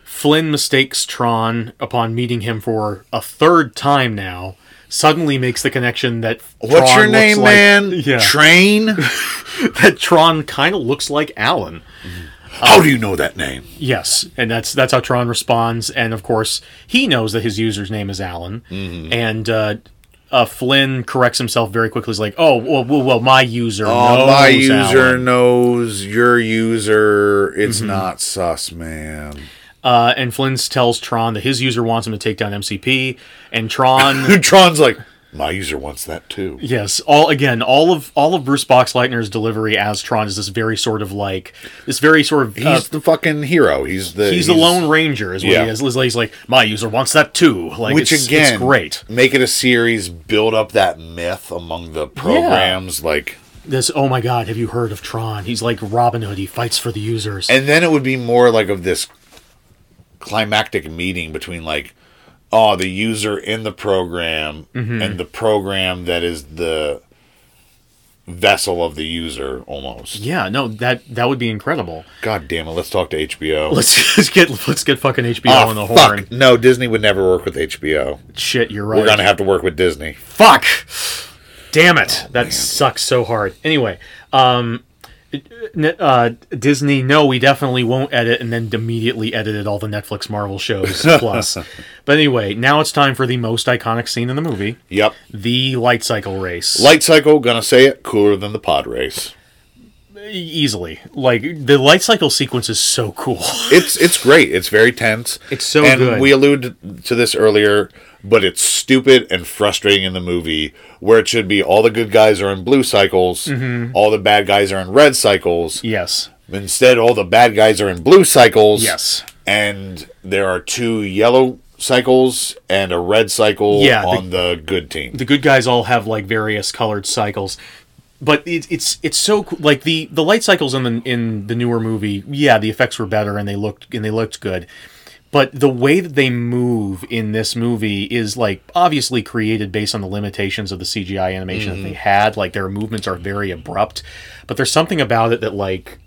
Flynn mistakes Tron upon meeting him for a third time now. Suddenly makes the connection that
What's
Tron
your
looks
name,
like-
man?
Yeah.
Train.
that Tron kind of looks like Alan.
How do you know that name?
Yes, and that's that's how Tron responds. And of course, he knows that his user's name is Alan. And uh, uh, Flynn corrects himself very quickly. He's like, "Oh, well, well, well my user,
Oh,
knows
my user
Alan." Mm-hmm.
knows your user. It's not sus, man.
Uh, and Flynn tells Tron that his user wants him to take down MCP. And Tron
Tron's like, my user wants that too.
Yes, all again, all of all of Bruce Boxleitner's delivery as Tron is this very sort of like this very sort of
He's
uh,
the fucking hero. He's the
he's the Lone Ranger is what
Yeah.
he is. He's like- He's like my user wants that too. Like
Which
it's, it's
again,
great.
Make it a series. Build up that myth among the programs. Like,
This oh my god, have you heard of Tron? He's like Robin Hood. He fights for the users.
and then it would be more like of this climactic meeting between like, oh, the user in the program
Mm-hmm.
and the program that is the vessel of the user almost.
yeah, no, that that would be incredible.
God damn it! Let's talk to HBO.
Let's just get let's get fucking HBO
Oh,
on the horn.
fuck. No, Disney would never work with HBO.
Shit, you're right.
We're gonna have to work with Disney.
fuck damn it that sucks so hard anyway um n- uh, Disney, no, we definitely won't edit, and then immediately edited all the Netflix Marvel shows. Plus, but anyway, now it's time for the most iconic scene in the movie:
Yep.
the light cycle race.
Light cycle. Gonna say it. Cooler than the pod race.
E- easily, like the light cycle sequence is so cool.
It's it's great. It's very tense.
It's so
and
good.
We alluded to this earlier, but it's stupid and frustrating in the movie where it should be all the good guys are in blue cycles,
Mm-hmm.
all the bad guys are in red cycles.
yes,
Instead, all the bad guys are in blue cycles.
Yes.
And there are two yellow cycles and a red cycle
Yeah, the-
on the good team.
the good guys all have like various colored cycles but it, it's it's so co- like the the light cycles in the in the newer movie yeah the effects were better and they looked and they looked good but the way that they move in this movie is like obviously created based on the limitations of the CGI animation that
Mm-hmm.
they had like their movements are very abrupt but there's something about it that like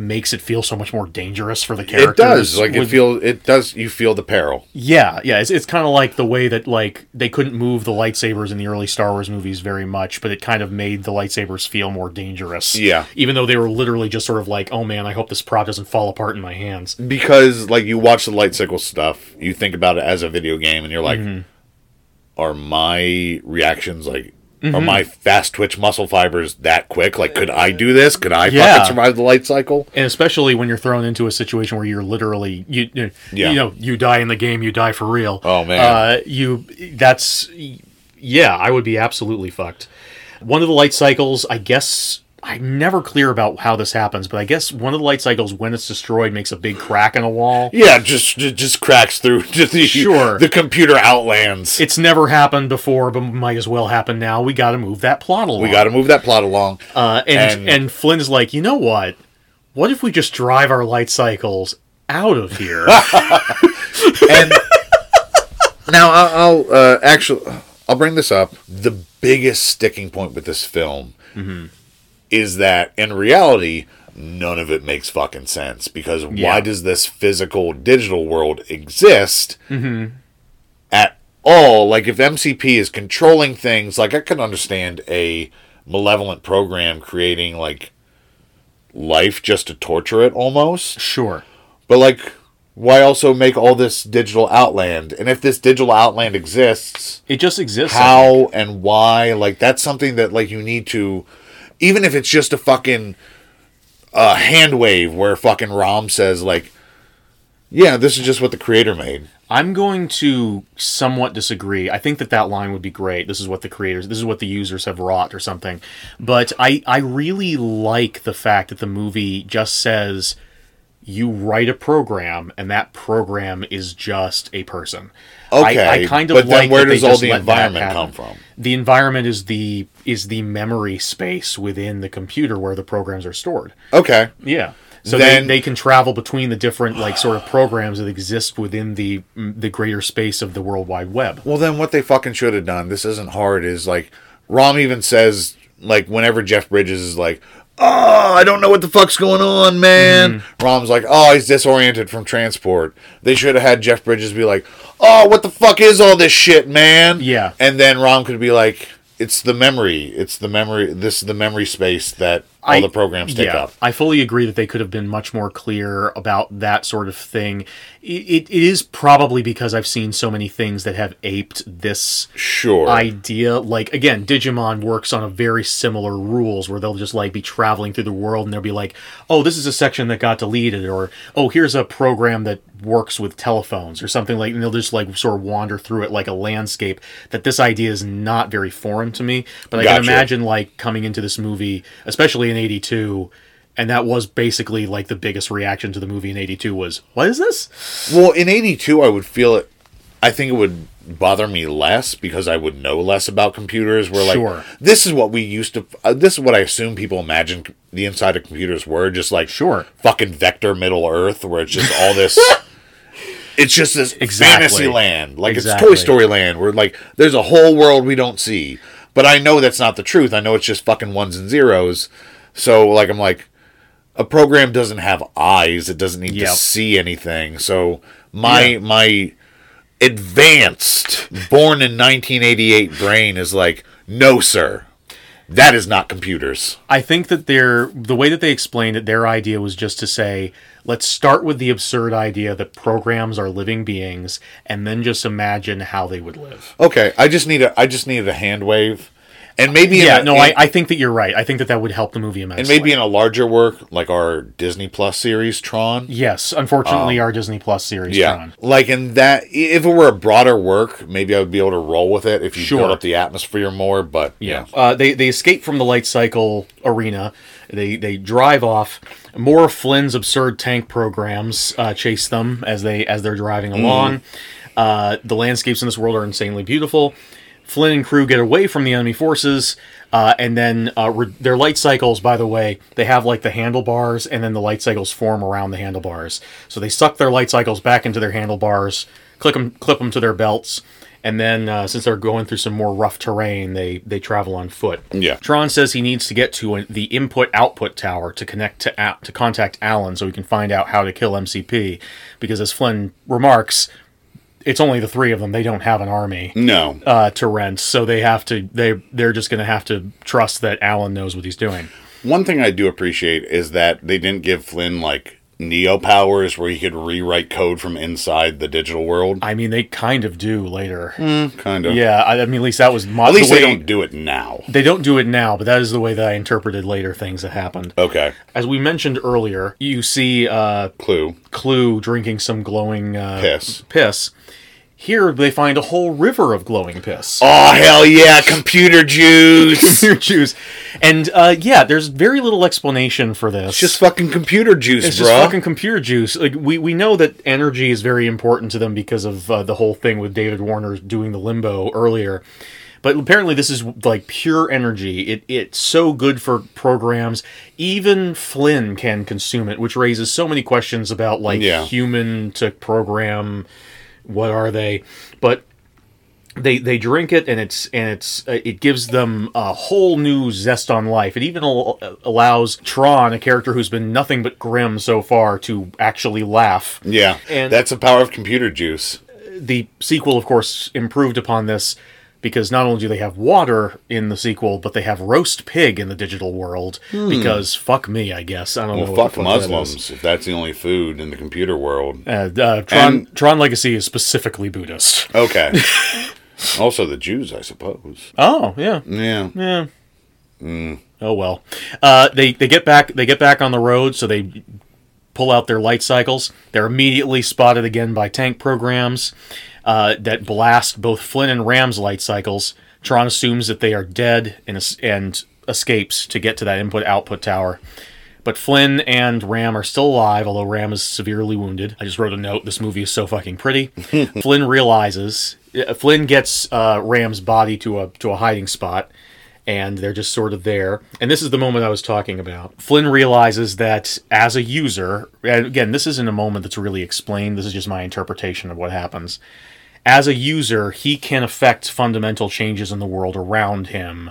makes it feel so much more dangerous for the characters
it does. Like it
with-
feel it does you feel the peril.
yeah, yeah, it's, it's kind of like the way that like they couldn't move the lightsabers in the early Star Wars movies very much, but it kind of made the lightsabers feel more dangerous.
Yeah.
even though they were literally just sort of like, oh man, I hope this prop doesn't fall apart in my hands.
because like you watch the light cycle stuff, you think about it as a video game, and you're like,
Mm-hmm.
are my reactions like?
Mm-hmm.
Are my fast twitch muscle fibers that quick? Like, could I do this? Could I
Yeah.
fucking survive the light cycle?
And especially when you're thrown into a situation where you're literally you you,
Yeah.
you know you die in the game, you die for real.
Oh, man.
uh, you that's yeah, I would be absolutely fucked. One of the light cycles, I guess. I'm never clear about how this happens, but I guess one of the light cycles, when it's destroyed, makes a big crack in a wall.
Yeah, just ju- just cracks through to the
Sure.
the computer outlands.
It's never happened before, but might as well happen now. We got to move that plot along.
we got to move that plot along.
uh, and,
and-
and Flynn's like, you know what? What if we just drive our light cycles out of here?
and now I'll, I'll uh, actually I'll bring this up. The biggest sticking point with this film is that in reality, none of it makes fucking sense because why does this physical digital world exist at all? Like if MCP is controlling things, like I can understand a malevolent program creating like life just to torture it almost.
sure.
But like, why also make all this digital outland? And if this digital outland exists,
It just exists.
how and why? Like that's something that like you need to, even if it's just a fucking uh, hand wave where fucking Rom says like, Yeah, this is just what the creator made.
I'm going to somewhat disagree. I think that that line would be great. This is what the creators, this is what the users have wrought or something. But I, I really like the fact that the movie just says you write a program and that program is just a person.
Okay,
I, I kind of
but then
like
where
that they
does all
just
the
let that
environment
happen.
come from?
The environment is the is the memory space within the computer where the programs are stored.
Okay.
Yeah. So
Then-
they, they can travel between the different like sort of programs that exist within the mm, the greater space of the World Wide Web.
Well, then what they fucking should have done, this isn't hard, is like, Rom even says, like, whenever Jeff Bridges is like, oh, I don't know what the fuck's going on, man.
Mm-hmm.
Rom's like, oh, he's disoriented from transport. They should have had Jeff Bridges be like, oh, what the fuck is all this shit, man?
Yeah.
And then Rom could be like, it's the memory. It's the memory. This is the memory space that all
I-
the programs take up.
I fully agree that they could have been much more clear about that sort of thing. It, it, it is probably because I've seen so many things that have aped this
Sure.
idea. Like again, Digimon works on a very similar rules where they'll just like be traveling through the world and they'll be like, "Oh, this is a section that got deleted," or "Oh, here's a program that works with telephones," or something like. And they'll just like sort of wander through it like a landscape. That this idea is not very foreign to me, but I can
Gotcha.
imagine like coming into this movie, especially in '82. And that was basically like the biggest reaction to the movie in '82 was, "What is this?"
Well, in '82, I would feel it. I think it would bother me less because I would know less about computers. We're like,
Sure.
this is what we used to. Uh, this is what I assume people imagine c- the inside of computers were just like,
Sure.
fucking vector Middle Earth, where it's just all this. It's just this
Exactly.
fantasy land, like
Exactly.
it's Toy Story land, where like there's a whole world we don't see. But I know that's not the truth. I know it's just fucking ones and zeros. So like I'm like, a program doesn't have eyes. It doesn't need to
Yep.
see anything. So my my advanced born in 1988 brain is like, no, sir, that is not computers.
I think that their the way that they explained it, their idea was just to say, let's start with the absurd idea that programs are living beings, and then just imagine how they would live.
Okay, I just need a I just needed a hand wave, and maybe in
Yeah,
a-
no,
in-
I, I think that you're right. I think that that would help the movie immensely.
and maybe in a larger work like our Disney Plus series Tron.
yes, unfortunately, our Disney Plus series.
Um, Yeah,
Tron.
like in that, i- if it were a broader work, maybe I would be able to roll with it if you
Sure.
build up the atmosphere more. But yeah,
Uh, they they escape from the light cycle arena. They they drive off. More of Flynn's absurd tank programs uh, chase them as they as they're driving
Mm-hmm.
along. Uh, the landscapes in this world are insanely beautiful. Flynn and crew get away from the enemy forces, uh, and then uh, re- their light cycles. By the way, they have like the handlebars, and then the light cycles form around the handlebars. So they suck their light cycles back into their handlebars, click them, clip them to their belts, and then uh, since they're going through some more rough terrain, they they travel on foot.
Yeah.
Tron says he needs to get to an, the input output tower to connect to Al- to contact Alan so he can find out how to kill MCP, because as Flynn remarks, it's only the three of them. They don't have an army
no,
uh, to rent, so they have to they they're just going to have to trust that Alan knows what he's doing.
One thing I do appreciate is that they didn't give Flynn like neo powers where he could rewrite code from inside the digital world.
I mean, they kind of do later.
Kind of.
Uh, Yeah, I, I mean, at least that was my,
Mm. At least
the way
they don't do it now.
They don't do it now, but that is the way that I interpreted later things that happened.
Okay.
As we mentioned earlier, you see uh,
Clue.
Clue drinking some glowing uh,
Piss.
piss. Here they find a whole river of glowing piss.
Oh hell yeah! Computer juice.
Your juice, and uh, yeah, there's very little explanation for this.
It's just fucking computer juice,
It's just
bro.
fucking computer juice. Like we, we know that energy is very important to them because of uh, the whole thing with David Warner doing the limbo earlier. But apparently this is like pure energy. It it's so good for programs. Even Flynn can consume it, which raises so many questions about like
Yeah.
human to program what are they? But they they drink it and it's and it's uh, it gives them a whole new zest on life. It even al- uh, allows Tron, a character who's been nothing but grim so far, to actually laugh.
yeah.
And-
That's the power of computer juice.
The sequel, of course, improved upon this because not only do they have water in the sequel, but they have roast pig in the digital world. Because fuck me, I guess I don't know.
Hmm. Well,
Oh,
fuck
what the fuck that is.
Muslims if that's the only food in the computer world.
Uh, uh, Tron
And-
Tron Legacy is specifically Buddhist.
Okay. also the Jews, I suppose.
Oh yeah,
Yeah.
Oh well, uh, they they get back they get back on the road, so they pull out their light cycles. They're immediately spotted again by tank programs uh, that blast both Flynn and Ram's light cycles. Tron assumes that they are dead and, es- and escapes to get to that input output tower. But Flynn and Ram are still alive, although Ram is severely wounded. I just wrote a note. This movie is so fucking pretty. Flynn realizes. uh, Flynn gets uh, Ram's body to a to a hiding spot, and they're just sort of there. And this is the moment I was talking about. Flynn realizes that as a user, and again, this isn't a moment that's really explained. This is just my interpretation of what happens. As a user, he can affect fundamental changes in the world around him.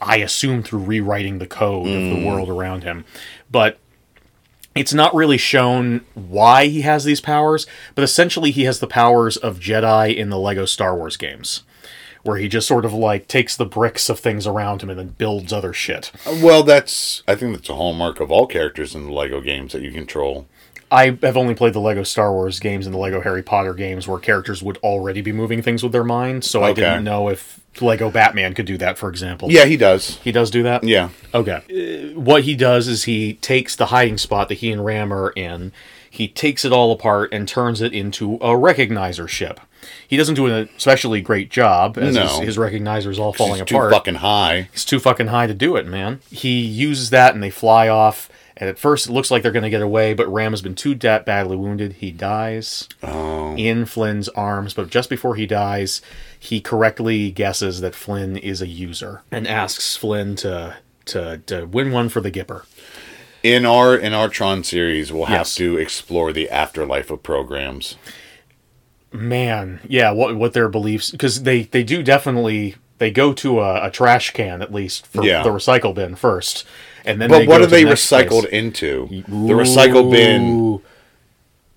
I assume through rewriting the code of the world around him. But it's not really shown why he has these powers, but essentially he has the powers of Jedi in the Lego Star Wars games, where he just sort of like takes the bricks of things around him and then builds other shit.
Well, that's I think that's a hallmark of all characters in the Lego games that you control.
I have only played the Lego Star Wars games and the Lego Harry Potter games where characters would already be moving things with their mind, so I
Okay.
didn't know if Lego Batman could do that, for example.
Yeah, he does.
He does do that?
Yeah.
Okay. Uh, What he does is he takes the hiding spot that he and Ram are in, he takes it all apart and turns it into a recognizer ship. He doesn't do an especially great job, as
No.
his, his recognizer is all falling
He's too
apart.
fucking high.
He's too fucking high to do it, man. He uses that and they fly off. And at first, it looks like they're going to get away, but Ram has been too da- badly wounded. He dies
Oh.
in Flynn's arms. But just before he dies, he correctly guesses that Flynn is a user and asks Flynn to to, to win one for the Gipper.
In our in our Tron series, we'll have
Yes.
to explore the afterlife of programs.
Man, yeah, what what their beliefs? Because they they do definitely they go to a, a trash can at least for
Yeah.
the recycle bin first, and then
But
they
what
go
are
to the
they
next place.
recycled into? The recycle bin
Ooh.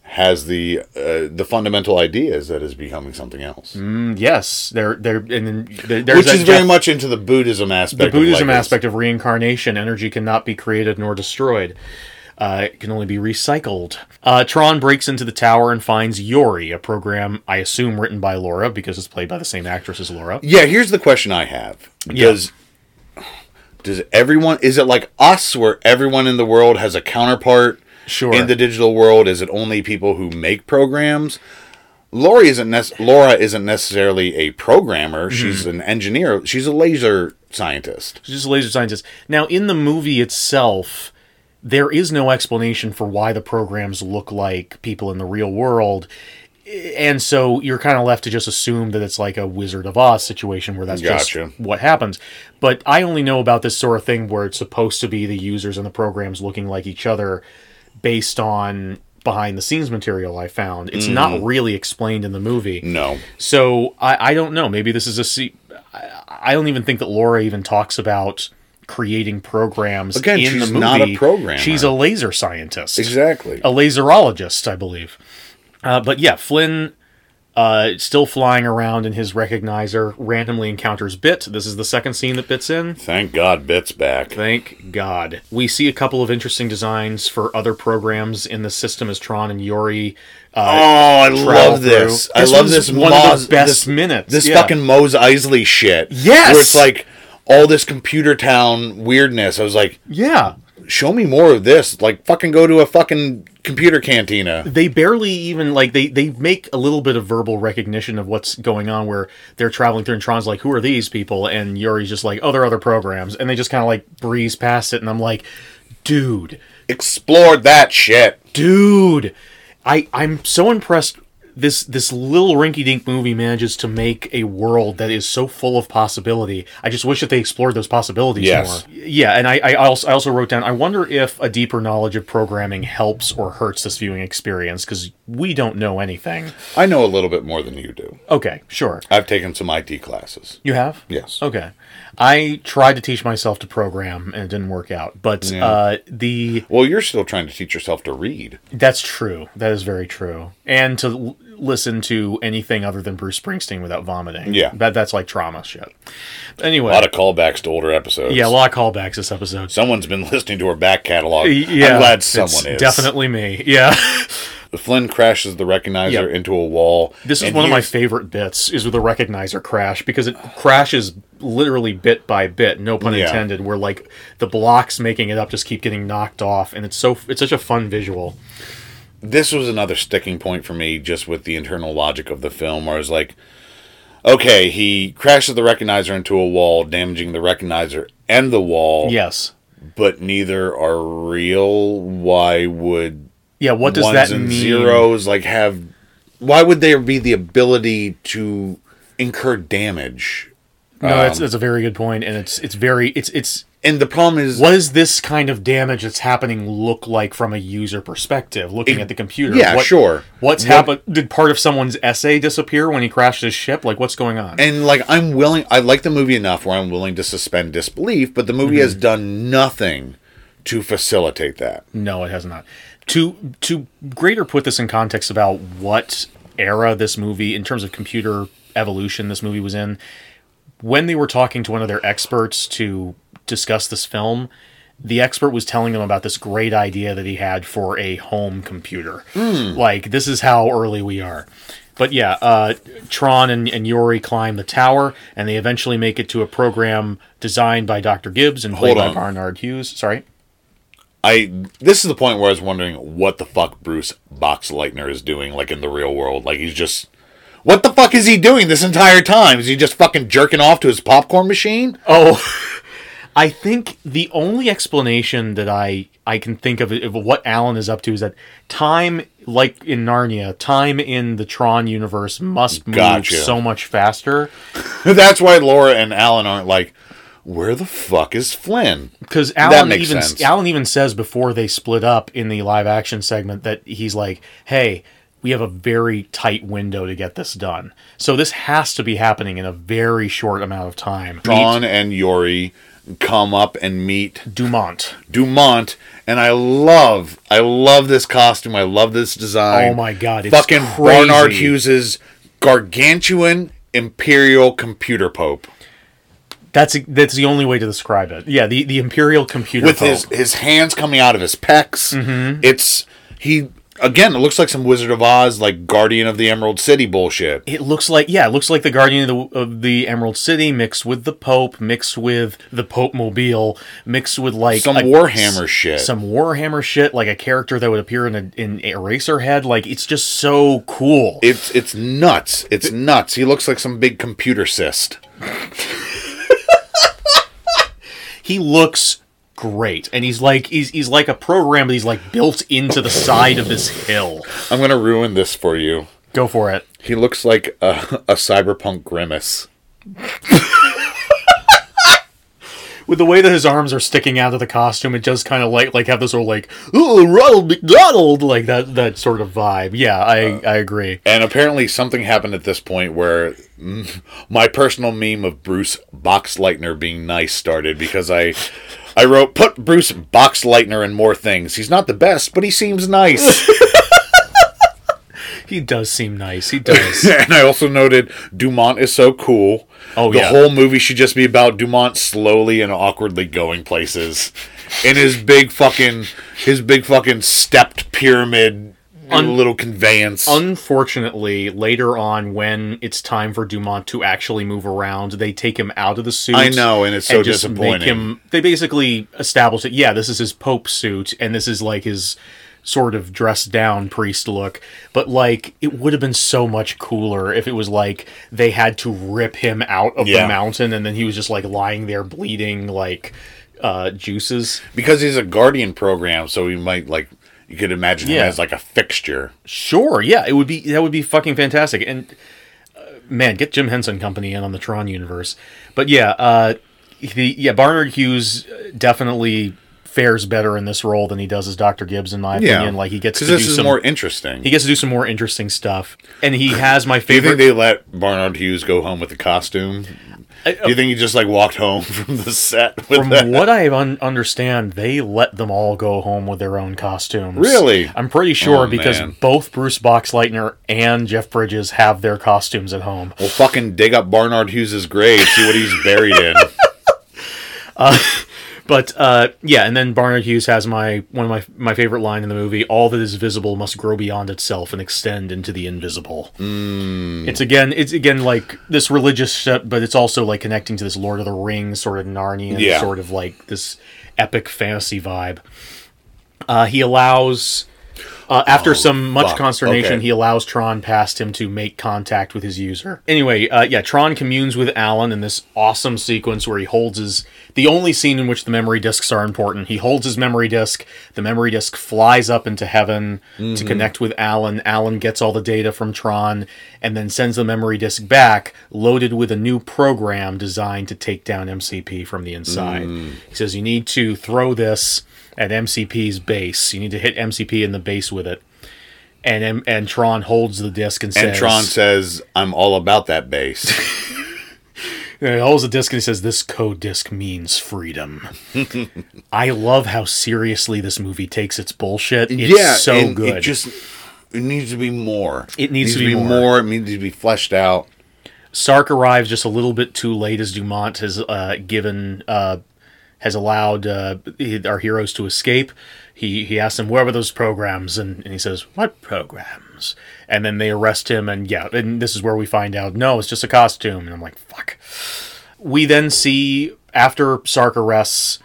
has the uh, the fundamental ideas that is becoming something else,
Yes, they're they're and then there- Mm. there's
which
that
is very
Jeff-
much into the Buddhism aspect.
the
of
Buddhism
Legos.
aspect of reincarnation. Energy cannot be created nor destroyed. Uh, it can only be recycled. Uh, Tron breaks into the tower and finds Yori, a program I assume written by Laura because it's played by the same actress as Laura.
Yeah, here's the question I have: Does does everyone is it like us where everyone in the world has a counterpart?
Sure.
In the digital world, is it only people who make programs? Laura isn't nec- Laura isn't necessarily a programmer.
Mm-hmm.
She's an engineer. She's a laser scientist.
She's just a laser scientist. Now, in the movie itself, there is no explanation for why the programs look like people in the real world. And so you're kind of left to just assume that it's like a Wizard of Oz situation where that's
Gotcha.
just what happens. But I only know about this sort of thing where it's supposed to be the users and the programs looking like each other based on behind the scenes material I found. It's not really explained in the movie.
No,
So I, I don't know. Maybe this is a se- I, I don't even think that Laura even talks about creating programs
Again,
in
she's
the movie.
not a programmer.
She's a laser scientist,
exactly.
a laserologist, I believe. Uh, but yeah, Flynn. Uh, still flying around in his recognizer, randomly encounters Bit. This is the second scene that Bit's in.
Thank God, Bit's back.
Thank God. We see a couple of interesting designs for other programs in the system as Tron and Yori.
Oh,
Uh,
I
travel
love this.
through.
I love
was
this.
One of
Moz-
the best
this-
minutes.
This
yeah.
fucking Mose Isley shit.
Yes!
Where it's like all this computer town weirdness. I was like,
yeah.
show me more of this. Like fucking go to a fucking computer cantina.
they barely even like they they make a little bit of verbal recognition of what's going on where they're traveling through and Tron's like who are these people and Yuri's just like oh they're other programs and they just kind of like breeze past it and I'm like dude
Explore that shit.
dude I I'm so impressed this this little rinky dink movie manages to make a world that is so full of possibility I just wish that they explored those possibilities
Yes.
more yeah and I I also, I also wrote down I wonder if a deeper knowledge of programming helps or hurts this viewing experience because we don't know anything
I know a little bit more than you do.
Okay, sure.
I've taken some IT classes.
You have?
Yes.
Okay. I tried to teach myself to program and it didn't work out. But uh, the
Well, you're still trying to teach yourself to read.
that's true. That is very true. And to l- listen to anything other than Bruce Springsteen without vomiting.
Yeah.
That that's like trauma shit. Anyway.
A lot of callbacks to older episodes.
yeah, a lot of callbacks this episode.
Someone's been listening to our back catalog.
yeah,
I'm glad someone is.
it's Definitely me. Yeah.
Flynn crashes the recognizer
Yep.
into a wall.
This is
and
one of my
here's-
favorite bits is with the recognizer crash because it crashes literally bit by bit, no pun
Yeah.
intended, where like the blocks making it up just keep getting knocked off and it's so it's such a fun visual.
this was another sticking point for me just with the internal logic of the film where I was like okay he crashes the recognizer into a wall damaging the recognizer and the wall
Yes.
but neither are real why would
Yeah, what does
ones
that
and
mean?
zeros like have why would there be the ability to incur damage
No, that's,
um,
that's a very good point and it's it's very it's it's
and the problem is
what does this kind of damage that's happening look like from a user perspective looking at the computer?
yeah,
What-
sure.
What's
What-
happened? Did part of someone's essay disappear when he crashed his ship? Like what's going on?
and like I'm willing I like the movie enough where I'm willing to suspend disbelief but the movie
Mm-hmm.
has done nothing to facilitate that
No, it has not. To to greater put this in context about what era this movie in terms of computer evolution this movie was in, when they were talking to one of their experts to discuss this film, the expert was telling them about this great idea that he had for a home computer.
Hmm.
Like this is how early we are. But yeah, uh, Tron and, and Yori climb the tower, and they eventually make it to a program designed by Dr. Gibbs and played
Hold
by
on.
Barnard Hughes. Sorry.
I this is the point where I was wondering what the fuck Bruce Boxleitner is doing, like in the real world. Like he's just what the fuck is he doing this entire time? Is he just fucking jerking off to his popcorn machine?
Oh, I think the only explanation that I I can think of of what Alan is up to is that time, like in Narnia, time in the Tron universe must move
Gotcha.
so much faster
That's why Laura and Alan aren't like, where the fuck is Flynn?
because
That
Alan
makes
even
sense.
Alan even says before they split up in the live action segment that he's like, "Hey, we have a very tight window to get this done, so this has to be happening in a very short amount of time."
John and Yori come up and meet
Dumont.
Dumont, and I love, I love this costume. I love this design.
Oh my God, it's
Fucking
crazy.
Barnard Hughes's gargantuan imperial computer pope.
That's that's the only way to describe it. Yeah, the, the imperial computer
with
pope.
his his hands coming out of his pecs.
Mm-hmm.
It's he again. It looks like some Wizard of Oz, like Guardian of the Emerald City bullshit.
it looks like yeah, it looks like the guardian of the, of the Emerald City mixed with the Pope, mixed with the Pope Mobile, mixed with like
Some
a-
Warhammer shit.
some Warhammer shit, like a character that would appear in a, in Eraserhead. Like it's just so cool.
It's it's nuts. It's nuts. He looks like some big computer cyst.
he looks great, and he's like he's he's like a program that he's like built into the side of this hill.
I'm gonna ruin this for you.
Go for it.
He looks like a, a cyberpunk grimace.
with the way that his arms are sticking out of the costume, it does kind of like like have this sort of like "Ooh, Ronald McDonald like that that sort of vibe. Yeah, I
Uh,
I agree.
And apparently something happened at this point where mm, my personal meme of Bruce Boxleitner being nice started because I I wrote put Bruce Boxleitner in more things. He's not the best, but he seems nice.
He does seem nice. He does.
and I also noted Dumont is so cool.
Oh,
the
yeah.
whole movie should just be about Dumont slowly and awkwardly going places in his big fucking his big fucking stepped pyramid
Un-
little conveyance.
Unfortunately, later on, when it's time for Dumont to actually move around, they take him out of the suit.
I know, and it's so disappointing.
him, they basically establish that yeah, this is his Pope suit, and this is like his sort of dressed down priest look. But like, it would have been so much cooler if it was like they had to rip him out of
Yeah.
the mountain, and then he was just like lying there bleeding like uh, juices.
because he's a guardian program, so he might like you could imagine
Yeah.
him as like a fixture.
Sure, yeah, it would be that would be fucking fantastic. And uh, man, get Jim Henson Company in on the Tron universe. But yeah, uh, the yeah Barnard Hughes definitely fares better in this role than he does as Doctor Gibbs, in my opinion. Like he gets to
because
do
this is
some
more interesting.
he gets to do some more interesting stuff, and he has my
do you think
favorite.
they let Barnard Hughes go home with the costume? do you think he just like walked home from the set with
Oh. from
that?
what I un- understand, they let them all go home with their own costumes.
Really?
I'm pretty sure
Oh,
because
man.
both Bruce Boxleitner and Jeff Bridges have their costumes at home.
Well, fucking dig up Barnard Hughes's grave, see what he's buried in.
But uh, yeah, and then Barnard Hughes has my one of my my favorite line in the movie: "All that is visible must grow beyond itself and extend into the invisible."
Mm.
It's again, it's again like this religious shit, but it's also like connecting to this Lord of the Rings sort of Narnian
Yeah.
sort of like this epic fantasy vibe. Uh, he allows. Uh, after some much
Oh, fuck.
consternation,
Okay.
he allows Tron past him to make contact with his user. Anyway, uh, yeah, Tron communes with Alan in this awesome sequence where he holds his the only scene in which the memory discs are important. He holds his memory disk. The memory disk flies up into heaven to connect with Alan. Alan gets all the data from Tron and then sends the memory disk back, loaded with a new program designed to take down MCP from the inside. He says, "You need to throw this." At MCP's base, you need to hit MCP in the base with it and and, and Tron holds the disc and says,
And Tron says, I'm all about that bass.
he holds the disc and he says, "This code disc means freedom." I love how seriously this movie takes its bullshit. It's so
and
good.
It just it needs to be more.
It needs to be more.
It needs to be fleshed out.
Sark arrives just a little bit too late as Dumont has uh, given uh, has allowed uh, our heroes to escape. He he asks him where were those programs, and, and he says what programs, and then they arrest him, and yeah, and this is where we find out no, it's just a costume, and I'm like fuck. We then see after Sark arrests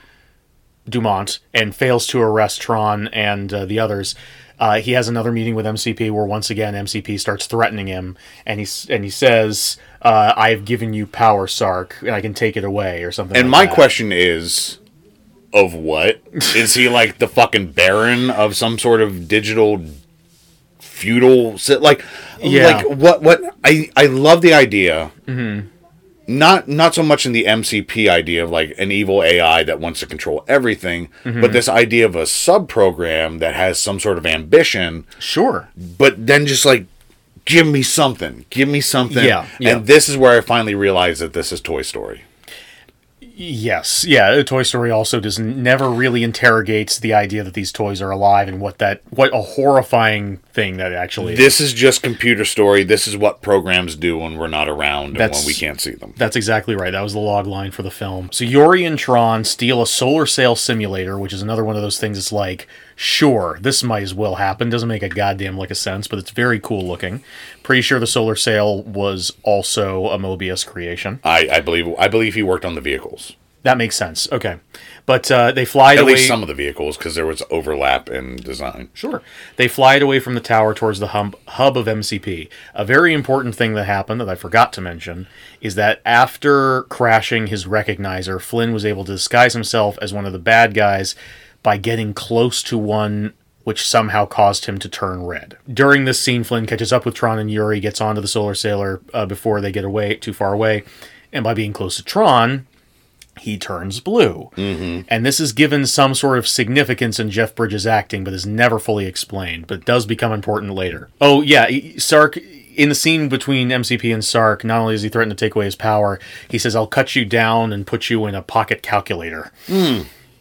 Dumont and fails to arrest Tron and uh, the others. Uh, he has another meeting with MCP where once again MCP starts threatening him, and he s- and he says, uh, "I have given you power, Sark, and I can take it away," or something.
And
like
my
that.
question is of what? Is he like the fucking baron of some sort of digital feudal si- like
Yeah. Mm-hmm.
like what what I I love the idea. Not not so much in the MCP idea of like an evil AI that wants to control everything,
Mm-hmm.
but this idea of a sub program that has some sort of ambition
sure,
but then just like give me something give me something
Yeah, yeah.
and this is where i finally realized that this is toy story
yes, yeah. uh, Toy Story also does never really interrogates the idea that these toys are alive and what that what a horrifying thing that actually is.
this is just computer story this is what programs do when we're not around and
That's-
when we can't see them
That's exactly right. That was the log line for the film. So Yori and Tron steal a solar sail simulator, which is another one of those things that's like, sure, this might as well happen. Doesn't make a goddamn lick of sense, but it's very cool looking. Pretty sure the solar sail was also a Mobius creation.
I, I believe i believe he worked on the vehicles
That makes sense. Okay. But uh, they fly
at
away.
least some of the vehicles because there was overlap in design
Sure. They fly it away from the tower towards the hum- hub of MCP. A very important thing that happened that I forgot to mention is that after crashing his recognizer, Flynn was able to disguise himself as one of the bad guys by getting close to one which somehow caused him to turn red. During this scene, Flynn catches up with Tron and Yuri, gets onto the Solar Sailor uh, before they get away too far away, and by being close to Tron, he turns blue. And this is given some sort of significance in Jeff Bridges' acting, but is never fully explained, but does become important later. Oh, yeah, Sark, in the scene between MCP and Sark, not only does he threaten to take away his power, he says, I'll cut you down and put you in a pocket calculator.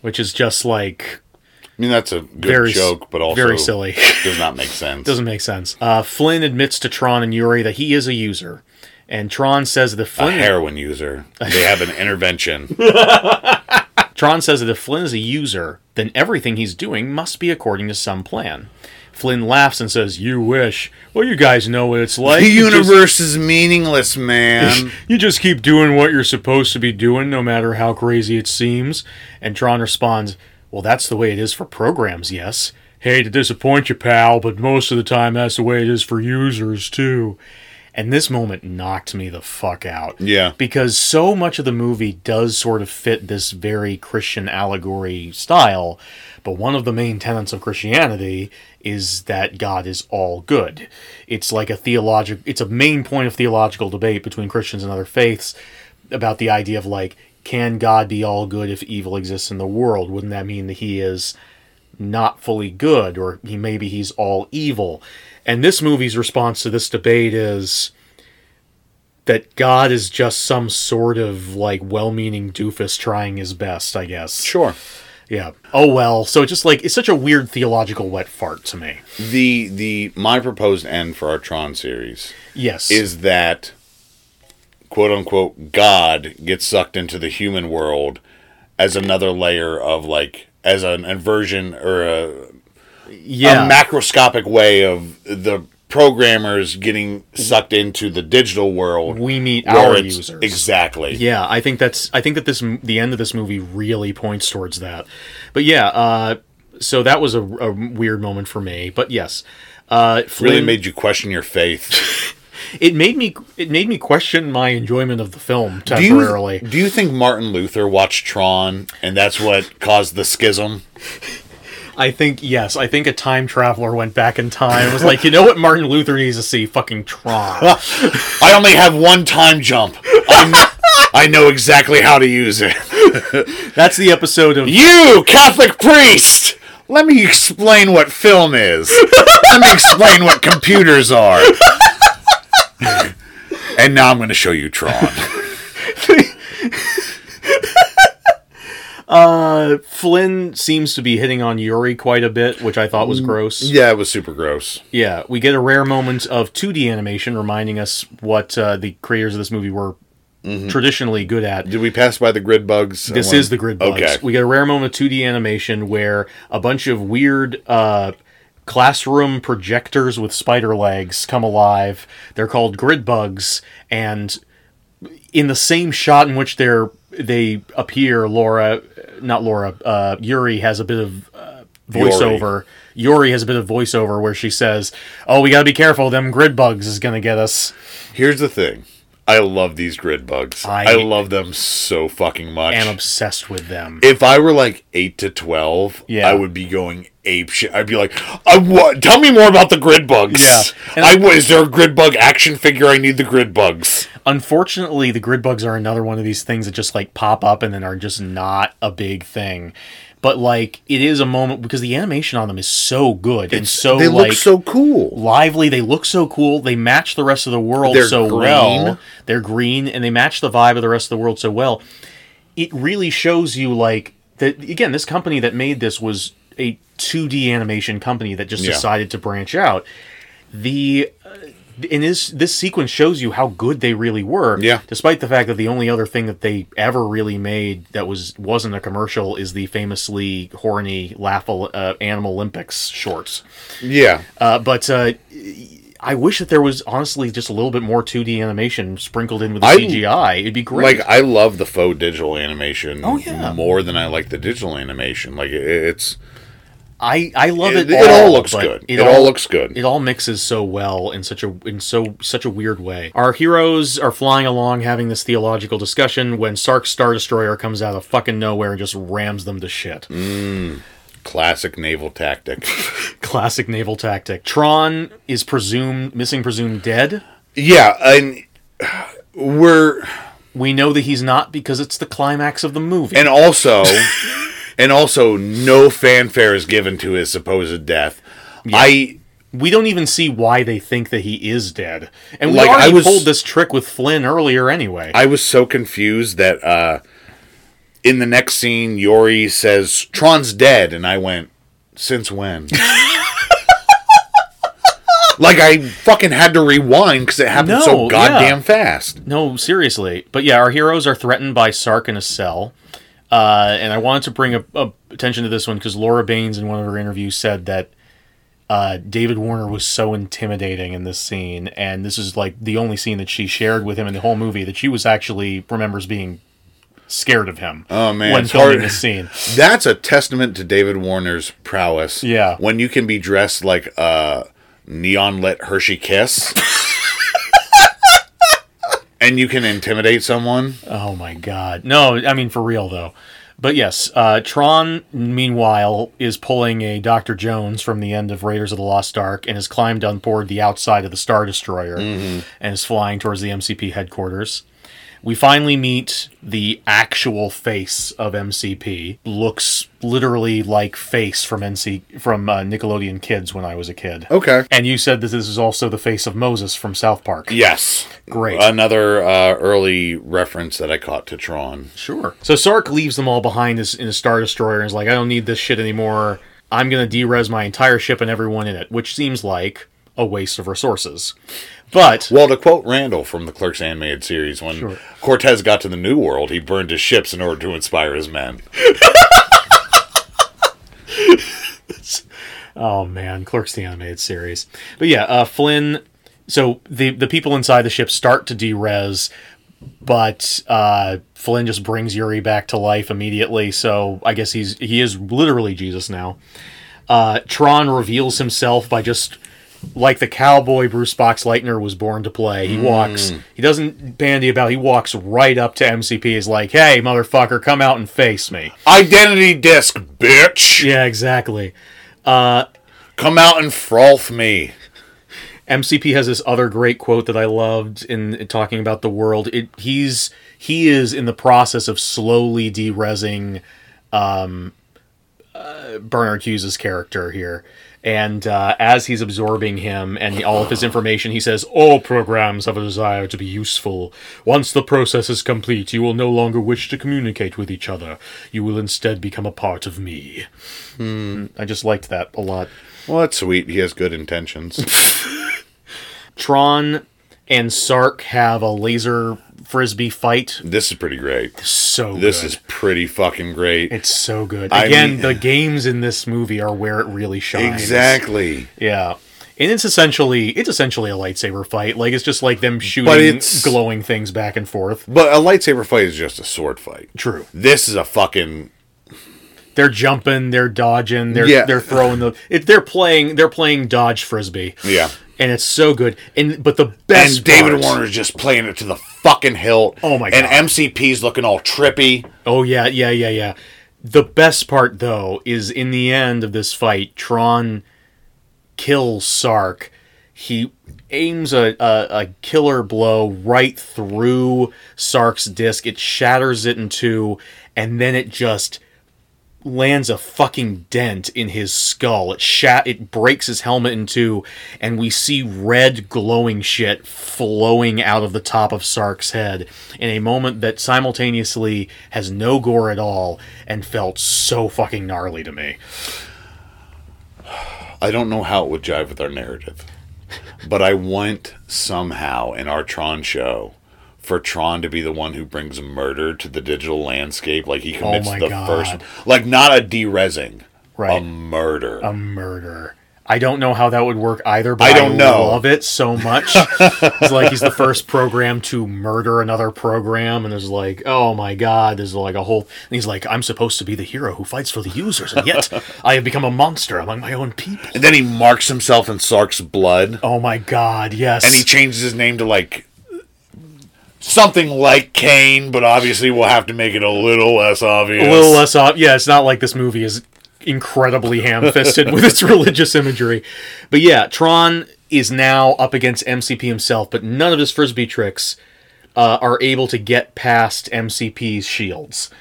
Which is just like,
i mean that's a good
Very s-
joke but also
very silly.
does not make sense
doesn't make sense. Uh, Flynn admits to Tron and Yuri that he is a user. And Tron says that
a
Flynn
heroin user they have an intervention
Tron says that if Flynn is a user, then everything he's doing must be according to some plan. Flynn laughs and says, You wish. Well, you guys know what it's like.
the
You just-
universe is meaningless man
you just keep doing what you're supposed to be doing, no matter how crazy it seems. And Tron responds, Well, that's the way it is for programs, yes. Hate to disappoint you, pal, but most of the time that's the way it is for users, too. And this moment knocked me the fuck out.
Yeah.
Because so much of the movie does sort of fit this very Christian allegory style, but one of the main tenets of Christianity is that God is all good. It's like a theological it's a main point of theological debate between Christians and other faiths about the idea of like can God be all good if evil exists in the world? Wouldn't that mean that he is not fully good or he maybe he's all evil? And this movie's response to this debate is that God is just some sort of like well-meaning doofus trying his best, I guess.
sure
Yeah. Oh well. So it's just like it's such a weird theological wet fart to me.
the the my proposed end for our Tron series
Yes.
is that quote unquote God gets sucked into the human world as another layer of like as an inversion or a,
yeah,
a macroscopic way of the programmers getting sucked into the digital world.
we meet
where
our
it's-
users.
exactly.
Yeah, I think that's I think that this m- the end of this movie really points towards that. But yeah, uh, so that was a, a weird moment for me. But yes, uh, Flynn,
Really made you question your faith.
it made me it made me question my enjoyment of the film
Do you-
temporarily.
Do you, think Martin Luther watched Tron and that's what caused the schism?
I think yes, I think a time traveler went back in time and was like, you know what, Martin Luther needs to see fucking Tron.
I only have one time jump. I kn- I know exactly how to use it.
that's the episode of
You, Catholic priest! Let me explain what film is. Let me explain what computers are. and now I'm going to show you Tron.
uh, Flynn seems to be hitting on Yuri quite a bit, which I thought was gross.
yeah, it was super gross.
Yeah, we get a rare moment of 2D animation reminding us what uh, the creators of this movie were traditionally good at.
Did we pass by the grid bugs?
This
Someone-
is the grid bugs.
Okay.
We get a rare moment of 2D animation where a bunch of weird uh, classroom projectors with spider legs come alive. They're called grid bugs, and in the same shot in which they're they appear, Laura, not Laura, uh, Yuri has a bit of uh, voiceover. Yuri has a bit of voiceover where she says, "Oh, we got to be careful. Them grid bugs is gonna get us."
Here's the thing. I love these grid bugs. I,
I-
love them so fucking much.
I'm obsessed with them.
if I were like eight to twelve,
Yeah.
I would be going ape shit. I'd be like, I want. Tell me more about the grid bugs.
Yeah. And-
I wa- is there a grid bug action figure? I need the grid bugs.
Unfortunately, the grid bugs are another one of these things that just like pop up and then are just not a big thing. But like it is a moment because the animation on them is so good and so
they
like
look so cool.
lively. They look so cool. They match the rest of the world
They're
so
green.
well. They're green and they match the vibe of the rest of the world so well. It really shows you like that again, this company that made this was a 2D animation company that just
Yeah.
decided to branch out. The uh, and this this sequence shows you how good they really were.
Yeah.
Despite the fact that the only other thing that they ever really made that was wasn't a commercial is the famously horny laugh uh, animal Olympics shorts.
Yeah,
Uh, but uh, I wish that there was honestly just a little bit more 2D animation sprinkled in with the
I-
CGI. It'd be great.
like I love the faux digital animation.
Oh, yeah.
more than I like the digital animation. Like it, it's
I, I love
it,
it.
it all looks
but
good. It, all, looks good.
It all mixes so well in such a in so such a weird way. Our heroes are flying along having this theological discussion when Sark's Star Destroyer comes out of fucking nowhere and just rams them to shit.
Mm. Classic naval tactic.
Classic naval tactic. Tron is presumed missing presumed dead.
yeah, and we're
We know that he's not because it's the climax of the movie.
and also and also no fanfare is given to his supposed death. I
we don't even see why they think that he is dead. And we
Like,
already
I was-
pulled this trick with Flynn earlier anyway.
I was so confused that uh, in the next scene, Yori says Tron's dead, and I went, "Since when?" like I fucking had to rewind because it happened
No,
so goddamn
yeah.
fast.
no, seriously. But yeah, our heroes are threatened by Sark in a cell. Uh, and I wanted to bring up, up attention to this one because Laura Baines in one of her interviews said that uh, David Warner was so intimidating in this scene, and this is like the only scene that she shared with him in the whole movie that she was actually remembers being scared of him.
Oh, man,
when
it's
filming
hard-
this scene,
That's a testament to David Warner's prowess.
Yeah.
When you can be dressed like a neon lit Hershey Kiss and you can intimidate someone.
Oh my god. No, I mean for real though. But yes, uh, Tron meanwhile is pulling a Dr. Jones from the end of Raiders of the Lost Ark and has climbed on board the outside of the Star Destroyer and is flying towards the MCP headquarters. We finally meet the actual face of MCP. Looks literally like face from NC from uh, Nickelodeon Kids when I was a kid.
Okay.
And you said that this is also the face of Moses from South Park.
Yes.
Great.
Another uh, early reference that I caught to Tron.
Sure. So Sark leaves them all behind this in a Star Destroyer and is like, I don't need this shit anymore. I'm going to derez my entire ship and everyone in it, which seems like a waste of resources. But
Well, to quote Randall from the Clerks animated series, when Cortez got to the New World, he burned his ships in order to inspire his men.
oh man, Clerks the animated series. But yeah, uh, Flynn. So the the people inside the ship start to derez, but uh, Flynn just brings Yuri back to life immediately. So I guess he's he is literally Jesus now. Uh, Tron reveals himself by just like the cowboy Bruce Boxleitner was born to play. He walks. He doesn't bandy about. He walks right up to MCP. Is like, hey, motherfucker, come out and face me.
Identity disc, bitch!
Yeah, exactly.
Come out and froth me.
MCP has this other great quote that I loved in, in talking about the world. It he's he is in the process of slowly derezzing um, uh, Bernard Hughes's character here, and uh, as he's absorbing him and all of his information, he says all programs have a desire to be useful. Once the process is complete, you will no longer wish to communicate with each other. You will instead become a part of me. I just liked that a lot.
Well, that's sweet. He has good intentions.
Tron and Sark have a laser frisbee fight.
this is pretty great.
So
This
good.
is pretty fucking great.
it's so good.
I
Again,
mean-
the games in this movie are where it really shines.
Exactly.
Yeah. And it's essentially it's essentially a lightsaber fight. Like it's just like them
But
shooting
it's-
glowing things back and forth.
But a lightsaber fight is just a sword fight.
True.
This is a fucking
They're jumping, they're dodging, they're
Yeah.
they're throwing the it, they're playing they're playing dodge frisbee.
yeah.
And it's so good. And but the best
And David
part-
Warner's just playing it to the fucking hilt.
Oh my God.
And MCP's looking all trippy.
Oh yeah, yeah, yeah, yeah. The best part though is in the end of this fight, Tron kills Sark. He aims a, a, a killer blow right through Sark's disc. It shatters it in two, and then it just lands a fucking dent in his skull. It shat it breaks his helmet in two, and we see red glowing shit flowing out of the top of Sark's head in a moment that simultaneously has no gore at all and felt so fucking gnarly to me.
I don't know how it would jive with our narrative, but I want somehow in our Tron show for Tron to be the one who brings murder to the digital landscape. Like he commits
Oh my
the
God.
first, like not a derezzing, a
Right.
Um,
Um,
murder.
a murder. I don't know how that would work either, but
I don't know.
love it so much. it's like he's the first program to murder another program, and there's like, oh my god, there's like a whole. And he's like, I'm supposed to be the hero who fights for the users, and yet I have become a monster among my own people.
and then he marks himself in Sark's blood,
Oh my god, yes.
and he changes his name to like something like Kane, but obviously we'll have to make it a little less obvious.
a little less off. Yeah, it's not like this movie is incredibly ham-fisted with its religious imagery. But yeah, Tron is now up against MCP himself, but none of his frisbee tricks uh, are able to get past MCP's shields.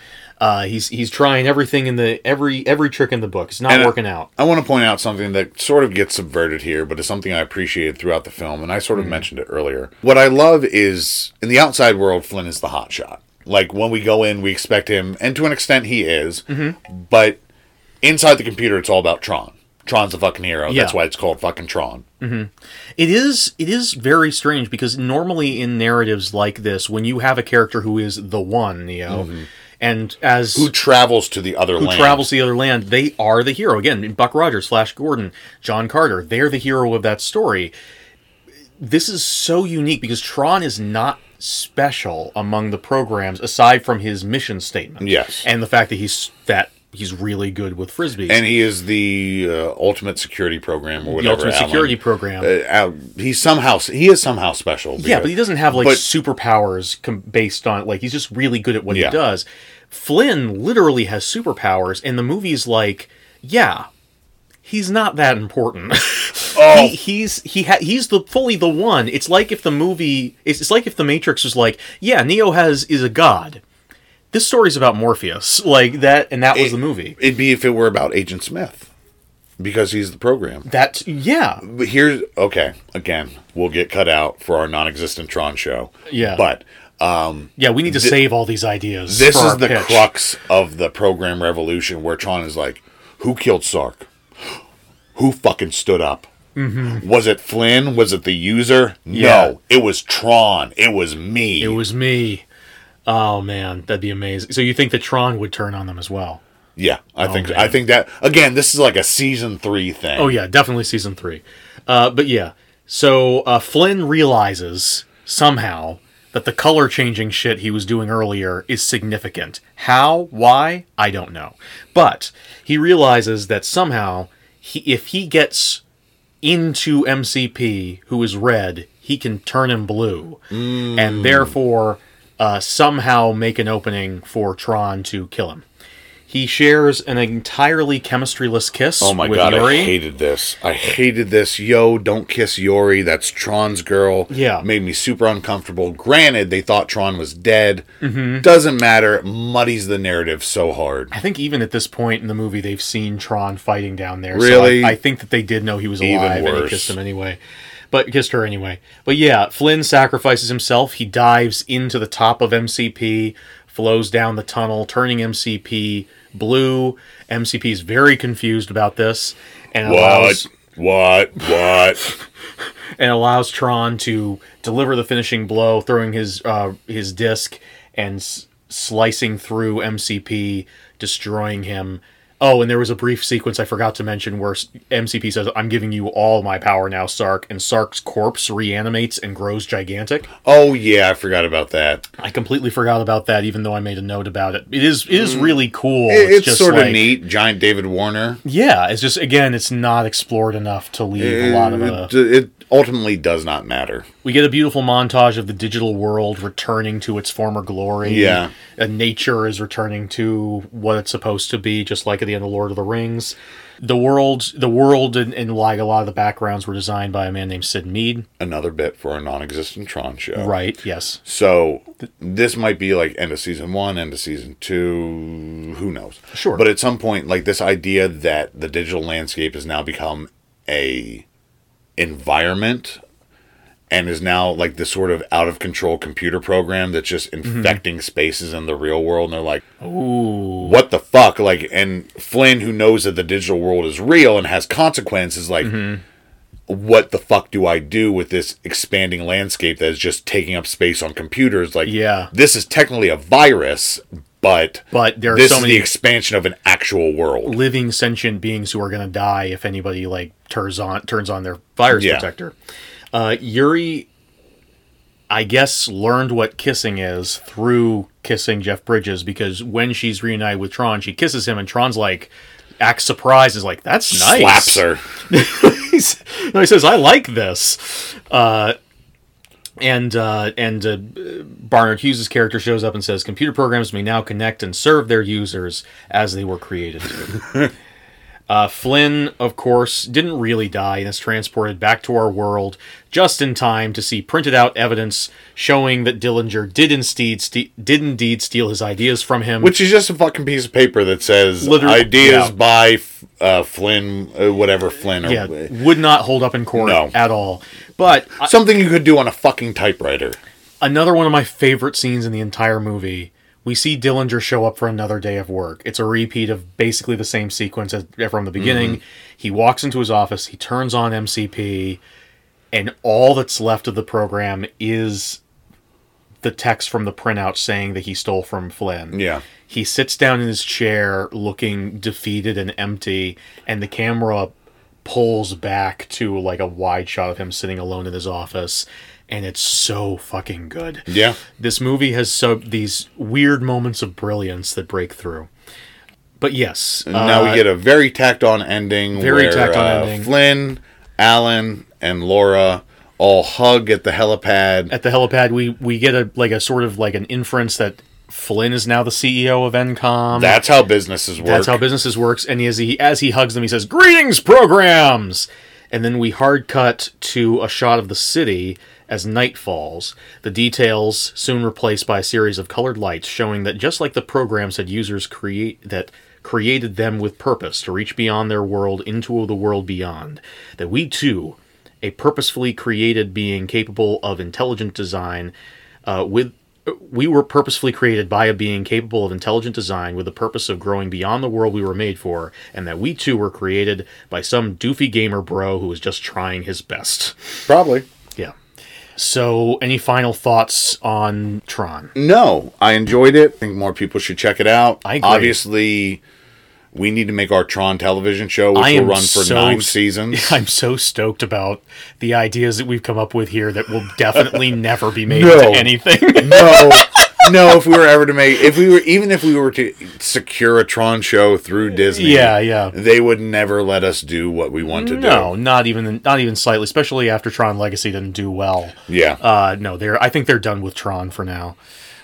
Uh, he's he's trying everything in the every every trick in the book. It's not
And- uh,
working out.
I want to point out something that sort of gets subverted here, but is something I appreciated throughout the film, and I sort
Hmm.
of mentioned it earlier. What I love is in the outside world, Flynn is the hot shot. Like when we go in, we expect him, and to an extent, he is.
Mm-hmm.
But inside the computer, it's all about Tron. Tron's the fucking hero. That's
Yeah.
why it's called fucking Tron.
It is it is very strange because normally in narratives like this, when you have a character who is the one, Neo, and as
Mm-hmm. Who travels to the other
who
land?
travels to the other land, they are the hero. Again, Buck Rogers, Flash Gordon, John Carter, they're the hero of that story. This is so unique because Tron is not special among the programs aside from his mission statement.
Yes.
And the fact that he's that he's really good with frisbees.
and he is the uh, ultimate security program or
the
whatever.
ultimate
Alan.
security program.
Uh, Al- he's somehow he is somehow special.
yeah, but he doesn't have like
but-
superpowers com- based on like he's just really good at what
Yeah.
he does. Flynn literally has superpowers and the movie's like, yeah, he's not that important.
Oh.
He, he's he ha- he's the fully the one. It's like if the movie it's, it's like if the Matrix was like, yeah, Neo has is a god. This story's about Morpheus, like that, and that was the movie.
It'd be if it were about Agent Smith, because he's the program.
That yeah,
But here's okay. Again, we'll get cut out for our non-existent Tron show.
Yeah.
but
yeah. We need to save all these ideas.
this
for
is
our
the
pitch.
crux of the program revolution, where Tron is like, "Who killed Sark? Who fucking stood up? Was it Flynn? Was it the user?
Mm-hmm. Yeah.
No, it was Tron. It was me.
It was me. Oh man, that'd be amazing. So you think that Tron would turn on them as well?
yeah, I think
Oh, man.
I think that again. This is like a season three thing.
Oh yeah, definitely season three. Uh, but yeah, so uh, Flynn realizes somehow that the color changing shit he was doing earlier is significant. How? Why? I don't know. But he realizes that somehow, he, if he gets into MCP, who is red, he can turn him blue,
Mm.
and therefore uh, somehow make an opening for Tron to kill him. He shares an entirely chemistry-less kiss.
Oh my
with
god,
Yuri.
I hated this. I hated this. Yo, don't kiss Yori. That's Tron's girl.
Yeah.
Made me super uncomfortable. Granted, they thought Tron was dead.
Mm-hmm.
Doesn't matter. It muddies the narrative so hard.
I think even at this point in the movie, they've seen Tron fighting down there.
Really?
So I, I think that they did know he was
Even
alive and he
worse.
kissed him anyway. But kissed her anyway. But yeah, Flynn sacrifices himself. He dives into the top of MCP, flows down the tunnel, turning MCP blue. MCP is very confused about this and allows,
What? What? What?
and allows Tron to deliver the finishing blow, throwing his uh, his disc and s- slicing through MCP, destroying him. Oh, and there was a brief sequence I forgot to mention where s- MCP says, "I'm giving you all my power now, Sark," and Sark's corpse reanimates and grows gigantic.
oh yeah, I forgot about that.
I completely forgot about that, even though I made a note about it. It is it is really cool.
Mm. It's, sort of
like-
neat. Giant David Warner.
Yeah, it's just again, it's not explored enough to leave a lot of uh, a,
It, it ultimately does not matter.
We get a beautiful montage of the digital world returning to its former glory.
Yeah.
And nature is returning to what it's supposed to be, just like at the end of Lord of the Rings. The world, the world, and, and like a lot of the backgrounds were designed by a man named Sid Mead.
Another bit for a non-existent Tron show.
Right. Yes.
So this might be like end of season one, end of season two, who knows?
Sure.
But at some point, like this idea that the digital landscape has now become a environment and is now like this sort of out of control computer program that's just
Mm-hmm.
infecting spaces in the real world and they're like Ooh. what the fuck like and Flynn who knows that the digital world is real and has consequences like
Mm-hmm.
what the fuck do I do with this expanding landscape that is just taking up space on computers? Like,
Yeah.
this is technically a virus, but
But there are
this
so
is
many
the expansion of an actual world.
living sentient beings who are going to die if anybody like turns on turns on their virus
Yeah.
protector. Uh, Yuri, I guess, learned what kissing is through kissing Jeff Bridges because when she's reunited with Tron, she kisses him and Tron's like acts surprised is like that's nice
Slaps her.
He's- no, he says, "I like this," uh, and uh, and uh, Barnard Hughes' character shows up and says, "Computer programs may now connect and serve their users as they were created." to." uh, Flynn, of course, didn't really die and is transported back to our world just in time to see printed out evidence showing that Dillinger did indeed ste- did indeed steal his ideas from him.
Which is just a fucking piece of paper that says
Literally-
ideas
yeah.
by uh, Flynn, uh, whatever Flynn, or
yeah, would not hold up in court
No.
at all. But
something you could do on a fucking typewriter.
another one of my favorite scenes in the entire movie. We see Dillinger show up for another day of work. It's a repeat of basically the same sequence as from the beginning. He walks into his office, he turns on MCP, and all that's left of the program is the text from the printout saying that he stole from Flynn.
Yeah.
He sits down in his chair looking defeated and empty, and the camera pulls back to like a wide shot of him sitting alone in his office, and it's so fucking good.
Yeah.
This movie has so these weird moments of brilliance that break through. But yes, uh,
now we get a very tacked on ending.
Very
where,
tacked-on
uh,
ending.
Flynn, Alan, and Laura all hug at the helipad.
at the helipad we we get a like a sort of like an inference that Flynn is now the CEO of Encom.
That's how businesses work.
That's how businesses works. And as he as he hugs them, he says, "Greetings, programs." And then we hard cut to a shot of the city as night falls. The details soon replaced by a series of colored lights, showing that just like the programs had users create that created them with purpose to reach beyond their world into the world beyond, that we too, a purposefully created being capable of intelligent design, uh, with we were purposefully created by a being capable of intelligent design with the purpose of growing beyond the world we were made for, and that we too were created by some doofy gamer bro who was just trying his best.
Probably.
Yeah. So, any final thoughts on Tron?
No, I enjoyed it. I think more people should check it out.
I agree.
Obviously, we need to make our Tron television show, which
I
will
am
run for
so-
nine seasons.
I'm so stoked about the ideas that we've come up with here that will definitely never be made
No.
into anything.
no, no. If we were ever to make, if we were, even if we were to secure a Tron show through Disney,
Yeah, yeah.
they would never let us do what we want to
no, not even not even slightly, especially after Tron Legacy didn't do well.
do. Yeah,
Uh, no, they're I think they're done with Tron for now.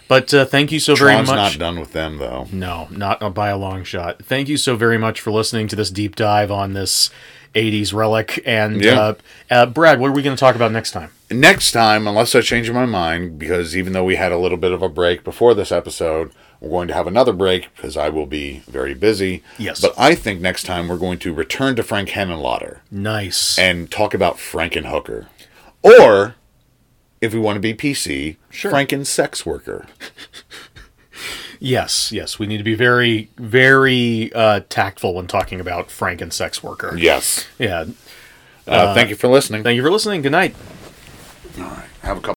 But uh, thank you so
Tron's
very
not
much.
done with them though.
No, not uh, by a long shot. Thank you so very much for listening to this deep dive on this 80s relic. And
Yeah.
uh, uh, Brad, what are we going to talk about next time?
Next time, unless I change my mind, because even though we had a little bit of a break before this episode, we're going to have another break because I will be very busy.
Yes.
But I think next time we're going to return to Frank Henenlotter
Nice.
and talk about Frankenhooker. Or, if we want to be PC, Franken Sex Worker.
yes, yes. We need to be very, very uh, tactful when talking about Frank and sex worker.
Yes.
Yeah.
Uh, thank you for listening.
Thank you for listening. Good night.
Have a couple.